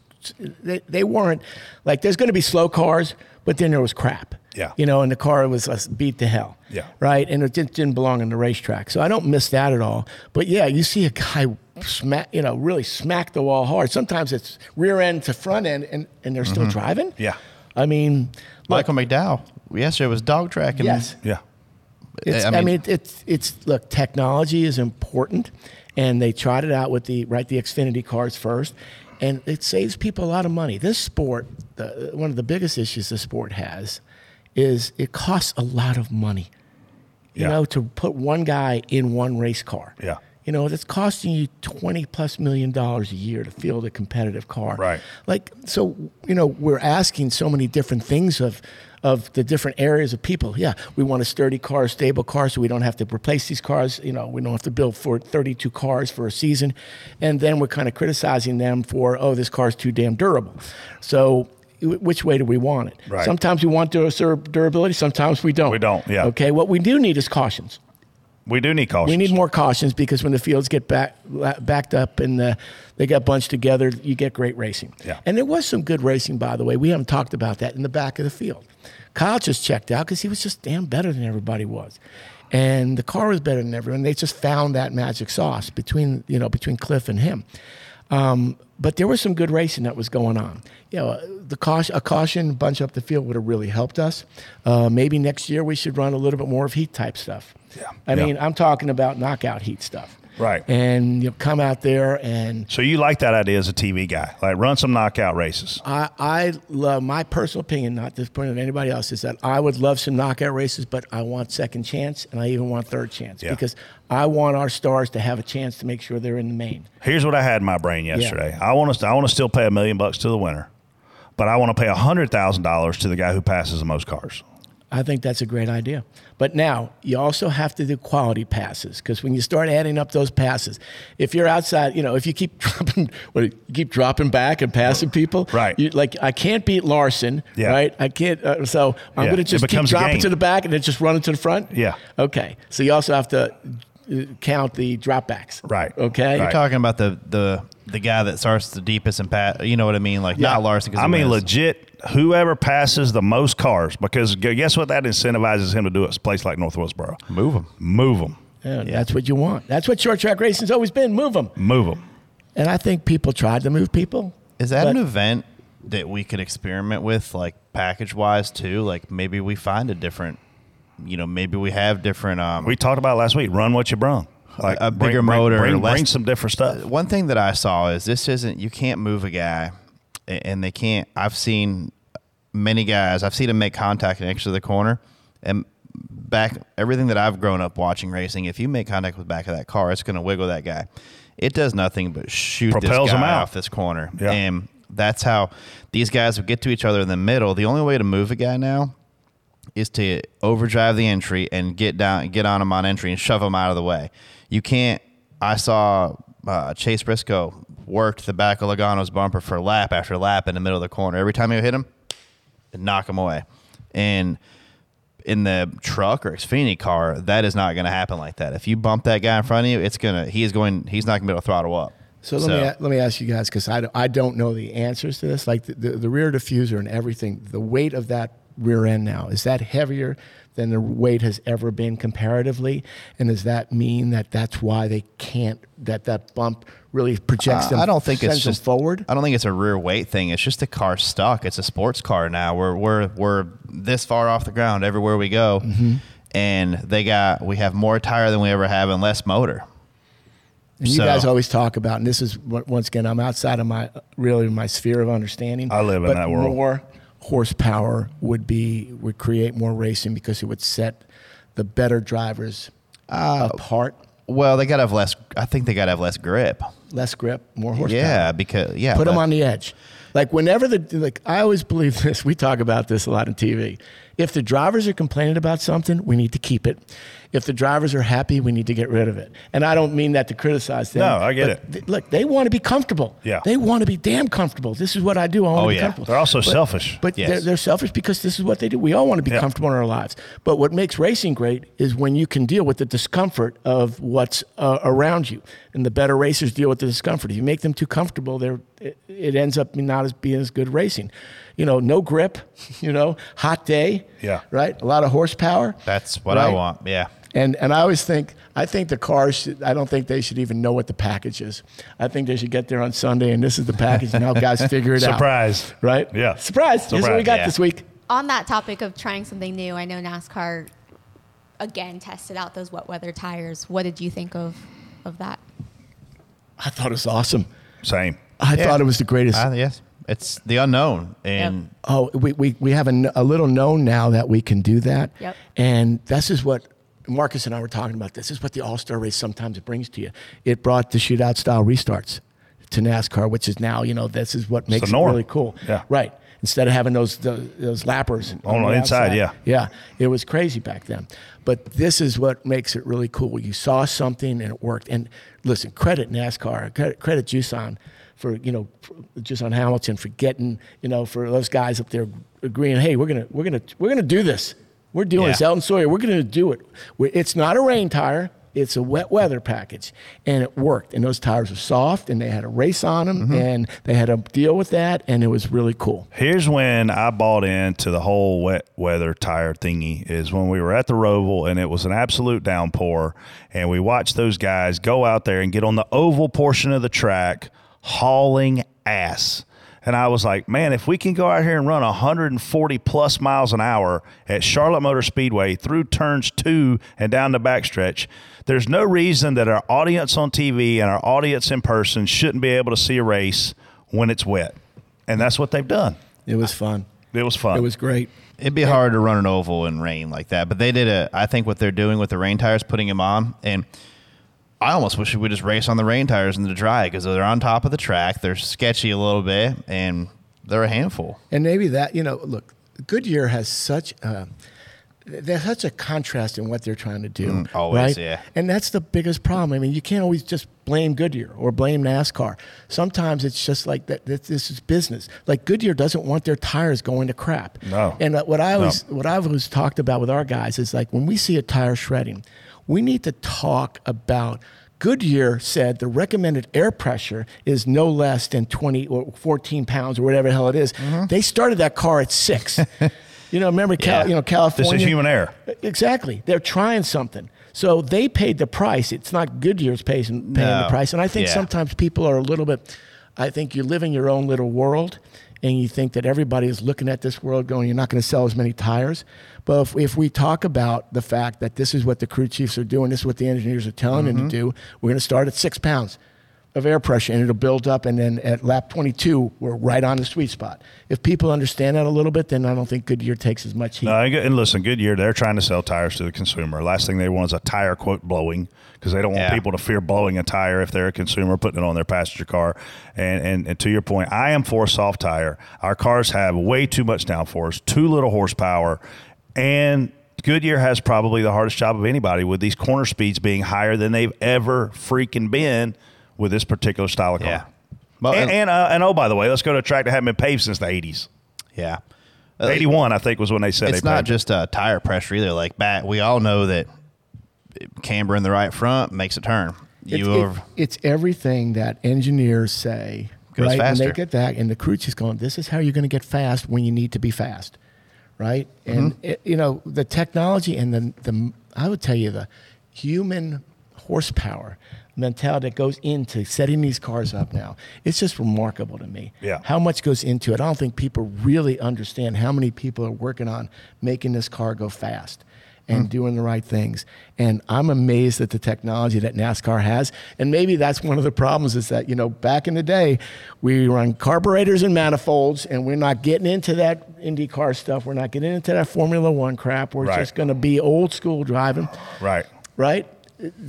they, they weren't like there's going to be slow cars but then there was crap Yeah. you know and the car was uh, beat to hell Yeah. right and it didn't, didn't belong in the racetrack so i don't miss that at all but yeah you see a guy smack you know really smack the wall hard sometimes it's rear end to front end and, and they're still Mhm. driving Mm-hmm. Yeah. i mean Michael McDowell yesterday was dog tracking. Yes. Yeah. It's, I mean, it- it's it's look, technology is important, and they tried it out with the right the Xfinity cars first, and it saves people a lot of money. This sport, the, one of the biggest issues the sport has, is it costs a lot of money, you Yeah. know, to put one guy in one race car. Yeah. You know, that's costing you twenty plus million dollars a year to field a competitive car. Right. Like so, you know, we're asking so many different things of of the different areas of people. Yeah, we want a sturdy car, stable car, so we don't have to replace these cars. You know, we don't have to build for 32 cars for a season, and then we're kind of criticizing them for, oh, this car's too damn durable. So, wh- which way do we want it? Right. Sometimes we want dur- sur- durability, sometimes we don't. We don't. Yeah. Okay. What we do need is cautions. We do need caution. We need more cautions because when the fields get back, la- backed up and uh, they get bunched together, you get great racing. Yeah. And there was some good racing, by the way. We haven't talked about that in the back of the field. Kyle just checked out because he was just damn better than everybody was. And the car was better than everyone. They just found that magic sauce between, you know, between Cliff and him. Um, but there was some good racing that was going on. You know, the caution, a caution bunch up the field would have really helped us. Uh, maybe next year we should run a little bit more of heat type stuff. Yeah. I Yeah. mean, I'm talking about knockout heat stuff. Right. And you know, come out there and So you like that idea as a TV guy? Like run some knockout races. I, I love my personal opinion, not this point of anybody else, is that I would love some knockout races, but I want second chance and I even want third chance Yeah. because I want our stars to have a chance to make sure they're in the main. Here's what I had in my brain yesterday. I want to I want to still pay a million bucks to the winner, but I want to pay a hundred thousand dollars to the guy who passes the most cars. I think that's a great idea. But now you also have to do quality passes because when you start adding up those passes, if you're outside, you know, if you keep dropping, what, you keep dropping back and passing people, right? You, like I can't beat Larson, right? I can't, uh, so I'm Yeah. going to It just keep becomes a dropping game. to the back and then just running to the front. Yeah. Okay. So you also have to uh, count the dropbacks, right? Okay. You're talking about the the the guy that starts the deepest and pat. You know what I mean? Like not Larson. 'cause I he mean, wins. legit. Whoever passes the most cars, because gu- guess what? That incentivizes him to do it. It's a place like Northwestboro. Move them. Move them. Yeah, That's what you want. That's what short track racing's always been. Move them. Move them. And I think people tried to move people. Is that but- an event that we could experiment with, like package wise too? Like maybe we find a different, you know, maybe we have different. Um, we talked about last week. Run what you brung, like a, a bring- bigger bring- motor, bring- or less- bring some different stuff. One thing that I saw is this isn't. You can't move a guy, a- and they can't. I've seen many guys. I've seen them make contact in the extra of the corner, and back everything that I've grown up watching racing. If you make contact with the back of that car, it's going to wiggle that guy. It does nothing but shoot Propels this him guy out. off this corner, and that's how these guys would get to each other in the middle. The only way to move a guy now is to overdrive the entry and get down, get on him on entry and shove him out of the way. You can't. I saw uh, Chase Briscoe worked the back of Logano's bumper for lap after lap in the middle of the corner. Every time he would hit him, it'd knock him away. And in the truck or Xfinity car, that is not going to happen like that. If you bump that guy in front of you, it's gonna. He is going. He's not going to be able to throttle up. So let me let me ask you guys because I, don't- I don't know the answers to this. Like the, the, the rear diffuser and everything, the weight of that rear end now is that heavier than the weight has ever been comparatively, and does that mean that that's why they can't that that bump really projects Uh, them? I don't think it's sends them just forward. I don't think it's a rear weight thing. It's just the car stuck. It's a sports car now. We're we're we're this far off the ground everywhere we go, Mm-hmm. and they got we have more tire than we ever have and less motor. And you So- guys always talk about, and this is on- once again, I'm outside of my really my sphere of understanding. I live in but that world. More horsepower would be would create more racing because it would set the better drivers Oh. apart. Well, they gotta have less. I think they gotta have less grip. Less grip, more horsepower. Yeah, because yeah, Put them but- on the edge. Like whenever the like, I always believe this. We talk about this a lot on TV. If the drivers are complaining about something, we need to keep it. If the drivers are happy, we need to get rid of it. And I don't mean that to criticize them. No, I get but it. th- look, they want to be comfortable. Yeah. They want to be damn comfortable. This is what I do. I want Oh, to be yeah. comfortable. They're also selfish. But Yes. they're, they're selfish because this is what they do. We all want to be comfortable in our lives. But what makes racing great is when you can deal with the discomfort of what's uh, around you. And the better racers deal with the discomfort. If you make them too comfortable, they're, it, it ends up not as being as good racing. You know, no grip, you know, hot day. Yeah. Right? A lot of horsepower. That's what I Right. want. Yeah. And and I always think I think the cars should, I don't think they should even know what the package is. I think they should get there on Sunday and this is the package and how guys figure it out. Surprise. Right? Yeah. Surprise. Here's what we got Yeah. this week. On that topic of trying something new, I know NASCAR again tested out those wet weather tires. What did you think of of that? I thought it was awesome. Same. I thought it was the greatest. Ah, yes. It's the unknown. And Oh, we, we, we have a, kn- a little known now that we can do that. Yep. And this is what Marcus and I were talking about. This is what the All Star race sometimes brings to you. It brought the shootout style restarts to NASCAR, which is now, you know, this is what makes the it norm. really cool. Yeah. Right. Instead of having those those, those lappers On the inside, yeah. yeah, it was crazy back then. But this is what makes it really cool. You saw something and it worked. And listen, credit NASCAR, credit, credit Juson for you know for- Juson Hamilton for getting you know for those guys up there agreeing, hey, we're gonna we're gonna we're gonna do this. We're doing Yeah. this, Elton Sawyer. We're gonna do it. We- It's not a rain tire. It's a wet weather package, and it worked. And those tires were soft, and they had a race on them, and they had to deal with that, and it was really cool. Here's when I bought into the whole wet weather tire thingy is when we were at the Roval and it was an absolute downpour and we watched those guys go out there and get on the oval portion of the track hauling ass. And I was like, man, if we can go out here and run 140 plus miles an hour at Charlotte Motor Speedway through turns two and down the backstretch, there's no reason that our audience on TV and our audience in person shouldn't be able to see a race when it's wet. And that's what they've done. It was fun. It was fun. It was great. It'd be hard to run an oval in rain like that, but they did a. I think what they're doing with the rain tires, putting them on, and I almost wish we would just race on the rain tires in the dry because they're on top of the track. They're sketchy a little bit, and they're a handful. And maybe that, you know, look, Goodyear has such a, there's such a contrast in what they're trying to do. Mm, right? always, yeah. And that's the biggest problem. I mean, you can't always just blame Goodyear or blame NASCAR. Sometimes it's just like that. that This is business. Like Goodyear doesn't want their tires going to crap. No. And uh, what I No. always what I've always talked about with our guys is like when we see a tire shredding, we need to talk about. Goodyear said the recommended air pressure is no less than 20 or 14 pounds or whatever the hell it is. Mm-hmm. They started that car at six. you know, remember, Cal, Yeah. you know, California. human air. Exactly. They're trying something. So they paid the price. It's not Goodyear's paying, paying No. the price. And I think Yeah. sometimes people are a little bit, I think you live in your own little world and you think that everybody is looking at this world going, you're not going to sell as many tires. But if, if we talk about the fact that this is what the crew chiefs are doing, this is what the engineers are telling them to Mhm. do, we're going to start at six pounds of air pressure and it'll build up. And then at lap 22, we're right on the sweet spot. If people understand that a little bit, then I don't think Goodyear takes as much heat. No, Uh, and, good- and listen, Goodyear, they're trying to sell tires to the consumer. Last thing they want is a tire quote blowing because they don't want people to fear blowing a tire if they're a consumer putting it on their passenger car. And, and and to your point, I am for a soft tire. Our cars have way too much downforce, too little horsepower, and Goodyear has probably the hardest job of anybody with these corner speeds being higher than they've ever freaking been with this particular style of car. Well, and and- and, uh, and oh, by the way, let's go to a track that hadn't been paved since the '80s. Yeah. Uh, '81, I think, was when they said it's they not paved. just uh, tire pressure either. Like bat, we all know that camber in the right front makes a turn. It's, You it- over, it's everything that engineers say, Goes right? And faster. they get that, and the crew chief's going, "This is how you're going to get fast when you need to be fast, right?" Mm-hmm. And it, you know the technology and the the I would tell you the human horsepower mentality that goes into setting these cars up now. It's just remarkable to me. Yeah. How much goes into it? I don't think people really understand how many people are working on making this car go fast and doing the right things. And I'm amazed at the technology that NASCAR has. And maybe that's one of the problems is that, you know, back in the day, we run carburetors and manifolds, and we're not getting into that IndyCar stuff. We're not getting into that Formula One crap. We're Right. just going to be old school driving, right. right?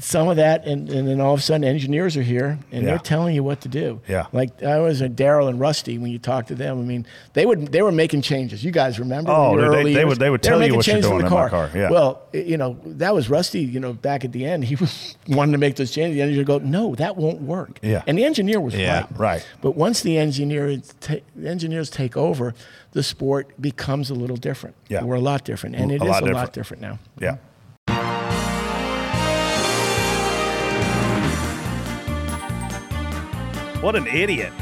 some of that, and, and then all of a sudden engineers are here and Yeah. they're telling you what to do. Yeah. Like I was at Daryl and Rusty when you talk to them. I mean, they would they were making changes. You guys remember? Oh, in the dude, they- early they years? would- they would were tell you making what you're changes doing the in my car, car. yeah. Well, i- you know that was Rusty. You know, back at the end, he was wanting to make those changes. The engineer go, no, that won't work. Yeah. And the engineer was Yeah, right. right. But once the engineer ta- the engineers take over, the sport becomes a little different. Yeah. We're a lot different, and A it is lot a lot different. different now. Yeah. What an idiot.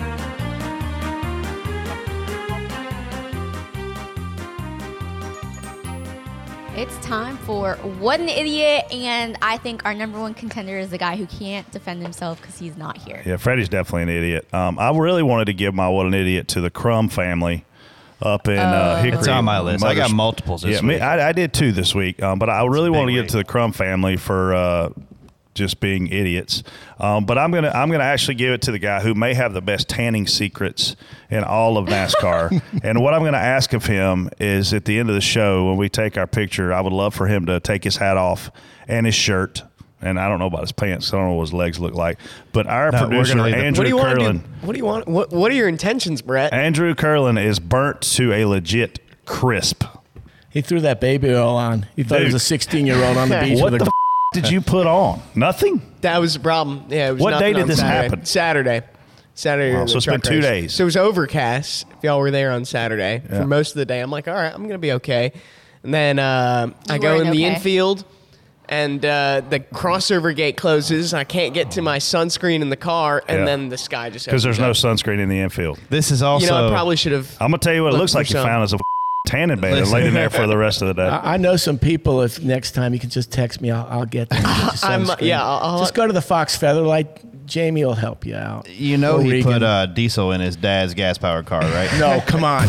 It's time for What an Idiot, and I think our number one contender is the guy who can't defend himself because he's not here. Yeah, Freddie's definitely an idiot. Um, I really wanted to give my what an idiot to the Crumb family up in uh, Oh. Hickory. It's on my list. I got Mothers- multiples this yeah, me- week. I, I did too this week, um, but I really wanted to give it to the Crumb family for uh, just being idiots. Um, but I'm gonna I'm gonna actually give it to the guy who may have the best tanning secrets in all of NASCAR. and what I'm gonna ask of him is at the end of the show when we take our picture, I would love for him to take his hat off and his shirt. And I don't know about his pants. I don't know what his legs look like. But our No, we're producer gonna leave them. Andrew what do you Curlin, want? To do? What do you want? What, what are your intentions, Brett? Andrew Curlin is burnt to a legit crisp. He threw that baby oil on. He thought he Dude. was a 16 year old on the beach What with the a. f- did you put on? Nothing. That was the problem. Yeah. It was What nothing day did on this Saturday. happen? Saturday. Saturday. Wow, the so it's been truck two race. days. So it was overcast. If y'all were there on Saturday Yeah. for most of the day, I'm like, all right, I'm gonna be okay. And then uh, I You go in weren't the okay. infield, and uh, the crossover gate closes. I can't get to my sunscreen in the car, and Yeah. then the sky just Because there's Oh. no opens up. sunscreen in the infield. This is also You know, I probably should have. I'm gonna tell you what it Look looks for like. You some. found is a f- tanning bed and laid in there for the rest of the day. I I know some people. If next time you can just text me, I'll, I'll get them. I'm- sunscreen. yeah, I'll- I'll- just go to the Fox Featherlight. Jamie will help you out. You know Or he Regan. put uh, diesel in his dad's gas powered car, right? No, come on.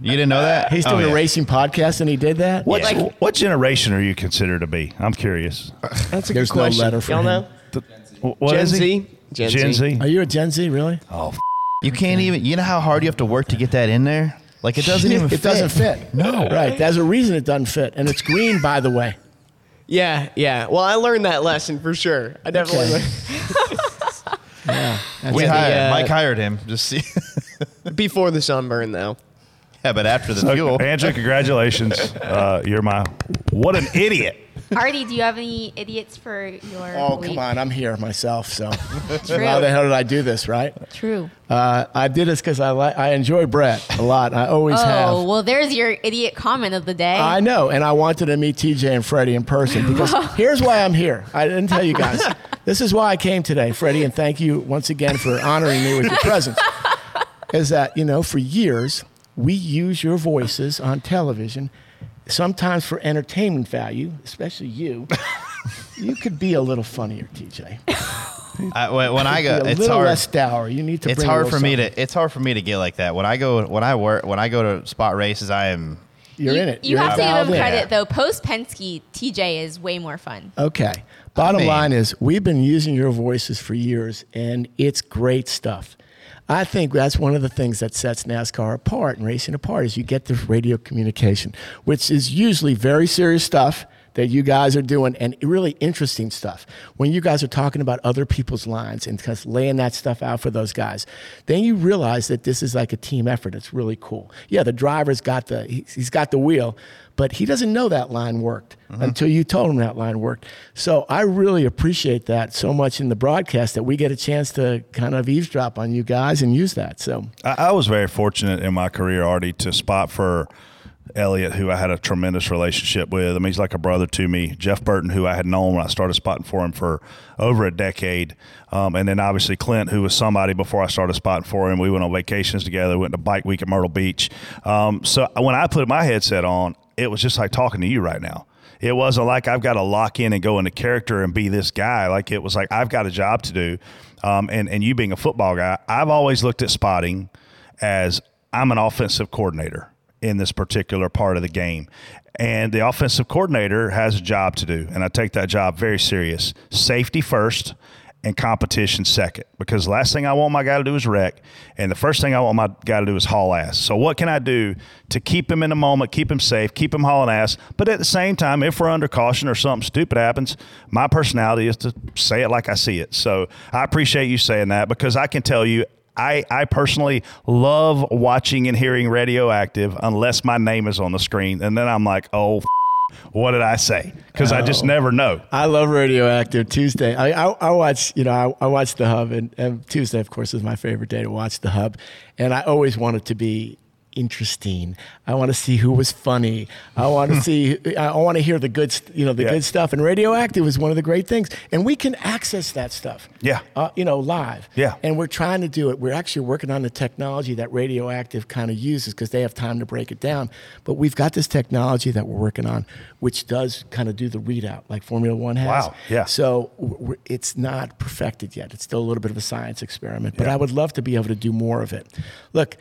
You didn't know that? He's doing Oh, a yeah. racing podcast, and he did that. What Yeah. what generation are you considered to be? I'm curious. That's a There's good no question. letter for y'all him. know. What Gen is he? Z. Gen Z. Gen Z. Are you a Gen Z? Really? Oh, f- You can't even. You know how hard you have to work to get that in there? Like it doesn't even. it fit. doesn't fit. No. Right. There's a reason it doesn't fit, and it's green, by the way. Yeah, yeah. Well, I learned that lesson for sure. I definitely. Okay. learned- We Yeah, the, hired uh, Mike hired him. Just see. before the sunburn though. yeah, but after the fuel. so, Andrew, congratulations. Uh, you're my what an idiot. Artie, do you have any idiots for your? Oh, week? come on. I'm here myself, so. True. How the hell did I do this, right? True. Uh, I did this because I, li- I enjoy Brett a lot. I always oh have. well, there's your idiot comment of the day. I know, and I wanted to meet TJ and Freddie in person because here's why I'm here. I didn't tell you guys. this is why I came today, Freddie, and thank you once again for honoring me with your presence. Is that, you know, for years, we use your voices on television, sometimes for entertainment value, especially you. you could be a little funnier, TJ. I, when when I Be go, a it's little hard. less dour. You need to. it's bring a hard for little me something. to. It's hard for me to get like that. When I go, when I work, when I go to spot races, I am. You're you, in it. You You're have to give dialed him in. credit though. Post Penske, TJ is way more fun. Okay. Bottom mean- line is, we've been using your voices for years, and it's great stuff. I think that's one of the things that sets NASCAR apart and racing apart is you get this radio communication, which is usually very serious stuff that you guys are doing and really interesting stuff. When you guys are talking about other people's lines and kind of laying that stuff out for those guys, then you realize that this is like a team effort. It's really cool. Yeah, the driver's got the he- he's got the wheel, but he doesn't know that line worked until you told him that line worked. So I really appreciate that so much in the broadcast that we get a chance to kind of eavesdrop on you guys and use that. So I, I was very fortunate in my career, Artie, to spot for Elliot, who I had a tremendous relationship with. I mean, he's like a brother to me. Jeff Burton, who I had known when I started spotting for him for over a decade. Um, and then obviously Clint, who was somebody before I started spotting for him. We went on vacations together, went to bike week at Myrtle Beach. Um, so when I put my headset on, it was just like talking to you right now. It wasn't like I've got to lock in and go into character and be this guy. Like it was like I've got a job to do, um, and and you being a football guy, I've always looked at spotting as I'm an offensive coordinator in this particular part of the game. And the offensive coordinator has a job to do, and I take that job very serious. Safety first, and competition second because last thing I want my guy to do is wreck, and the first thing I want my guy to do is haul ass. So what can I do to keep him in the moment, keep him safe, keep him hauling ass? But at the same time, if we're under caution or something stupid happens, my personality is to say it like I see it. So I appreciate you saying that because I can tell you I, I personally love watching and hearing radioactive unless my name is on the screen. And then I'm like, oh, f- what did I say? Because I just Oh. never know. I love Radioactive Tuesday. I, I, I watch, you know, I, I watch The Hub, and, and Tuesday, of course, is my favorite day to watch The Hub. And I always want it to be interesting. I want to see who was funny. I want to see, I want to hear the good, st- you know, the good stuff. And Radioactive was one of the great things. And we can access that stuff. Yeah. Uh, you know, live. Yeah. And we're trying to do it. We're actually working on the technology that Radioactive kind of uses because they have time to break it down. But we've got this technology that we're working on, which does kind of do the readout like Formula One has. Wow, yeah. So w- w- it's not perfected yet. It's still a little bit of a science experiment, but I would love to be able to do more of it. Look,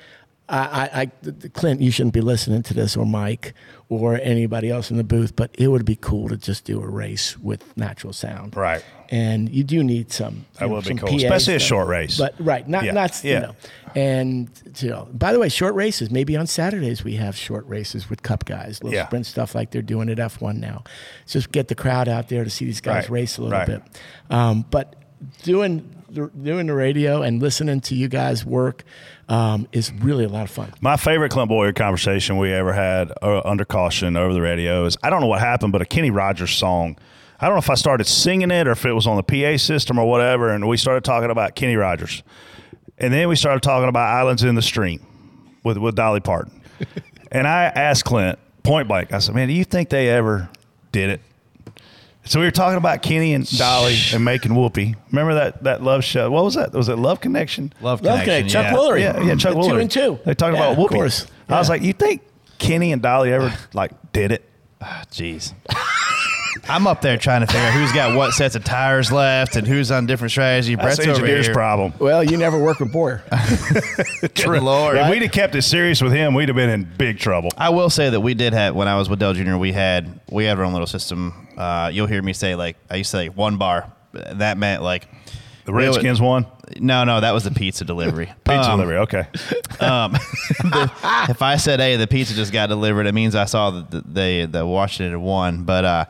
I, I, I, th- th- Clint, you shouldn't be listening to this, or Mike, or anybody else in the booth, but it would be cool to just do a race with natural sound. Right. And you do need some. That you would be some cool, PA especially a stuff. short race. But right, not Yeah, not yeah. you know. And you know, by the way, short races. Maybe on Saturdays we have short races with Cup guys, little Yeah. sprint stuff like they're doing at F1 now. Just get the crowd out there to see these guys Right, race a little right. bit. Um, but doing the, doing the radio and listening to you guys work um, is really a lot of fun. My favorite Clint Boyer conversation we ever had uh, under caution over the radio is I don't know what happened, but a Kenny Rogers song. I don't know if I started singing it or if it was on the PA system or whatever, and we started talking about Kenny Rogers, and then we started talking about Islands in the Stream with with Dolly Parton, and I asked Clint point blank. I said, "Man, do you think they ever did it?" So we were talking about Kenny and Dolly and making Whoopi. Remember that that love show? What was that? Was it Love Connection? Love Love Connection, Connection, Chuck yeah. Woolery. Yeah, yeah, Chuck The Woolery. two and two. They talked Yeah, about of Whoopi. course. I was Yeah. like, you think Kenny and Dolly ever like did it? Jeez. oh, I'm up there trying to figure out who's got what sets of tires left and who's on different strategy. That's Brett's over engineer's here. problem. Well, you never work with Boyer. True. Lord. If we'd have kept it serious with him, we'd have been in big trouble. I will say that we did have when I was with Dell Jr. We had we had our own little system. Uh, you'll hear me say like I used to say one bar. That meant like The Redskins won. No, no, that was the pizza delivery. Pizza Um, delivery. Okay. um, the- if I said, "Hey, the pizza just got delivered," it means I saw that the, they that Washington had won. But uh,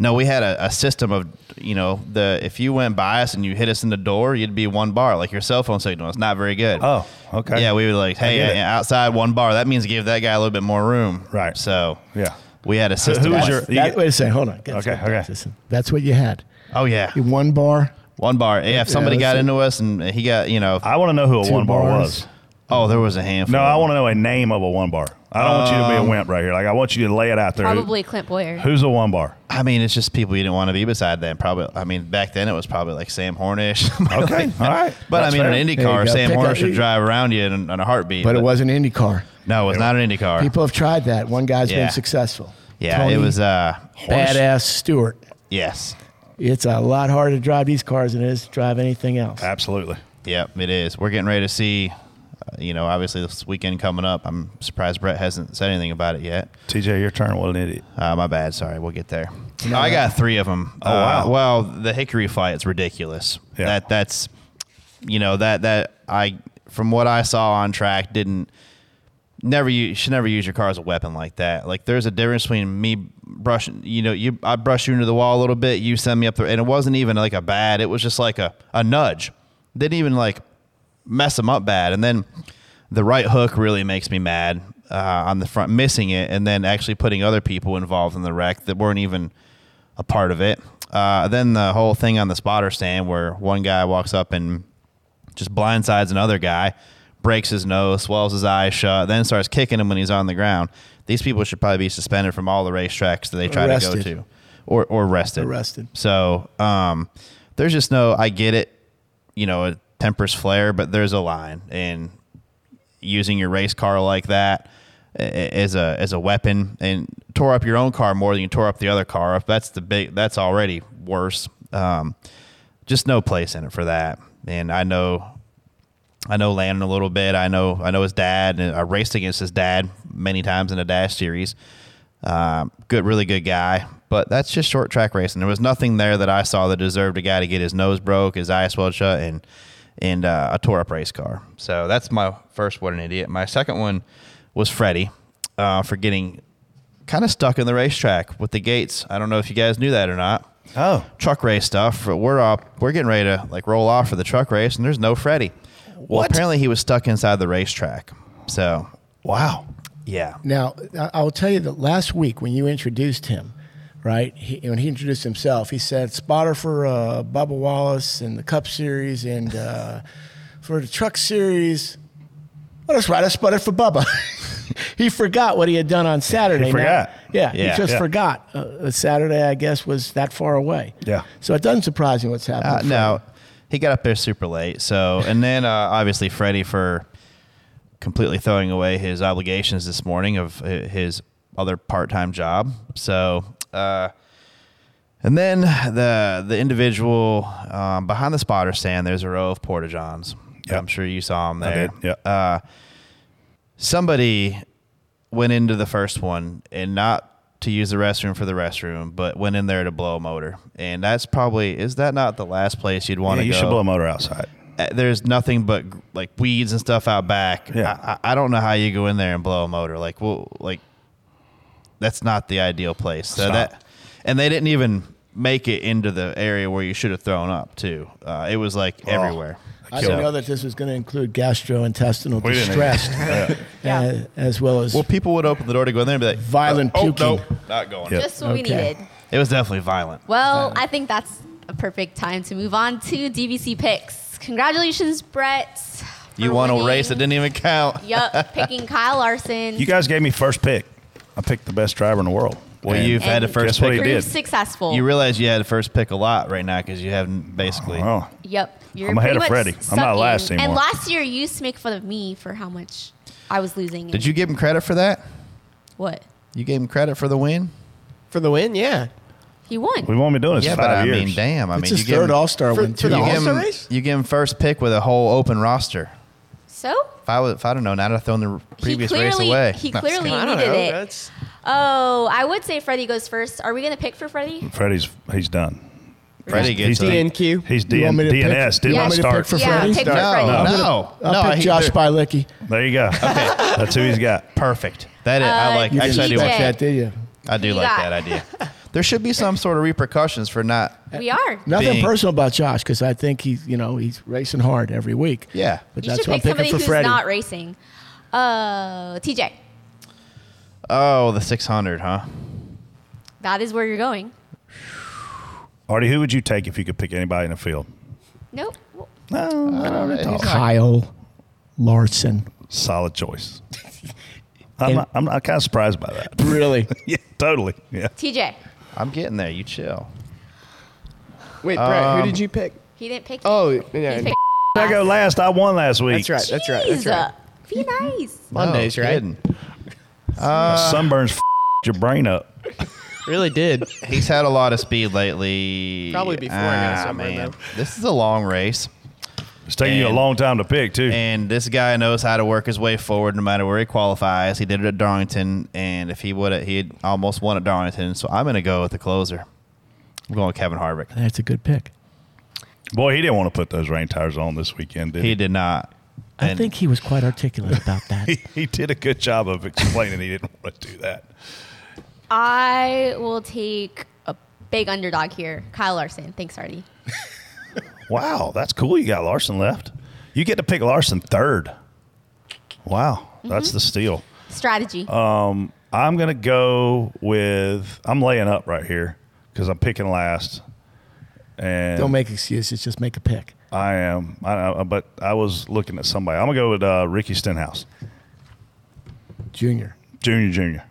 no, we had a, a system of you know the if you went by us and you hit us in the door, you'd be one bar like your cell phone signal. It's not very good. Oh, okay. Yeah, we were like, I "Hey, get it. outside one bar." That means give that guy a little bit more room. Right. So yeah, we had a So system. that's- that- wait a second, hold on. Okay, okay. That's what you had. Oh yeah, One bar. one bar. Yeah, if Yeah, somebody let's got see. into us and he got you know, I want to know who a Two one bar bars. was. Oh, there was a handful. No, I want to know a name of a one bar. I don't want you to be Um, a wimp right here. Like I want you to lay it out there. Who- Probably Clint Boyer. Who's a one bar? I mean, it's just people you didn't want to be beside then. Probably, I mean, back then it was probably like Sam Hornish. somebody Okay, like that. all right. But That's I mean, fair. an Indy There you car, go. Sam Pick up- Hornish would drive around you in, in a heartbeat. But it was an IndyCar. No, it was not an Indy car. People have tried that. One guy's Yeah. been successful. yeah, Tony it was. uh Badass Stewart. Yes. It's a lot harder to drive these cars than it is to drive anything else. Absolutely. Yep, it is. We're getting ready to see. uh, You know, obviously this weekend coming up. I'm surprised Brett hasn't said anything about it yet. TJ, your turn. What an idiot. Uh, my bad. Sorry. We'll get there. No, I no. got three of them. Oh, wow. Well, the Hickory fight is ridiculous. That that's, you know that that I from what I saw on track didn't never you should never use your car as a weapon like that. Like there's a difference between me brushing, you know, you I brush you into the wall a little bit, you send me up there, and it wasn't even like a bad. It was just like a a nudge. Didn't even like mess him up bad. And then the right hook really makes me mad uh, on the front, missing it, and then actually putting other people involved in the wreck that weren't even a part of it. Uh, then the whole thing on the spotter stand where one guy walks up and just blindsides another guy, breaks his nose, swells his eyes shut, then starts kicking him when he's on the ground. These people should probably be suspended from all the racetracks that they try Arrested. to go to, or or arrested. Arrested. So um, there's just no. I get it. You know, it tempers flare, but there's a line, and using your race car like that i- i- as a as a weapon and tore up your own car more than you tore up the other car up. That's the big. That's already worse. Um, just no place in it for that. And I know, I know Landon a little bit. I know, I know his dad, and I raced against his dad many times in the Dash series. Um, good, really good guy. But that's just short track racing. There was nothing there that I saw that deserved a guy to get his nose broke, his eye swelled shut, and and uh, a tore up race car. So that's my first what an idiot. My second one was Freddie uh, for getting kind of stuck in the racetrack with the gates. I don't know if you guys knew that or not. Oh, truck race stuff. We're up. We're getting ready to like roll off for the truck race, and there's no Freddie. Well, What? apparently he was stuck inside the racetrack. So Wow. Yeah. Now, I- I'll tell you that last week when you introduced him, right, he, when he introduced himself, he said spotter for uh, Bubba Wallace in the Cup Series and uh, for the Truck Series. Well, that's right. I spotted for Bubba. he forgot what he had done on Saturday. Now- forgot. yeah, Yeah. he just Yeah. forgot. Uh, Saturday, I guess, was that far away. Yeah. So it doesn't surprise me what's happened. Uh, no, he got up there super late. So, and then uh, obviously Freddie for completely throwing away his obligations this morning of hi- his other part-time job. So, uh, and then the the individual um, behind the spotter stand, there's a row of porta johns. I'm sure you saw him I there. did, Yeah. Uh, somebody went into the first one and not to use the restroom for the restroom, but went in there to blow a motor. And that's probably is that not the last place you'd want to Yeah, you go? should blow a motor outside. Uh, There's nothing but gr- like weeds and stuff out back. Yeah. I, I- I don't know how you go in there and blow a motor. Like, well, like that's not the ideal place. So Stop. that and they didn't even make it into the area where you should have thrown up too. Uh, it was like everywhere. Oh. I didn't know that this was going to include gastrointestinal We didn't- distress, Yeah. uh, as well as Well, people would open the door to go in there and be like, violent oh, puking. nope, not going. Yep. Just what we needed. It was definitely violent. Well, I think that's a perfect time to move on to DVC picks. Congratulations, Brett. You won a race that didn't even count. Yup, picking Kyle Larson. You guys gave me first pick. I picked the best driver in the world. Well, you've had the And first guess what pick. he proved did. successful. You realize you had the first pick a lot right now because you haven't basically. Oh, Yep. You're I'm pretty ahead of much Freddie. I'm not sucking. last anymore. And last year, you used to make fun of me for how much I was losing. Did you give him credit for that? What? You gave him credit for the win. For the win, yeah. He won. We've only been doing this yeah, for but five I years. mean, damn! I It's mean, his you give third him- All-Star For- win, for too. the You give All-Star him- race? You give him first pick with a whole open roster. So If I would, if I'd have known, I'd have thrown the previous race clearly- away. he No, I'm just clearly kidding. I don't needed know. it. That's- Oh, I would say Freddie goes first. Are we going to pick for Freddie? Freddie's he's done. Freddie gets he's it. DNQ. He's You want DN, me to pick- DNS. Did you not want me to start. pick for Yeah, Freddie? pick for no, Freddie. no, No. I'll pick he- Josh there- Bilecki. There you go. Okay, that's who he's got. Perfect. That is, I Uh, like. You Actually, I do didn't like like that, did you? I do You like got- that idea. There should be some sort of repercussions for not. We are. Nothing Being- personal about Josh because I think he's you know he's racing hard every week. Yeah, but you that's should what I'm pick picking somebody for who's Freddie. not racing. Uh, TJ, Oh, the 600, huh? that is where you're going. Artie, who would you take if you could pick anybody in the field? Nope. Uh, Kyle Larson. Solid choice. I'm, And- not, I'm, not, kind of surprised by that. Really? yeah, totally. Yeah. TJ, I'm getting there. You chill. Wait, Brett, who Um, did you pick? he didn't pick. Oh, yeah. He picked I go last. I won last week. That's right. That's right. That's Jeez, uh, right. Be nice. Mondays, right? Uh, Sunburns f- your brain up. Really did. He's had a lot of speed lately. Ah, Probably before I got somewhere, though. This is a long race. It's taking you a long time to pick, too. And this guy knows how to work his way forward no matter where he qualifies. He did it at Darlington, and if he would have, he'd almost won at Darlington. So I'm going to go with the closer. I'm going with Kevin Harvick. That's a good pick. Boy, he didn't want to put those rain tires on this weekend, did he? He did not. I think he was quite articulate about that. he, he did a good job of explaining he didn't want to do that. I will take a big underdog here, Kyle Larson. Thanks, Artie. Wow, that's cool. You got Larson left. You get to pick Larson third. Wow, that's Mhm. the steal. Strategy. Uh. Um, I'm gonna go with. I'm laying up right here because I'm picking last. And Don't make excuses. Just make a pick. I am. I, I, but I was looking at somebody. I'm gonna go with uh, Ricky Stenhouse, Junior. Junior, Junior,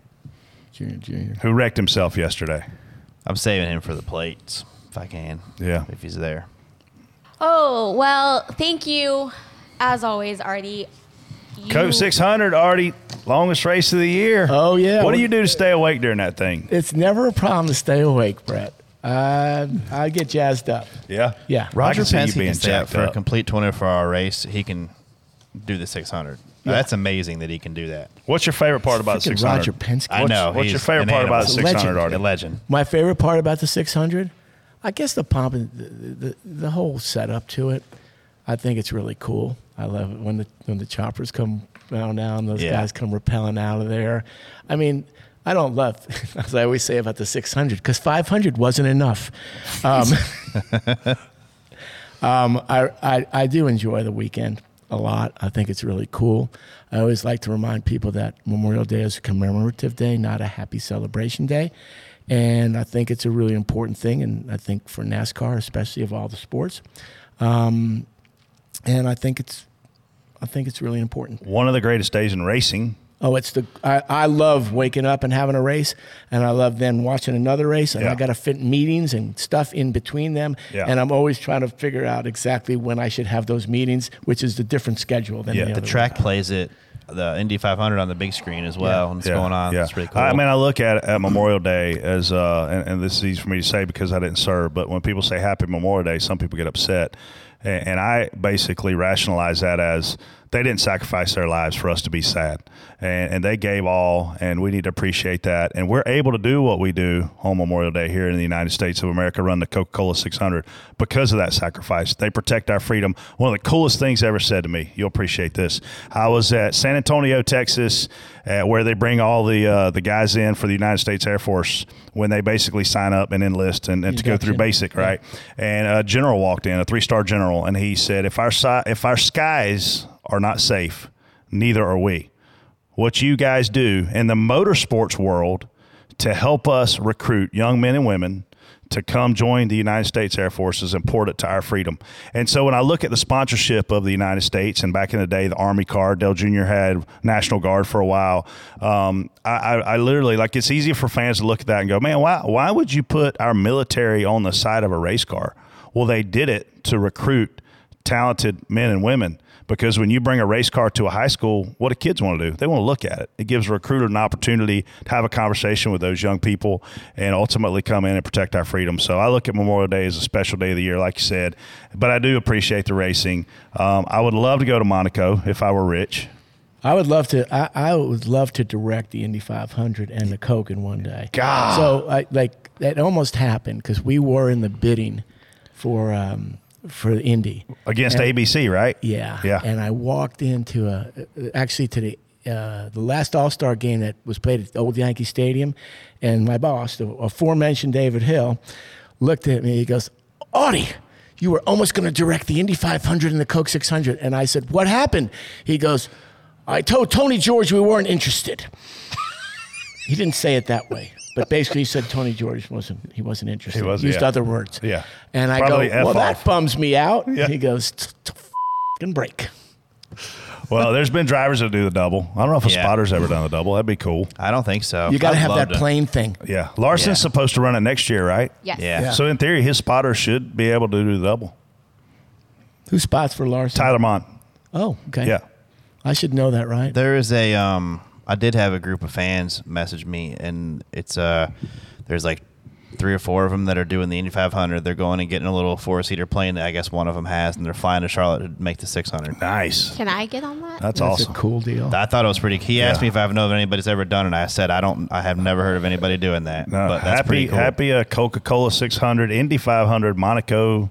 Junior, Junior, who wrecked himself yesterday. I'm saving him for the plates if I can. Yeah. If he's there. Oh well, thank you, as always, Artie. You- Coat 600 already longest race of the year. Oh yeah. What do you do to stay awake during that thing? It's never a problem to stay awake, Brett. Uh, I get jazzed up. Yeah. Yeah. Roger I can see you Penske being can stay up jacked for a up. complete 24 hour race. He can do the 600. That's amazing that he can do that. What's your favorite part about Freaking 600? Roger Penske. I know. What's- what's your he's favorite an part about animal. 600, A Artie? legend. My favorite part about the 600, I guess the pomp and the, the, the whole setup to it. I think it's really cool. I love it when the when the choppers come down down. Those Yeah. guys come rappelling out of there. I mean, I don't love as I always say about the 600 because 500 wasn't enough. Um, um, I, I I do enjoy the weekend a lot. I think it's really cool. I always like to remind people that Memorial Day is a commemorative day, not a happy celebration day. And I think it's a really important thing. And I think for NASCAR, especially of all the sports, um, and I think it's I think it's really important. One of the greatest days in racing. Oh, it's the I, I love waking up and having a race, and I love then watching another race, and I Yeah. got to fit meetings and stuff in between them, Yeah. and I'm always trying to figure out exactly when I should have those meetings, which is the different schedule than Yeah, the, the other track plays it, the Indy 500 on the big screen as well, and it's going on. It's really cool. I mean, I look at at Memorial Day as, uh, and, and this is easy for me to say because I didn't serve, but when people say Happy Memorial Day, some people get upset. And, and I basically rationalize that as they didn't sacrifice their lives for us to be sad. And, and they gave all, and we need to appreciate that. And we're able to do what we do on Memorial Day here in the United States of America, run the Coca Cola 600 because of that sacrifice. They protect our freedom. One of the coolest things ever said to me, you'll appreciate this. I was at San Antonio, Texas, uh, where they bring all the uh, the guys in for the United States Air Force when they basically sign up and enlist and, and to go through basic, right? And a general walked in, a three star general, and he said, "If our si- if our skies are not safe, neither are we. What you guys do in the motorsports world to help us recruit young men and women." To come join the United States Air Force is important to our freedom. And so when I look at the sponsorship of the United States, and back in the day, the Army card, Dell Jr. had National Guard for a while. Um, I, I, I literally, like, it's easy for fans to look at that and go, man, why, why would you put our military on the side of a race car? Well, they did it to recruit talented men and women because when you bring a race car to a high school, what do kids want to do? They want to look at it. It gives a recruiter an opportunity to have a conversation with those young people and ultimately come in and protect our freedom. So I look at Memorial Day as a special day of the year, like you said, but I do appreciate the racing. Um, I would love to go to Monaco if I were rich. I would love to. I, I would love to direct the Indy 500 and the Coke in one day. God. So I, like that almost happened because we were in the bidding for um, for Indy Against And- ABC, right? Yeah. Yeah. And I walked into a actually to the uh, the last All Star game that was played at Old Yankee Stadium, and my boss, the aforementioned David Hill, looked at me. He goes, "Audie." You were almost going to direct the Indy 500 and the Coke 600. And I said, What happened? He goes, I told Tony George we weren't interested. he didn't say it that way, but basically he said Tony George wasn't, he wasn't interested. He wasn't, used yeah. other words. Yeah. And I Probably go, F well, off." that bums me out. He goes, "Can break." Well, there's been drivers that do the double. I don't know if a Yeah. spotter's ever done the double. That'd be cool. I don't think so. You got to I'd have love that to- plane thing. Yeah. Larson's Yeah. supposed to run it next year, right? Yes. Yeah. Yeah. So in theory, his spotter should be able to do the double. Who spots for Larson? Tyler Mont. Oh, okay. Yeah. I should know that, right? There is a um I did have a group of fans message me and it's uh there's like three or four of them that are doing the Indy 500. They're going and getting a little four-seater plane that I guess one of them has and they're flying to Charlotte to make the 600. Nice. Can I get on that? That's, awesome. cool deal. I thought it was pretty. He asked me if I've known if anybody's ever done it. I said I don't. I have never heard of anybody doing that. but that's happy pretty cool. happy uh, Coca Cola 600, Indy 500, Monaco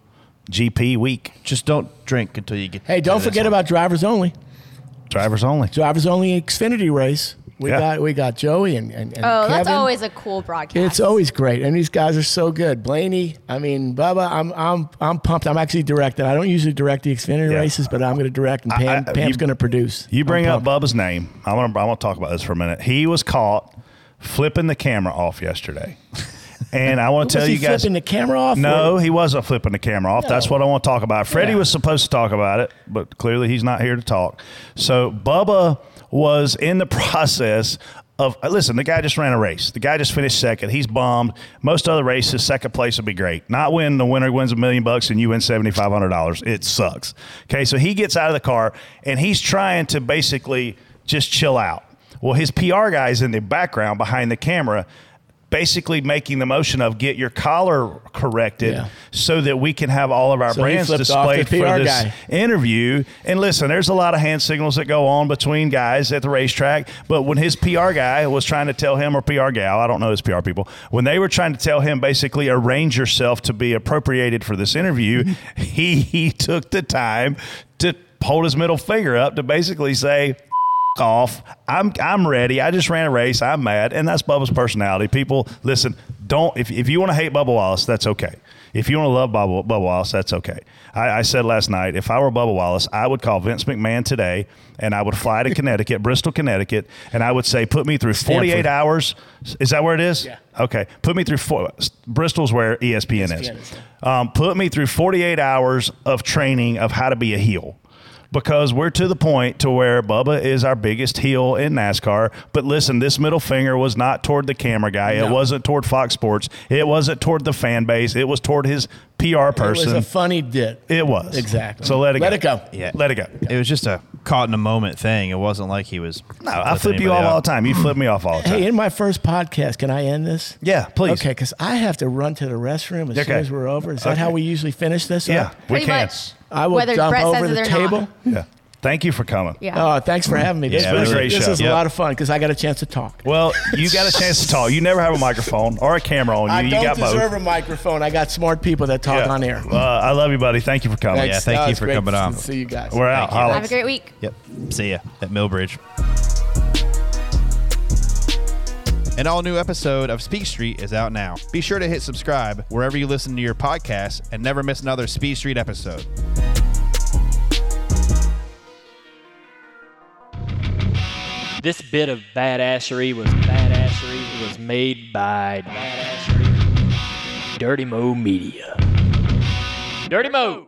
GP week. Just don't drink until you get. Hey, don't forget about drivers only. drivers only. Drivers only Xfinity race. We Yeah. got we got Joey and, and, and oh, that's Kevin. always a cool broadcast. It's always great, and these guys are so good. Blaney, I mean, Bubba, I'm I'm I'm pumped. I'm actually directing. I don't usually direct the Xfinity races, but I'm going to direct, and Pam, I- Pam's you- going to produce. You I'm bring up pumped. Bubba's name. I want to I want to talk about this for a minute. He was caught flipping the camera off yesterday. And I want Was to tell he you guys flipping the camera off? No, he wasn't flipping the camera off. That's what I want to talk about. Freddie was supposed to talk about it, but clearly he's not here to talk. So Bubba was in the process of uh, listen. The guy just ran a race. The guy just finished second. He's bummed. Most other races, second place would be great. Not when the winner wins a million bucks and you win seventy five hundred dollars. It sucks. Okay, so he gets out of the car and he's trying to basically just chill out. Well, his PR guy's in the background behind the camera basically making the motion of get your collar corrected Yeah. so that we can have all of our So he brands flipped off the displayed for PR this guy. interview. And listen, there's a lot of hand signals that go on between guys at the racetrack. But when his PR guy was trying to tell him, or PR gal, I don't know his PR people, when they were trying to tell him basically arrange yourself to be appropriated for this interview, he, he took the time to hold his middle finger up to basically say, "F- off. I'm I'm ready. I just ran a race. I'm mad. And that's Bubba's personality. People, listen, don't if, if you want to hate Bubba Wallace, that's okay. If you want to love Bubba, Bubba Wallace, that's okay. I, I said last night, if I were Bubba Wallace, I would call Vince McMahon today and I would fly to Connecticut, Bristol, Connecticut, and I would say, put me through 48 Stanford. hours. Is that where it is? Yeah. Okay. Put me through four, Bristol's where E ESPN, is. ESPN is. Um, put me through 48 hours of training of how to be a heel because we're to the point to where Bubba is our biggest heel in NASCAR. But listen, this middle finger was not toward the camera guy. It No. wasn't toward Fox Sports. It wasn't toward the fan base. It was toward his PR person. It was a funny dip. It was. Exactly. So let it let go. it go. Yeah. Let it go. It was just a caught in a moment thing. It wasn't like he was. No, I flip you off all the time. You flip me off all the time. Hey, in my first podcast, can I end this? Yeah, please. Okay, because I have to run to the restroom as Okay. soon as we're over. Is that Okay. how we usually finish this? Yeah, up? we Pretty can. much. I will Whether jump Brett says over it the or not. table. Yeah. Thank you for coming. Yeah. Oh, thanks for having me. This Yeah, it was was, a great this show. is Yep. a lot of fun because I got a chance to talk. Well, you got a chance to talk. You never have a microphone or a camera on you. I you don't got both. deserve a microphone. I got smart people that talk Yeah. on air. Uh, I love you, buddy. Thank you for coming. Thanks. No, it's great to See you guys. We're out. Holla. Have a great week. Yep. See ya at Millbridge. An all new episode of Speak Street is out now. Be sure to hit subscribe wherever you listen to your podcast and never miss another Speak Street episode. This bit of badassery was badassery was made by badassery. Dirty Mo Media. Dirty Mo.